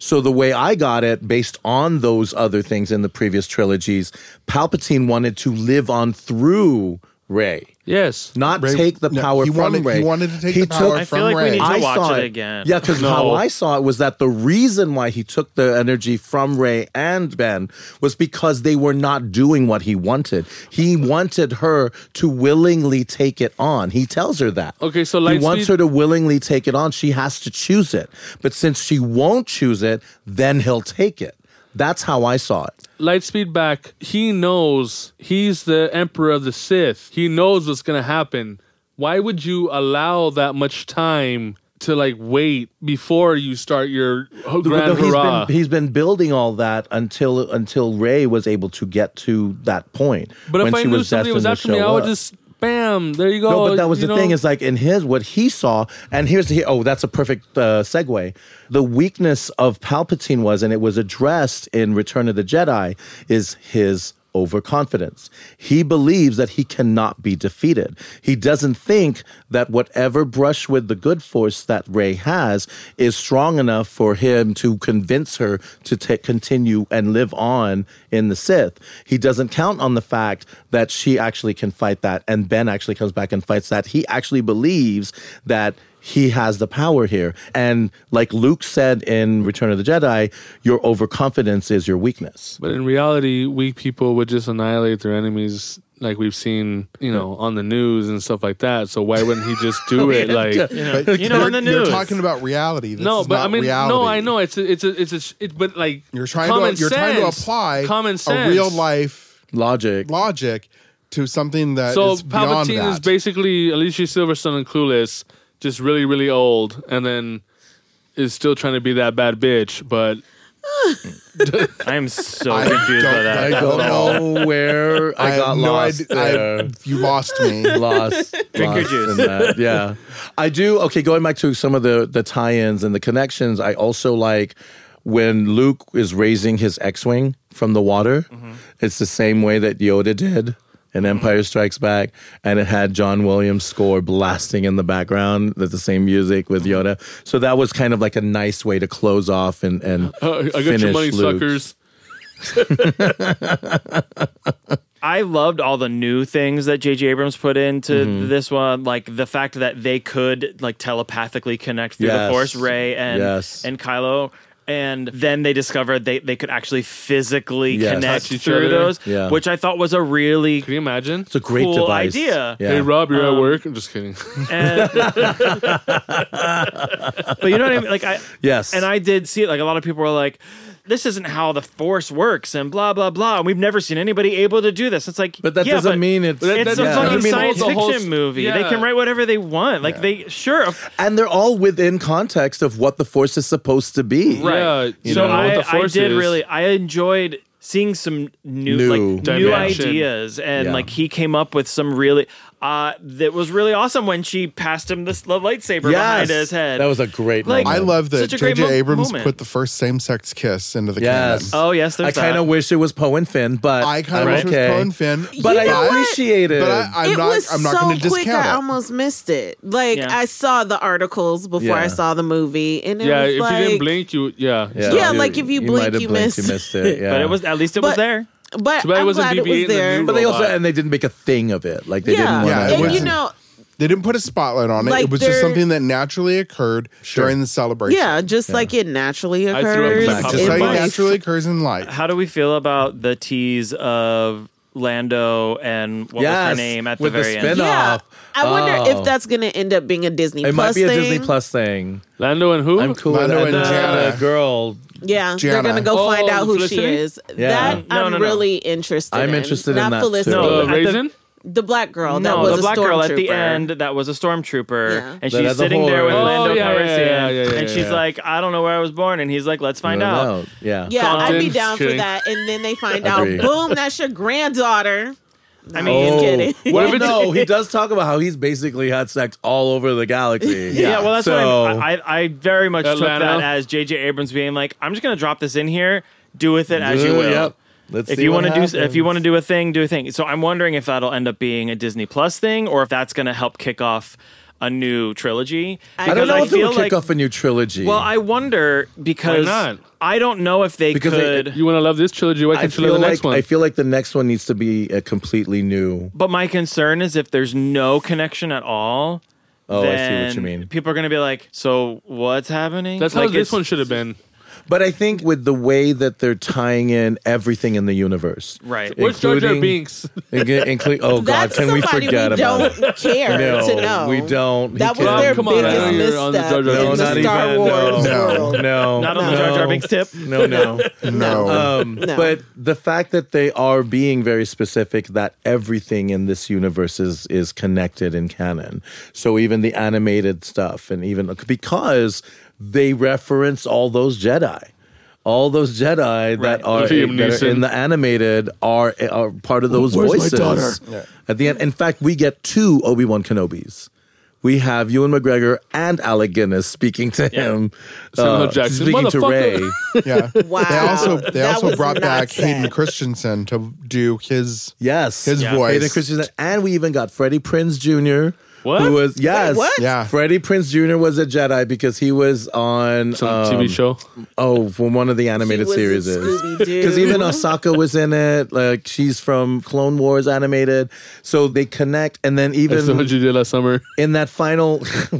Speaker 5: So the way I got it, based on those other things in the previous trilogies, Palpatine wanted to live on through Ray,
Speaker 1: yes.
Speaker 5: not
Speaker 6: Ray-
Speaker 5: take the
Speaker 6: no,
Speaker 5: power
Speaker 6: he
Speaker 5: from
Speaker 6: wanted-
Speaker 5: Ray.
Speaker 6: he wanted to take the power
Speaker 3: I feel like we
Speaker 6: Ray.
Speaker 3: need to
Speaker 6: I
Speaker 3: watch
Speaker 5: saw
Speaker 3: it, again.
Speaker 5: Yeah, because
Speaker 1: No.
Speaker 5: how I saw it was that the reason why he took the energy from Ray and Ben was because they were not doing what he wanted. He wanted her to willingly take it on. He tells her that.
Speaker 1: Okay, so
Speaker 5: he
Speaker 1: Lightspeed-
Speaker 5: wants her to willingly take it on. She has to choose it. But since she won't choose it, then he'll take it. That's how I saw it.
Speaker 1: Lightspeed back. He knows he's the Emperor of the Sith. He knows what's gonna happen. Why would you allow that much time to like wait before you start your ho- grand
Speaker 5: He's
Speaker 1: hurrah?
Speaker 5: been, he's been building all that until until Ray was able to get to that point.
Speaker 1: but if
Speaker 5: when
Speaker 1: I
Speaker 5: she
Speaker 1: knew
Speaker 5: was
Speaker 1: somebody was
Speaker 5: destined to
Speaker 1: after me,
Speaker 5: show
Speaker 1: I would
Speaker 5: up.
Speaker 1: just bam. There you go.
Speaker 5: No, but that was
Speaker 1: you
Speaker 5: the
Speaker 1: know?
Speaker 5: thing is like in his what he saw, and here's the oh that's a perfect uh, segue. The weakness of Palpatine was, and it was addressed in Return of the Jedi, is his overconfidence. He believes that he cannot be defeated. He doesn't think that whatever brush with the good force that Ray has is strong enough for him to convince her to ta- continue and live on in the Sith. He doesn't count on the fact that she actually can fight that, and Ben actually comes back and fights that. He actually believes that he has the power here. And like Luke said in Return of the Jedi, your overconfidence is your weakness.
Speaker 1: But in reality, weak people would just annihilate their enemies, like we've seen, you know, on the news and stuff like that. So why wouldn't he just
Speaker 5: Oh,
Speaker 1: do it? Like,
Speaker 6: But
Speaker 3: You know, in
Speaker 6: you're-
Speaker 3: the
Speaker 6: you're
Speaker 3: news.
Speaker 6: talking about reality. This
Speaker 1: no,
Speaker 6: is
Speaker 1: but
Speaker 6: not
Speaker 1: I mean,
Speaker 6: reality.
Speaker 1: no, I know it's a, it's a, it's a, sh- it, but like
Speaker 6: You're trying
Speaker 1: common
Speaker 6: to you're trying to
Speaker 1: sense-
Speaker 6: apply
Speaker 1: common sense,
Speaker 6: a real life
Speaker 5: Logic.
Speaker 6: logic to something that is
Speaker 1: So
Speaker 6: beyond
Speaker 1: Palpatine
Speaker 6: that.
Speaker 1: is basically Alicia Silverstone and Clueless, just really, really old, and then is still trying to be that bad bitch. But
Speaker 3: I am so
Speaker 6: I
Speaker 3: confused by
Speaker 6: don't
Speaker 3: that.
Speaker 5: I
Speaker 6: like
Speaker 5: don't know where I, got
Speaker 6: have
Speaker 5: lost.
Speaker 6: id- I-
Speaker 5: there.
Speaker 6: you lost me.
Speaker 5: lost.
Speaker 3: Drink your
Speaker 5: lost
Speaker 3: juice.
Speaker 5: in that. Yeah, I do. Okay, going back to some of the the tie-ins and the connections, I also like when Luke is raising his X-wing from the water. It's the same way that Yoda did. in Empire Strikes Back, and it had John Williams' score blasting in the background. That's the same music with Yoda. So that was kind of like a nice way to close off and and
Speaker 1: uh, I got
Speaker 5: finish
Speaker 1: your money,
Speaker 5: Luke's.
Speaker 1: suckers.
Speaker 3: I loved all the new things that J.J. Abrams put into
Speaker 5: Mm-hmm.
Speaker 3: this one, like the fact that they could like telepathically connect through
Speaker 5: Yes.
Speaker 3: the Force, Ray and
Speaker 5: Yes.
Speaker 3: and Kylo, and then they discovered they they could actually physically
Speaker 5: Yes.
Speaker 3: connect
Speaker 1: Touch each
Speaker 3: through
Speaker 1: other.
Speaker 3: those,
Speaker 5: Yeah.
Speaker 3: which I thought was a really
Speaker 1: Can you imagine?
Speaker 5: It's a great
Speaker 3: Cool
Speaker 5: device.
Speaker 3: idea.
Speaker 5: Yeah. Um,
Speaker 1: Hey Rob, you're at work. I'm just kidding.
Speaker 3: and, but you know what I mean? Like I
Speaker 5: Yes.
Speaker 3: and I did see it. Like a lot of people were like, "This isn't how the Force works," and blah blah blah. And we've never seen anybody able to do this. It's like,
Speaker 5: But that
Speaker 3: yeah,
Speaker 5: doesn't
Speaker 3: but
Speaker 5: mean it's- That-
Speaker 3: it's
Speaker 5: that
Speaker 3: a
Speaker 5: doesn't
Speaker 3: fucking
Speaker 5: mean
Speaker 3: science
Speaker 1: all the whole
Speaker 3: fiction
Speaker 1: s-
Speaker 3: movie. They
Speaker 1: yeah.
Speaker 3: can write whatever they want. Like they sure.
Speaker 5: and they're all within context of what the force is supposed to be.
Speaker 1: Right.
Speaker 5: You
Speaker 3: so
Speaker 5: know,
Speaker 1: what
Speaker 3: I,
Speaker 1: the
Speaker 3: I
Speaker 1: Force
Speaker 3: did
Speaker 1: is.
Speaker 3: really. I enjoyed seeing some new,
Speaker 5: New
Speaker 3: like new
Speaker 1: dimension.
Speaker 3: ideas, and
Speaker 5: Yeah.
Speaker 3: like he came up with some really. uh, that was really awesome when she passed him this the lightsaber behind his head.
Speaker 5: That was a great
Speaker 3: Like-
Speaker 5: moment.
Speaker 6: I love that
Speaker 3: Such a great
Speaker 6: J.J.
Speaker 3: mo-
Speaker 6: Abrams
Speaker 3: moment.
Speaker 6: put the first same-sex kiss into the
Speaker 5: Yes.
Speaker 6: canon.
Speaker 3: Oh, yes, there's
Speaker 5: I kind
Speaker 3: that.
Speaker 5: of wish it was Poe and Finn, but
Speaker 6: I
Speaker 5: I'm
Speaker 6: kind of wish
Speaker 5: okay.
Speaker 6: it was Poe and Finn,
Speaker 5: But
Speaker 4: You know
Speaker 5: I
Speaker 4: what?
Speaker 5: appreciate it.
Speaker 6: but I, I'm
Speaker 4: it
Speaker 6: not.
Speaker 4: was
Speaker 6: I'm not
Speaker 4: so
Speaker 6: going to
Speaker 4: quick.
Speaker 6: discount
Speaker 4: I
Speaker 6: it.
Speaker 4: almost missed it. Like
Speaker 3: Yeah.
Speaker 4: I saw the articles before
Speaker 5: Yeah.
Speaker 4: I saw the movie, and it
Speaker 1: yeah,
Speaker 4: was
Speaker 1: if
Speaker 4: like,
Speaker 1: you didn't blink, you yeah.
Speaker 5: yeah,
Speaker 4: yeah, like, if you blink,
Speaker 5: might have
Speaker 4: you
Speaker 5: blinked,
Speaker 4: missed
Speaker 5: it.
Speaker 4: it.
Speaker 5: Yeah.
Speaker 3: But it was at least it was
Speaker 4: But-
Speaker 3: there.
Speaker 4: but
Speaker 1: Too bad it
Speaker 4: I'm
Speaker 1: wasn't
Speaker 4: glad it
Speaker 1: BB-8
Speaker 4: was
Speaker 1: in the
Speaker 4: there.
Speaker 1: new
Speaker 5: But they also
Speaker 1: robot.
Speaker 5: and they didn't make a thing of it. Like they
Speaker 4: yeah,
Speaker 5: didn't want
Speaker 6: Yeah,
Speaker 5: to.
Speaker 6: it
Speaker 4: and you
Speaker 6: wasn't-
Speaker 4: know,
Speaker 6: They didn't put a spotlight on it.
Speaker 4: Like,
Speaker 6: it was just
Speaker 4: they're-
Speaker 6: something that naturally occurred
Speaker 5: Sure.
Speaker 6: during the celebration.
Speaker 4: yeah, just like it naturally
Speaker 1: I threw up
Speaker 4: occurs.
Speaker 1: my
Speaker 6: Just
Speaker 1: It
Speaker 6: like
Speaker 1: was-
Speaker 6: it naturally occurs in life.
Speaker 3: How do we feel about the tease of Lando and what was her
Speaker 5: Yes,
Speaker 3: name at the
Speaker 5: with the
Speaker 3: very
Speaker 5: spin-
Speaker 3: end?
Speaker 4: yeah,
Speaker 5: off.
Speaker 4: I wonder
Speaker 5: Oh.
Speaker 4: if that's going to end up being a Disney.
Speaker 5: It might
Speaker 4: Plus
Speaker 5: be a
Speaker 4: thing.
Speaker 5: Disney Plus thing.
Speaker 1: Lando and who?
Speaker 5: I'm cool.
Speaker 6: Lando
Speaker 5: with that.
Speaker 6: and Jana.
Speaker 5: The girl.
Speaker 4: Yeah,
Speaker 6: Jana.
Speaker 4: they're gonna go
Speaker 1: Oh,
Speaker 4: find out who she
Speaker 1: Felicity?
Speaker 4: is.
Speaker 5: Yeah.
Speaker 4: That
Speaker 3: No,
Speaker 4: I'm
Speaker 3: no, no.
Speaker 4: really interested.
Speaker 5: I'm
Speaker 4: in.
Speaker 5: interested in
Speaker 4: Not
Speaker 5: that,
Speaker 4: Felicity,
Speaker 5: too.
Speaker 1: No,
Speaker 3: at the-
Speaker 1: Raisin.
Speaker 4: the black girl. Oh, that
Speaker 3: no,
Speaker 4: was
Speaker 3: the
Speaker 4: a
Speaker 3: black girl at the
Speaker 4: stormtrooper.
Speaker 3: end that was a stormtrooper,
Speaker 4: Yeah.
Speaker 3: and
Speaker 5: That
Speaker 3: she's
Speaker 5: has a
Speaker 3: sitting
Speaker 5: whole-
Speaker 3: there with
Speaker 5: Oh,
Speaker 3: Lando
Speaker 1: yeah, yeah,
Speaker 3: Calrissian,
Speaker 1: yeah, yeah, yeah,
Speaker 3: and she's
Speaker 1: yeah.
Speaker 3: like, "I don't know where I was born," and he's like, "Let's find out."
Speaker 5: Yeah.
Speaker 4: Yeah, I'd be
Speaker 1: Compton.
Speaker 4: down for
Speaker 1: Kidding.
Speaker 4: that. And then they find
Speaker 5: Agree.
Speaker 4: out, boom, that's your granddaughter. I
Speaker 3: mean-
Speaker 4: just kidding.
Speaker 5: What
Speaker 1: if
Speaker 5: if
Speaker 1: it's-
Speaker 5: no, he does talk about how he's basically had sex all over the galaxy.
Speaker 3: Yeah, well, that's
Speaker 5: so,
Speaker 3: what I'm, I, I very much
Speaker 1: Atlanta.
Speaker 3: took that as J.J. Abrams being like, "I'm just gonna drop this in here, do with it as you
Speaker 5: Ooh,
Speaker 3: will."
Speaker 5: Yep. Let's
Speaker 3: If
Speaker 5: see
Speaker 3: you
Speaker 5: what
Speaker 3: want to do, if you
Speaker 5: happens.
Speaker 3: want to do a thing, do a thing. So I'm wondering if that'll end up being a Disney Plus thing, or if that's going to help kick off a new trilogy.
Speaker 5: I don't
Speaker 3: Because
Speaker 5: know if it
Speaker 3: feel
Speaker 5: would
Speaker 3: like-
Speaker 5: kick off a new trilogy.
Speaker 3: Well, I wonder because
Speaker 1: not?
Speaker 3: I don't know if they
Speaker 5: Because they-
Speaker 3: could.
Speaker 1: You want to love this trilogy? Why
Speaker 5: I
Speaker 1: can't you love
Speaker 5: feel
Speaker 1: the
Speaker 5: like
Speaker 1: next one?
Speaker 5: I feel like the next one needs to be a completely new.
Speaker 3: but my concern is if there's no connection at all.
Speaker 5: Oh, I see what
Speaker 3: then
Speaker 5: you mean.
Speaker 3: People are going to be like, "So what's happening?"
Speaker 1: That's
Speaker 3: like
Speaker 1: how this
Speaker 3: it's-
Speaker 1: one should have been.
Speaker 5: But I think with the way that they're tying in everything in the universe,
Speaker 3: Right.
Speaker 1: Where's Jar Jar
Speaker 5: including-
Speaker 1: Binks?
Speaker 5: Inc- inclu- oh God,
Speaker 4: That's
Speaker 5: can we
Speaker 4: somebody
Speaker 5: forget about?
Speaker 4: don't
Speaker 5: it?
Speaker 4: care to know.
Speaker 5: No, we don't. He
Speaker 4: That was
Speaker 5: can't.
Speaker 4: their
Speaker 1: Come on, I
Speaker 4: biggest
Speaker 1: know you're on the
Speaker 4: misstep
Speaker 1: Jar Jar
Speaker 5: no,
Speaker 4: in
Speaker 1: Binks
Speaker 4: the
Speaker 5: not
Speaker 1: side.
Speaker 4: Star
Speaker 5: even.
Speaker 4: Wars
Speaker 5: no,
Speaker 4: world.
Speaker 5: no,
Speaker 3: Not on the Jar Jar Binks tip.
Speaker 5: No, no.
Speaker 6: No.
Speaker 5: Um,
Speaker 4: No.
Speaker 5: But the fact that they are being very specific that everything in this universe is is connected in canon. So even the animated stuff, and even because they reference all those Jedi. All those Jedi that,
Speaker 3: Right.
Speaker 5: are,
Speaker 1: Liam
Speaker 5: that are
Speaker 1: Neeson.
Speaker 5: in the animated are are part of those
Speaker 6: Where's my
Speaker 5: voices.
Speaker 6: daughter?
Speaker 5: At the end, in fact, we get two Obi Wan Kenobis. We have Ewan McGregor and Alec Guinness speaking to him, uh,
Speaker 1: Samuel Jackson,
Speaker 5: speaking to Ray.
Speaker 1: motherfucker.
Speaker 6: Yeah.
Speaker 4: Wow.
Speaker 6: They also they
Speaker 4: That
Speaker 6: also
Speaker 4: was
Speaker 6: brought
Speaker 4: not
Speaker 6: back
Speaker 4: sad.
Speaker 6: Hayden Christensen to do his
Speaker 5: Yes,
Speaker 6: his
Speaker 3: Yeah.
Speaker 6: voice.
Speaker 5: Hayden Christensen, and we even got Freddie Prince Jr.
Speaker 1: What?
Speaker 5: Who was yes?
Speaker 4: what?
Speaker 6: Yeah.
Speaker 5: Freddie Prince Jr. was a Jedi because he was on
Speaker 1: Some
Speaker 5: um,
Speaker 1: TV show.
Speaker 5: Oh, from one of the animated
Speaker 4: was in
Speaker 5: series.
Speaker 4: Scooby-Doo.
Speaker 5: Because even Osaka was in it. Like she's from Clone Wars animated, so they connect. And then
Speaker 1: That's the
Speaker 5: even
Speaker 1: one you did last summer.
Speaker 5: in that final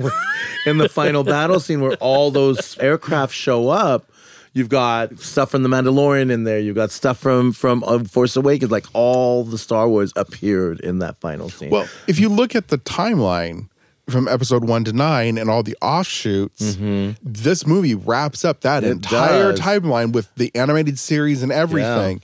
Speaker 5: in the final battle scene where all those aircraft show up you've got stuff from the mandalorian in there you've got stuff from from uh, force awakens like all the star wars appeared in that final scene
Speaker 6: Well, if you look at the timeline from episode one to nine and all the offshoots, this movie wraps up that
Speaker 5: Mm-hmm. It
Speaker 6: entire
Speaker 5: does.
Speaker 6: timeline with the animated series and everything.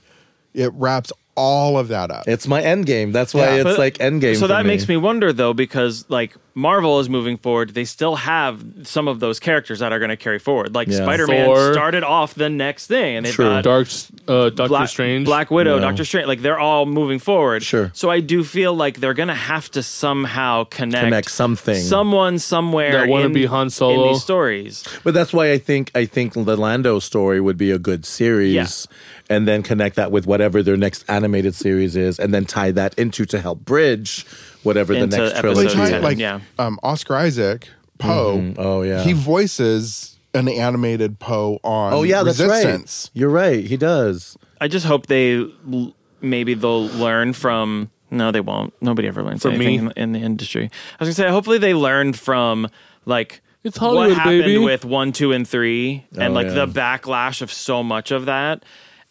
Speaker 6: It wraps all of that up.
Speaker 5: it's my end game that's why
Speaker 6: Yeah.
Speaker 5: it's
Speaker 3: But-
Speaker 5: like end game
Speaker 3: So
Speaker 5: for
Speaker 3: that
Speaker 5: me.
Speaker 3: makes me wonder though, because like Marvel is moving forward, they still have some of those characters that are going to carry forward. Like
Speaker 5: Yeah.
Speaker 3: Spider Man
Speaker 1: Thor.
Speaker 3: started off the next thing, and they've got
Speaker 1: Dark uh, Doctor
Speaker 3: Black,
Speaker 1: Strange.
Speaker 3: Black Widow, Doctor Strange. Like they're all moving forward.
Speaker 5: Sure.
Speaker 3: So I do feel like they're going to have to somehow connect
Speaker 5: Connect something.
Speaker 3: someone somewhere
Speaker 1: That wanna
Speaker 3: in-
Speaker 1: be Han Solo.
Speaker 3: in these stories.
Speaker 5: but that's why i think i think the lando story would be a good series and then connect that with whatever their next animated series is and then tie that into to help bridge whatever
Speaker 3: Into
Speaker 5: the next
Speaker 3: episode
Speaker 5: trilogy
Speaker 6: Like,
Speaker 3: ten.
Speaker 5: is.
Speaker 6: like
Speaker 3: yeah.
Speaker 6: um, Oscar Isaac, Poe.
Speaker 5: oh, yeah.
Speaker 6: He voices an animated Poe on
Speaker 5: oh yeah that's
Speaker 6: Resistance.
Speaker 5: right you're right he does
Speaker 3: I just hope they l- maybe they'll learn from. No, they won't. Nobody ever learns
Speaker 1: From
Speaker 3: anything
Speaker 1: me.
Speaker 3: in, in the industry. I was gonna say, hopefully they learned from like
Speaker 1: It's Hollywood,
Speaker 3: what happened
Speaker 1: baby.
Speaker 3: with one, two, and three, and
Speaker 5: Oh,
Speaker 3: like
Speaker 5: yeah.
Speaker 3: the backlash of so much of that,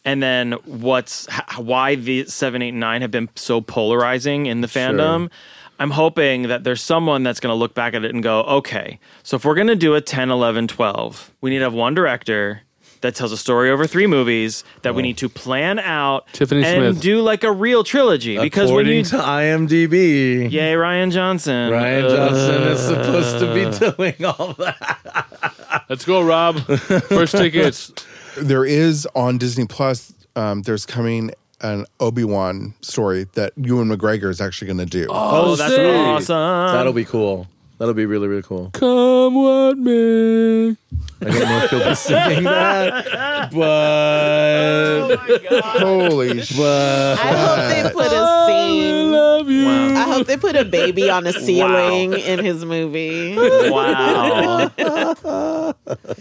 Speaker 3: and then what's h- why the seven, eight, and nine have been so polarizing in the fandom. I'm hoping that there's someone that's going to look back at it and go, okay, so if we're going to do a 10, 11, 12, we need to have one director that tells a story over three movies that
Speaker 5: Oh.
Speaker 3: we need to plan out
Speaker 1: Tiffany
Speaker 3: and
Speaker 1: Smith.
Speaker 3: do like a real trilogy. Because when
Speaker 5: according
Speaker 3: you,
Speaker 5: to IMDb,
Speaker 3: yay, Ryan Johnson.
Speaker 5: Ryan
Speaker 3: Uh,
Speaker 5: Johnson is supposed to be doing all that.
Speaker 1: Let's go, Rob. First tickets.
Speaker 6: There is on Disney Plus. Um, there's coming an Obi Wan story that Ewan McGregor is actually going to do.
Speaker 3: Oh, that's
Speaker 1: sick.
Speaker 3: awesome.
Speaker 5: That'll be cool. That'll be really, really cool.
Speaker 1: Come what may.
Speaker 5: I don't know if you'll be singing that, but
Speaker 6: Holy shit!
Speaker 4: I hope they put a scene.
Speaker 1: Love you.
Speaker 3: Wow.
Speaker 4: I hope they put a baby on a ceiling in his movie.
Speaker 3: Wow.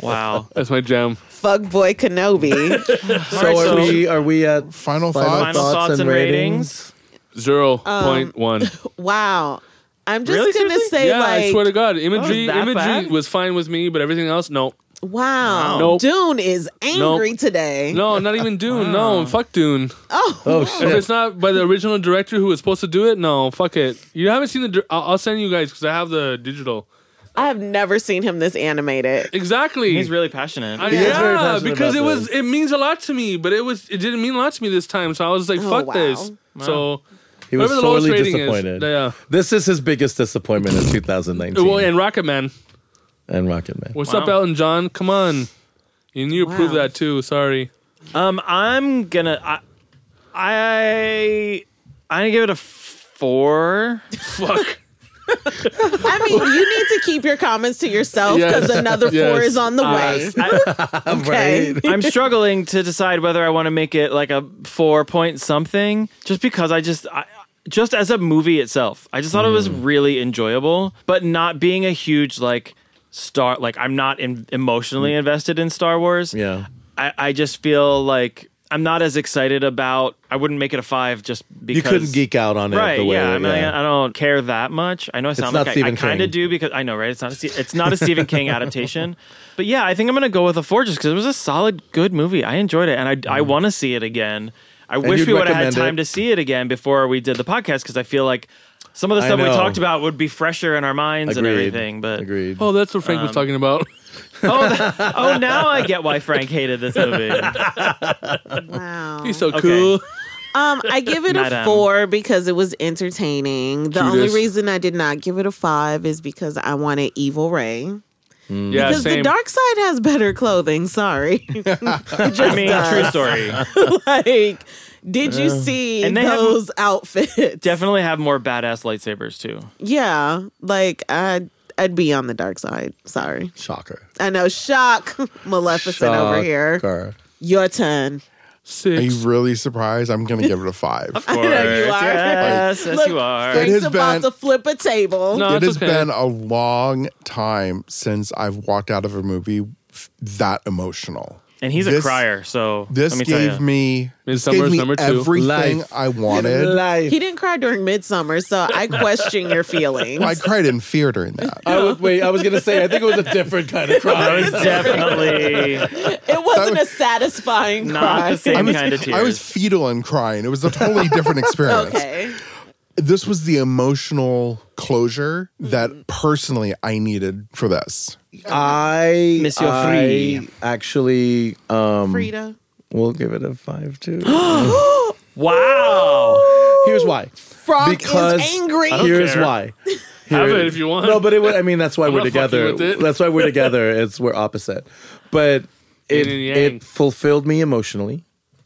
Speaker 3: wow.
Speaker 1: That's my jam.
Speaker 4: Fuck boy Kenobi.
Speaker 5: so are
Speaker 3: so-
Speaker 5: we? Are we at final
Speaker 6: Final, thoughts.
Speaker 5: thoughts, and, ratings?
Speaker 1: Zero
Speaker 3: Um,
Speaker 1: point one.
Speaker 4: Wow. I'm just
Speaker 3: Really?
Speaker 4: gonna
Speaker 3: Seriously?
Speaker 4: say
Speaker 1: Yeah, I
Speaker 4: like
Speaker 1: swear to God, imagery
Speaker 3: that
Speaker 1: imagery
Speaker 3: bad?
Speaker 1: was fine with me, but everything else, no,
Speaker 4: wow,
Speaker 1: Nope.
Speaker 4: Dune is angry
Speaker 1: Nope.
Speaker 4: today.
Speaker 1: no, not even Dune. No, fuck Dune.
Speaker 4: Oh,
Speaker 5: Oh
Speaker 1: If
Speaker 5: shit!
Speaker 1: it's not by the original director who was supposed to do it, no, fuck it. You haven't seen the. dir- I'll, I'll send you guys because I have the digital.
Speaker 4: I have never seen him this animated.
Speaker 1: Exactly.
Speaker 3: He's really passionate.
Speaker 1: I-
Speaker 5: He is very
Speaker 1: yeah,
Speaker 5: passionate
Speaker 1: because it
Speaker 5: about
Speaker 1: was
Speaker 5: this.
Speaker 1: it means a lot to me, but it was it didn't mean a lot to me this time. So I was like,
Speaker 4: Oh,
Speaker 1: fuck
Speaker 4: wow.
Speaker 1: this. So
Speaker 5: He was
Speaker 1: whatever the lowest
Speaker 5: sorely
Speaker 1: rating is,
Speaker 5: disappointed.
Speaker 1: yeah.
Speaker 5: This is his biggest disappointment in 2019.
Speaker 1: well, and Rocket Man,
Speaker 5: and Rocket Man.
Speaker 1: what's
Speaker 3: Wow.
Speaker 1: up, Elton John? Come on, you need to prove
Speaker 4: Wow.
Speaker 1: that too. Sorry,
Speaker 3: Um, I'm gonna I I I'm gonna give it a four.
Speaker 1: fuck.
Speaker 4: I mean, you need to keep your comments to yourself
Speaker 1: Yes.
Speaker 4: because another
Speaker 1: Yes.
Speaker 4: four is on the way. Okay.
Speaker 5: Right?
Speaker 3: I'm struggling to decide whether I want to make it like a four point something, just because I just I, just as a movie itself, I just thought it was
Speaker 5: Mm.
Speaker 3: really enjoyable, but not being a huge like star like I'm not in, emotionally invested in Star Wars.
Speaker 5: Mm. Yeah.
Speaker 3: I, I just feel like I'm not as excited about. I wouldn't make it a five just because
Speaker 5: You couldn't geek out on it
Speaker 3: Right?
Speaker 5: the way.
Speaker 3: yeah, I mean,
Speaker 5: yeah.
Speaker 3: I, I don't care that much. I know I sound
Speaker 5: not
Speaker 3: like I, I
Speaker 5: Stephen
Speaker 3: kind of
Speaker 5: King.
Speaker 3: do because I know, right? It's not a, Ste- it's not a Stephen King adaptation, but yeah, I think I'm gonna go with a four just because it was a solid, good movie. I enjoyed it, and I I want to see it again. I wish
Speaker 5: Mm-hmm. you'd
Speaker 3: we would have had
Speaker 5: recommend it?
Speaker 3: time to see it again before we did the podcast because I feel like some of the
Speaker 5: I
Speaker 3: stuff we
Speaker 5: know.
Speaker 3: talked about would be fresher in our minds and
Speaker 5: Agreed.
Speaker 3: everything. But
Speaker 5: agreed.
Speaker 1: Oh, that's what Frank was talking about.
Speaker 3: oh, th- oh, now I get why Frank hated this movie.
Speaker 4: Wow.
Speaker 1: He's so
Speaker 3: Okay.
Speaker 1: cool.
Speaker 4: Um, I give it a
Speaker 3: Madam.
Speaker 4: four because it was entertaining. The
Speaker 1: Judas.
Speaker 4: only reason I did not give it a five is because I wanted Evil Ray.
Speaker 1: Yeah,
Speaker 4: Because the
Speaker 1: Uh, same.
Speaker 4: dark side has better clothing. Sorry. uh,
Speaker 3: I mean, true story.
Speaker 4: like, did
Speaker 1: Uh.
Speaker 4: you see
Speaker 3: And they have-
Speaker 4: those outfits?
Speaker 3: Definitely have more badass lightsabers too.
Speaker 4: Yeah, like I'd I'd be on the dark side. Sorry,
Speaker 5: Shocker.
Speaker 4: I know. Shock, Maleficent over here.
Speaker 5: Shocker.
Speaker 4: Your turn.
Speaker 6: Are you
Speaker 1: Six.
Speaker 6: really surprised? I'm going to give it a five.
Speaker 3: I
Speaker 4: know you are.
Speaker 3: Yes, yes,
Speaker 4: Look,
Speaker 3: you are.
Speaker 6: It
Speaker 4: Frank's
Speaker 6: has
Speaker 4: about
Speaker 6: been-
Speaker 4: to flip a table.
Speaker 1: No,
Speaker 6: it
Speaker 1: it's
Speaker 6: has
Speaker 1: okay.
Speaker 6: been a long time since I've walked out of a movie f- that emotional.
Speaker 3: And he's a
Speaker 6: This-
Speaker 3: crier, so
Speaker 6: This
Speaker 3: let me
Speaker 6: gave
Speaker 3: tell you.
Speaker 6: me, this
Speaker 1: Midsummer's
Speaker 6: gave me
Speaker 1: number two.
Speaker 6: everything
Speaker 5: Life.
Speaker 6: I wanted.
Speaker 4: He didn't cry during Midsummer, so I question your feelings.
Speaker 6: I cried in fear during that.
Speaker 5: I would, wait, I was gonna say. I think it was a different kind
Speaker 3: That
Speaker 5: of cry.
Speaker 3: was definitely
Speaker 4: it wasn't a satisfying
Speaker 3: not the
Speaker 4: cry.
Speaker 3: same
Speaker 6: I was,
Speaker 3: kind of tears.
Speaker 6: I was fetal and crying. It was a totally different experience.
Speaker 4: Okay.
Speaker 6: This was the emotional closure that personally I needed for this.
Speaker 5: I,
Speaker 3: Monsieur
Speaker 5: I
Speaker 3: Free.
Speaker 5: actually, um,
Speaker 4: Frida.
Speaker 5: we'll give it a five too.
Speaker 3: wow.
Speaker 5: Here's why.
Speaker 4: Frog
Speaker 5: Because
Speaker 4: is angry.
Speaker 5: Here's
Speaker 1: care.
Speaker 5: why.
Speaker 1: Have
Speaker 5: Here-
Speaker 1: it if you want.
Speaker 5: No, but it would. I mean, that's why we're
Speaker 1: not fucking
Speaker 5: together.
Speaker 1: with it.
Speaker 5: That's why we're together. It's we're opposite, but it
Speaker 1: Yin and yang.
Speaker 5: it fulfilled me emotionally.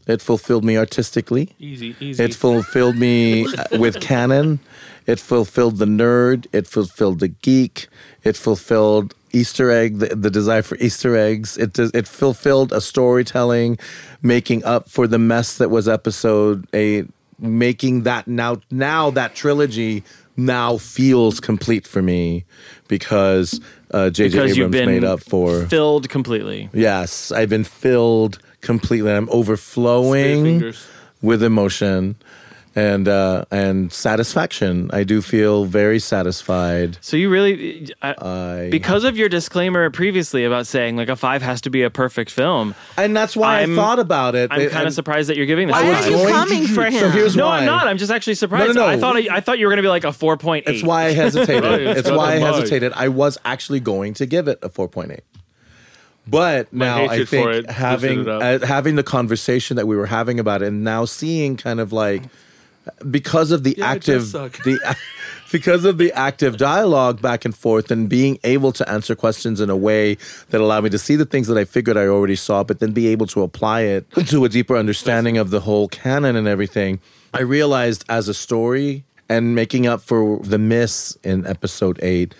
Speaker 5: It fulfilled me artistically.
Speaker 1: easy, easy.
Speaker 5: It fulfilled me uh, with canon. It fulfilled the nerd. It fulfilled the geek. It fulfilled Easter egg, the, the desire for Easter eggs. It does- it fulfilled a storytelling, making up for the mess that was episode eight, making that now now that trilogy now feels complete for me because uh, J.J.
Speaker 3: Because you've
Speaker 5: Abrams
Speaker 3: been
Speaker 5: made up for.
Speaker 3: filled completely.
Speaker 5: Yes, I've been filled completely. I'm
Speaker 1: Spare
Speaker 5: overflowing
Speaker 1: fingers.
Speaker 5: with emotion and uh, and satisfaction. I do feel very satisfied.
Speaker 3: So you really, I,
Speaker 5: I
Speaker 3: because of your disclaimer previously about saying like a five has to be a perfect film,
Speaker 5: and that's why
Speaker 3: I'm-
Speaker 5: I thought about it.
Speaker 3: I'm
Speaker 5: It-
Speaker 3: kind of
Speaker 5: and-
Speaker 3: surprised that you're giving this.
Speaker 4: Why
Speaker 3: a
Speaker 5: was
Speaker 4: are
Speaker 3: five.
Speaker 5: going
Speaker 4: you
Speaker 5: to
Speaker 4: coming
Speaker 5: do-
Speaker 4: for him?
Speaker 5: so here's
Speaker 3: No,
Speaker 5: why.
Speaker 3: I'm not. I'm just actually surprised.
Speaker 5: no.
Speaker 3: I thought I, I thought you were going to be like a four point eight.
Speaker 5: That's why I hesitated.
Speaker 1: Right, it's
Speaker 5: it's
Speaker 1: got
Speaker 5: why I
Speaker 1: the bug.
Speaker 5: hesitated. I was actually going to give it a 4.8. But now
Speaker 1: hatred
Speaker 5: I
Speaker 1: for
Speaker 5: think
Speaker 1: it boosted
Speaker 5: having
Speaker 1: it up.
Speaker 5: uh, having the conversation that we were having about it and now seeing kind of like because of the
Speaker 1: Yeah, it
Speaker 5: active
Speaker 1: does suck.
Speaker 5: the because of the active dialogue back and forth and being able to answer questions in a way that allowed me to see the things that I figured I already saw, but then be able to apply it to a deeper understanding of the whole canon and everything. I realized as a story and making up for the miss in episode eight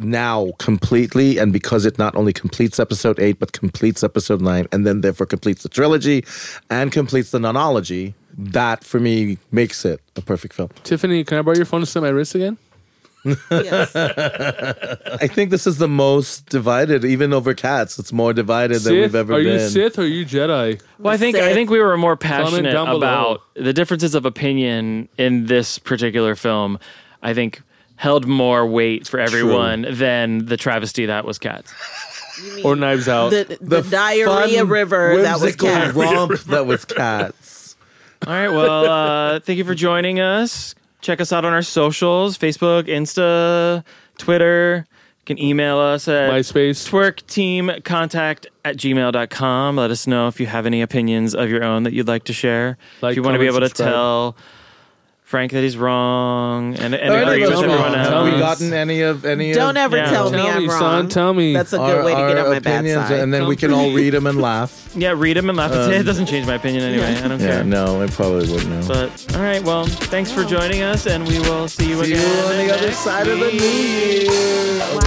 Speaker 5: now completely and because it not only completes episode 8 but completes episode 9 and then therefore completes the trilogy and completes the nonology that for me makes it a perfect film
Speaker 1: Tiffany, can I borrow your phone to set my wrist again?
Speaker 4: Yes.
Speaker 5: i think this is the most divided even over cats it's more divided than
Speaker 1: Sith?
Speaker 5: we've ever
Speaker 1: are
Speaker 5: been
Speaker 1: you Sith or are you Jedi?
Speaker 3: Well, I think
Speaker 4: Say
Speaker 3: I
Speaker 4: it.
Speaker 3: think we were more passionate
Speaker 1: down below.
Speaker 3: about the differences of opinion in this particular film. I think held more weight for everyone than the travesty that was Cats.
Speaker 1: Or Knives Out?
Speaker 4: the, the, diarrhea
Speaker 5: fun,
Speaker 4: river that was
Speaker 5: whimsical
Speaker 4: cats.
Speaker 5: romp that was cats
Speaker 3: All right. Well, uh, thank you for joining us. Check us out on our socials: Facebook, Insta, Twitter. You can email us at
Speaker 1: MySpace.
Speaker 3: twerkteamcontact at gmail.com. Let us know if you have any opinions of your own that you'd like to share.
Speaker 1: Like,
Speaker 3: if you want to be
Speaker 1: comment,
Speaker 3: able to
Speaker 1: subscribe.
Speaker 3: tell Frank that he's wrong and, and
Speaker 5: Are
Speaker 3: agree
Speaker 5: any of
Speaker 3: with
Speaker 5: us
Speaker 3: everyone
Speaker 5: wrong?
Speaker 3: else.
Speaker 5: have we gotten any of any
Speaker 4: Don't
Speaker 5: of
Speaker 4: ever
Speaker 3: Yeah.
Speaker 4: tell, me
Speaker 1: Tell
Speaker 4: I'm
Speaker 1: me,
Speaker 4: wrong.
Speaker 1: son, tell me.
Speaker 4: That's a good
Speaker 5: our,
Speaker 4: way to get
Speaker 5: our
Speaker 4: on my bad
Speaker 5: opinions
Speaker 4: side.
Speaker 5: and then we
Speaker 1: Come
Speaker 5: can all read them and laugh
Speaker 3: Yeah, read them and laugh. It's- it doesn't change my opinion anyway. I don't
Speaker 5: yeah
Speaker 3: care.
Speaker 5: no it probably wouldn't know.
Speaker 3: But all right, well, thanks for joining us, and we will see you
Speaker 5: see you
Speaker 3: again
Speaker 5: on the other
Speaker 3: next
Speaker 5: side of the
Speaker 3: week.
Speaker 5: new year
Speaker 4: Wow.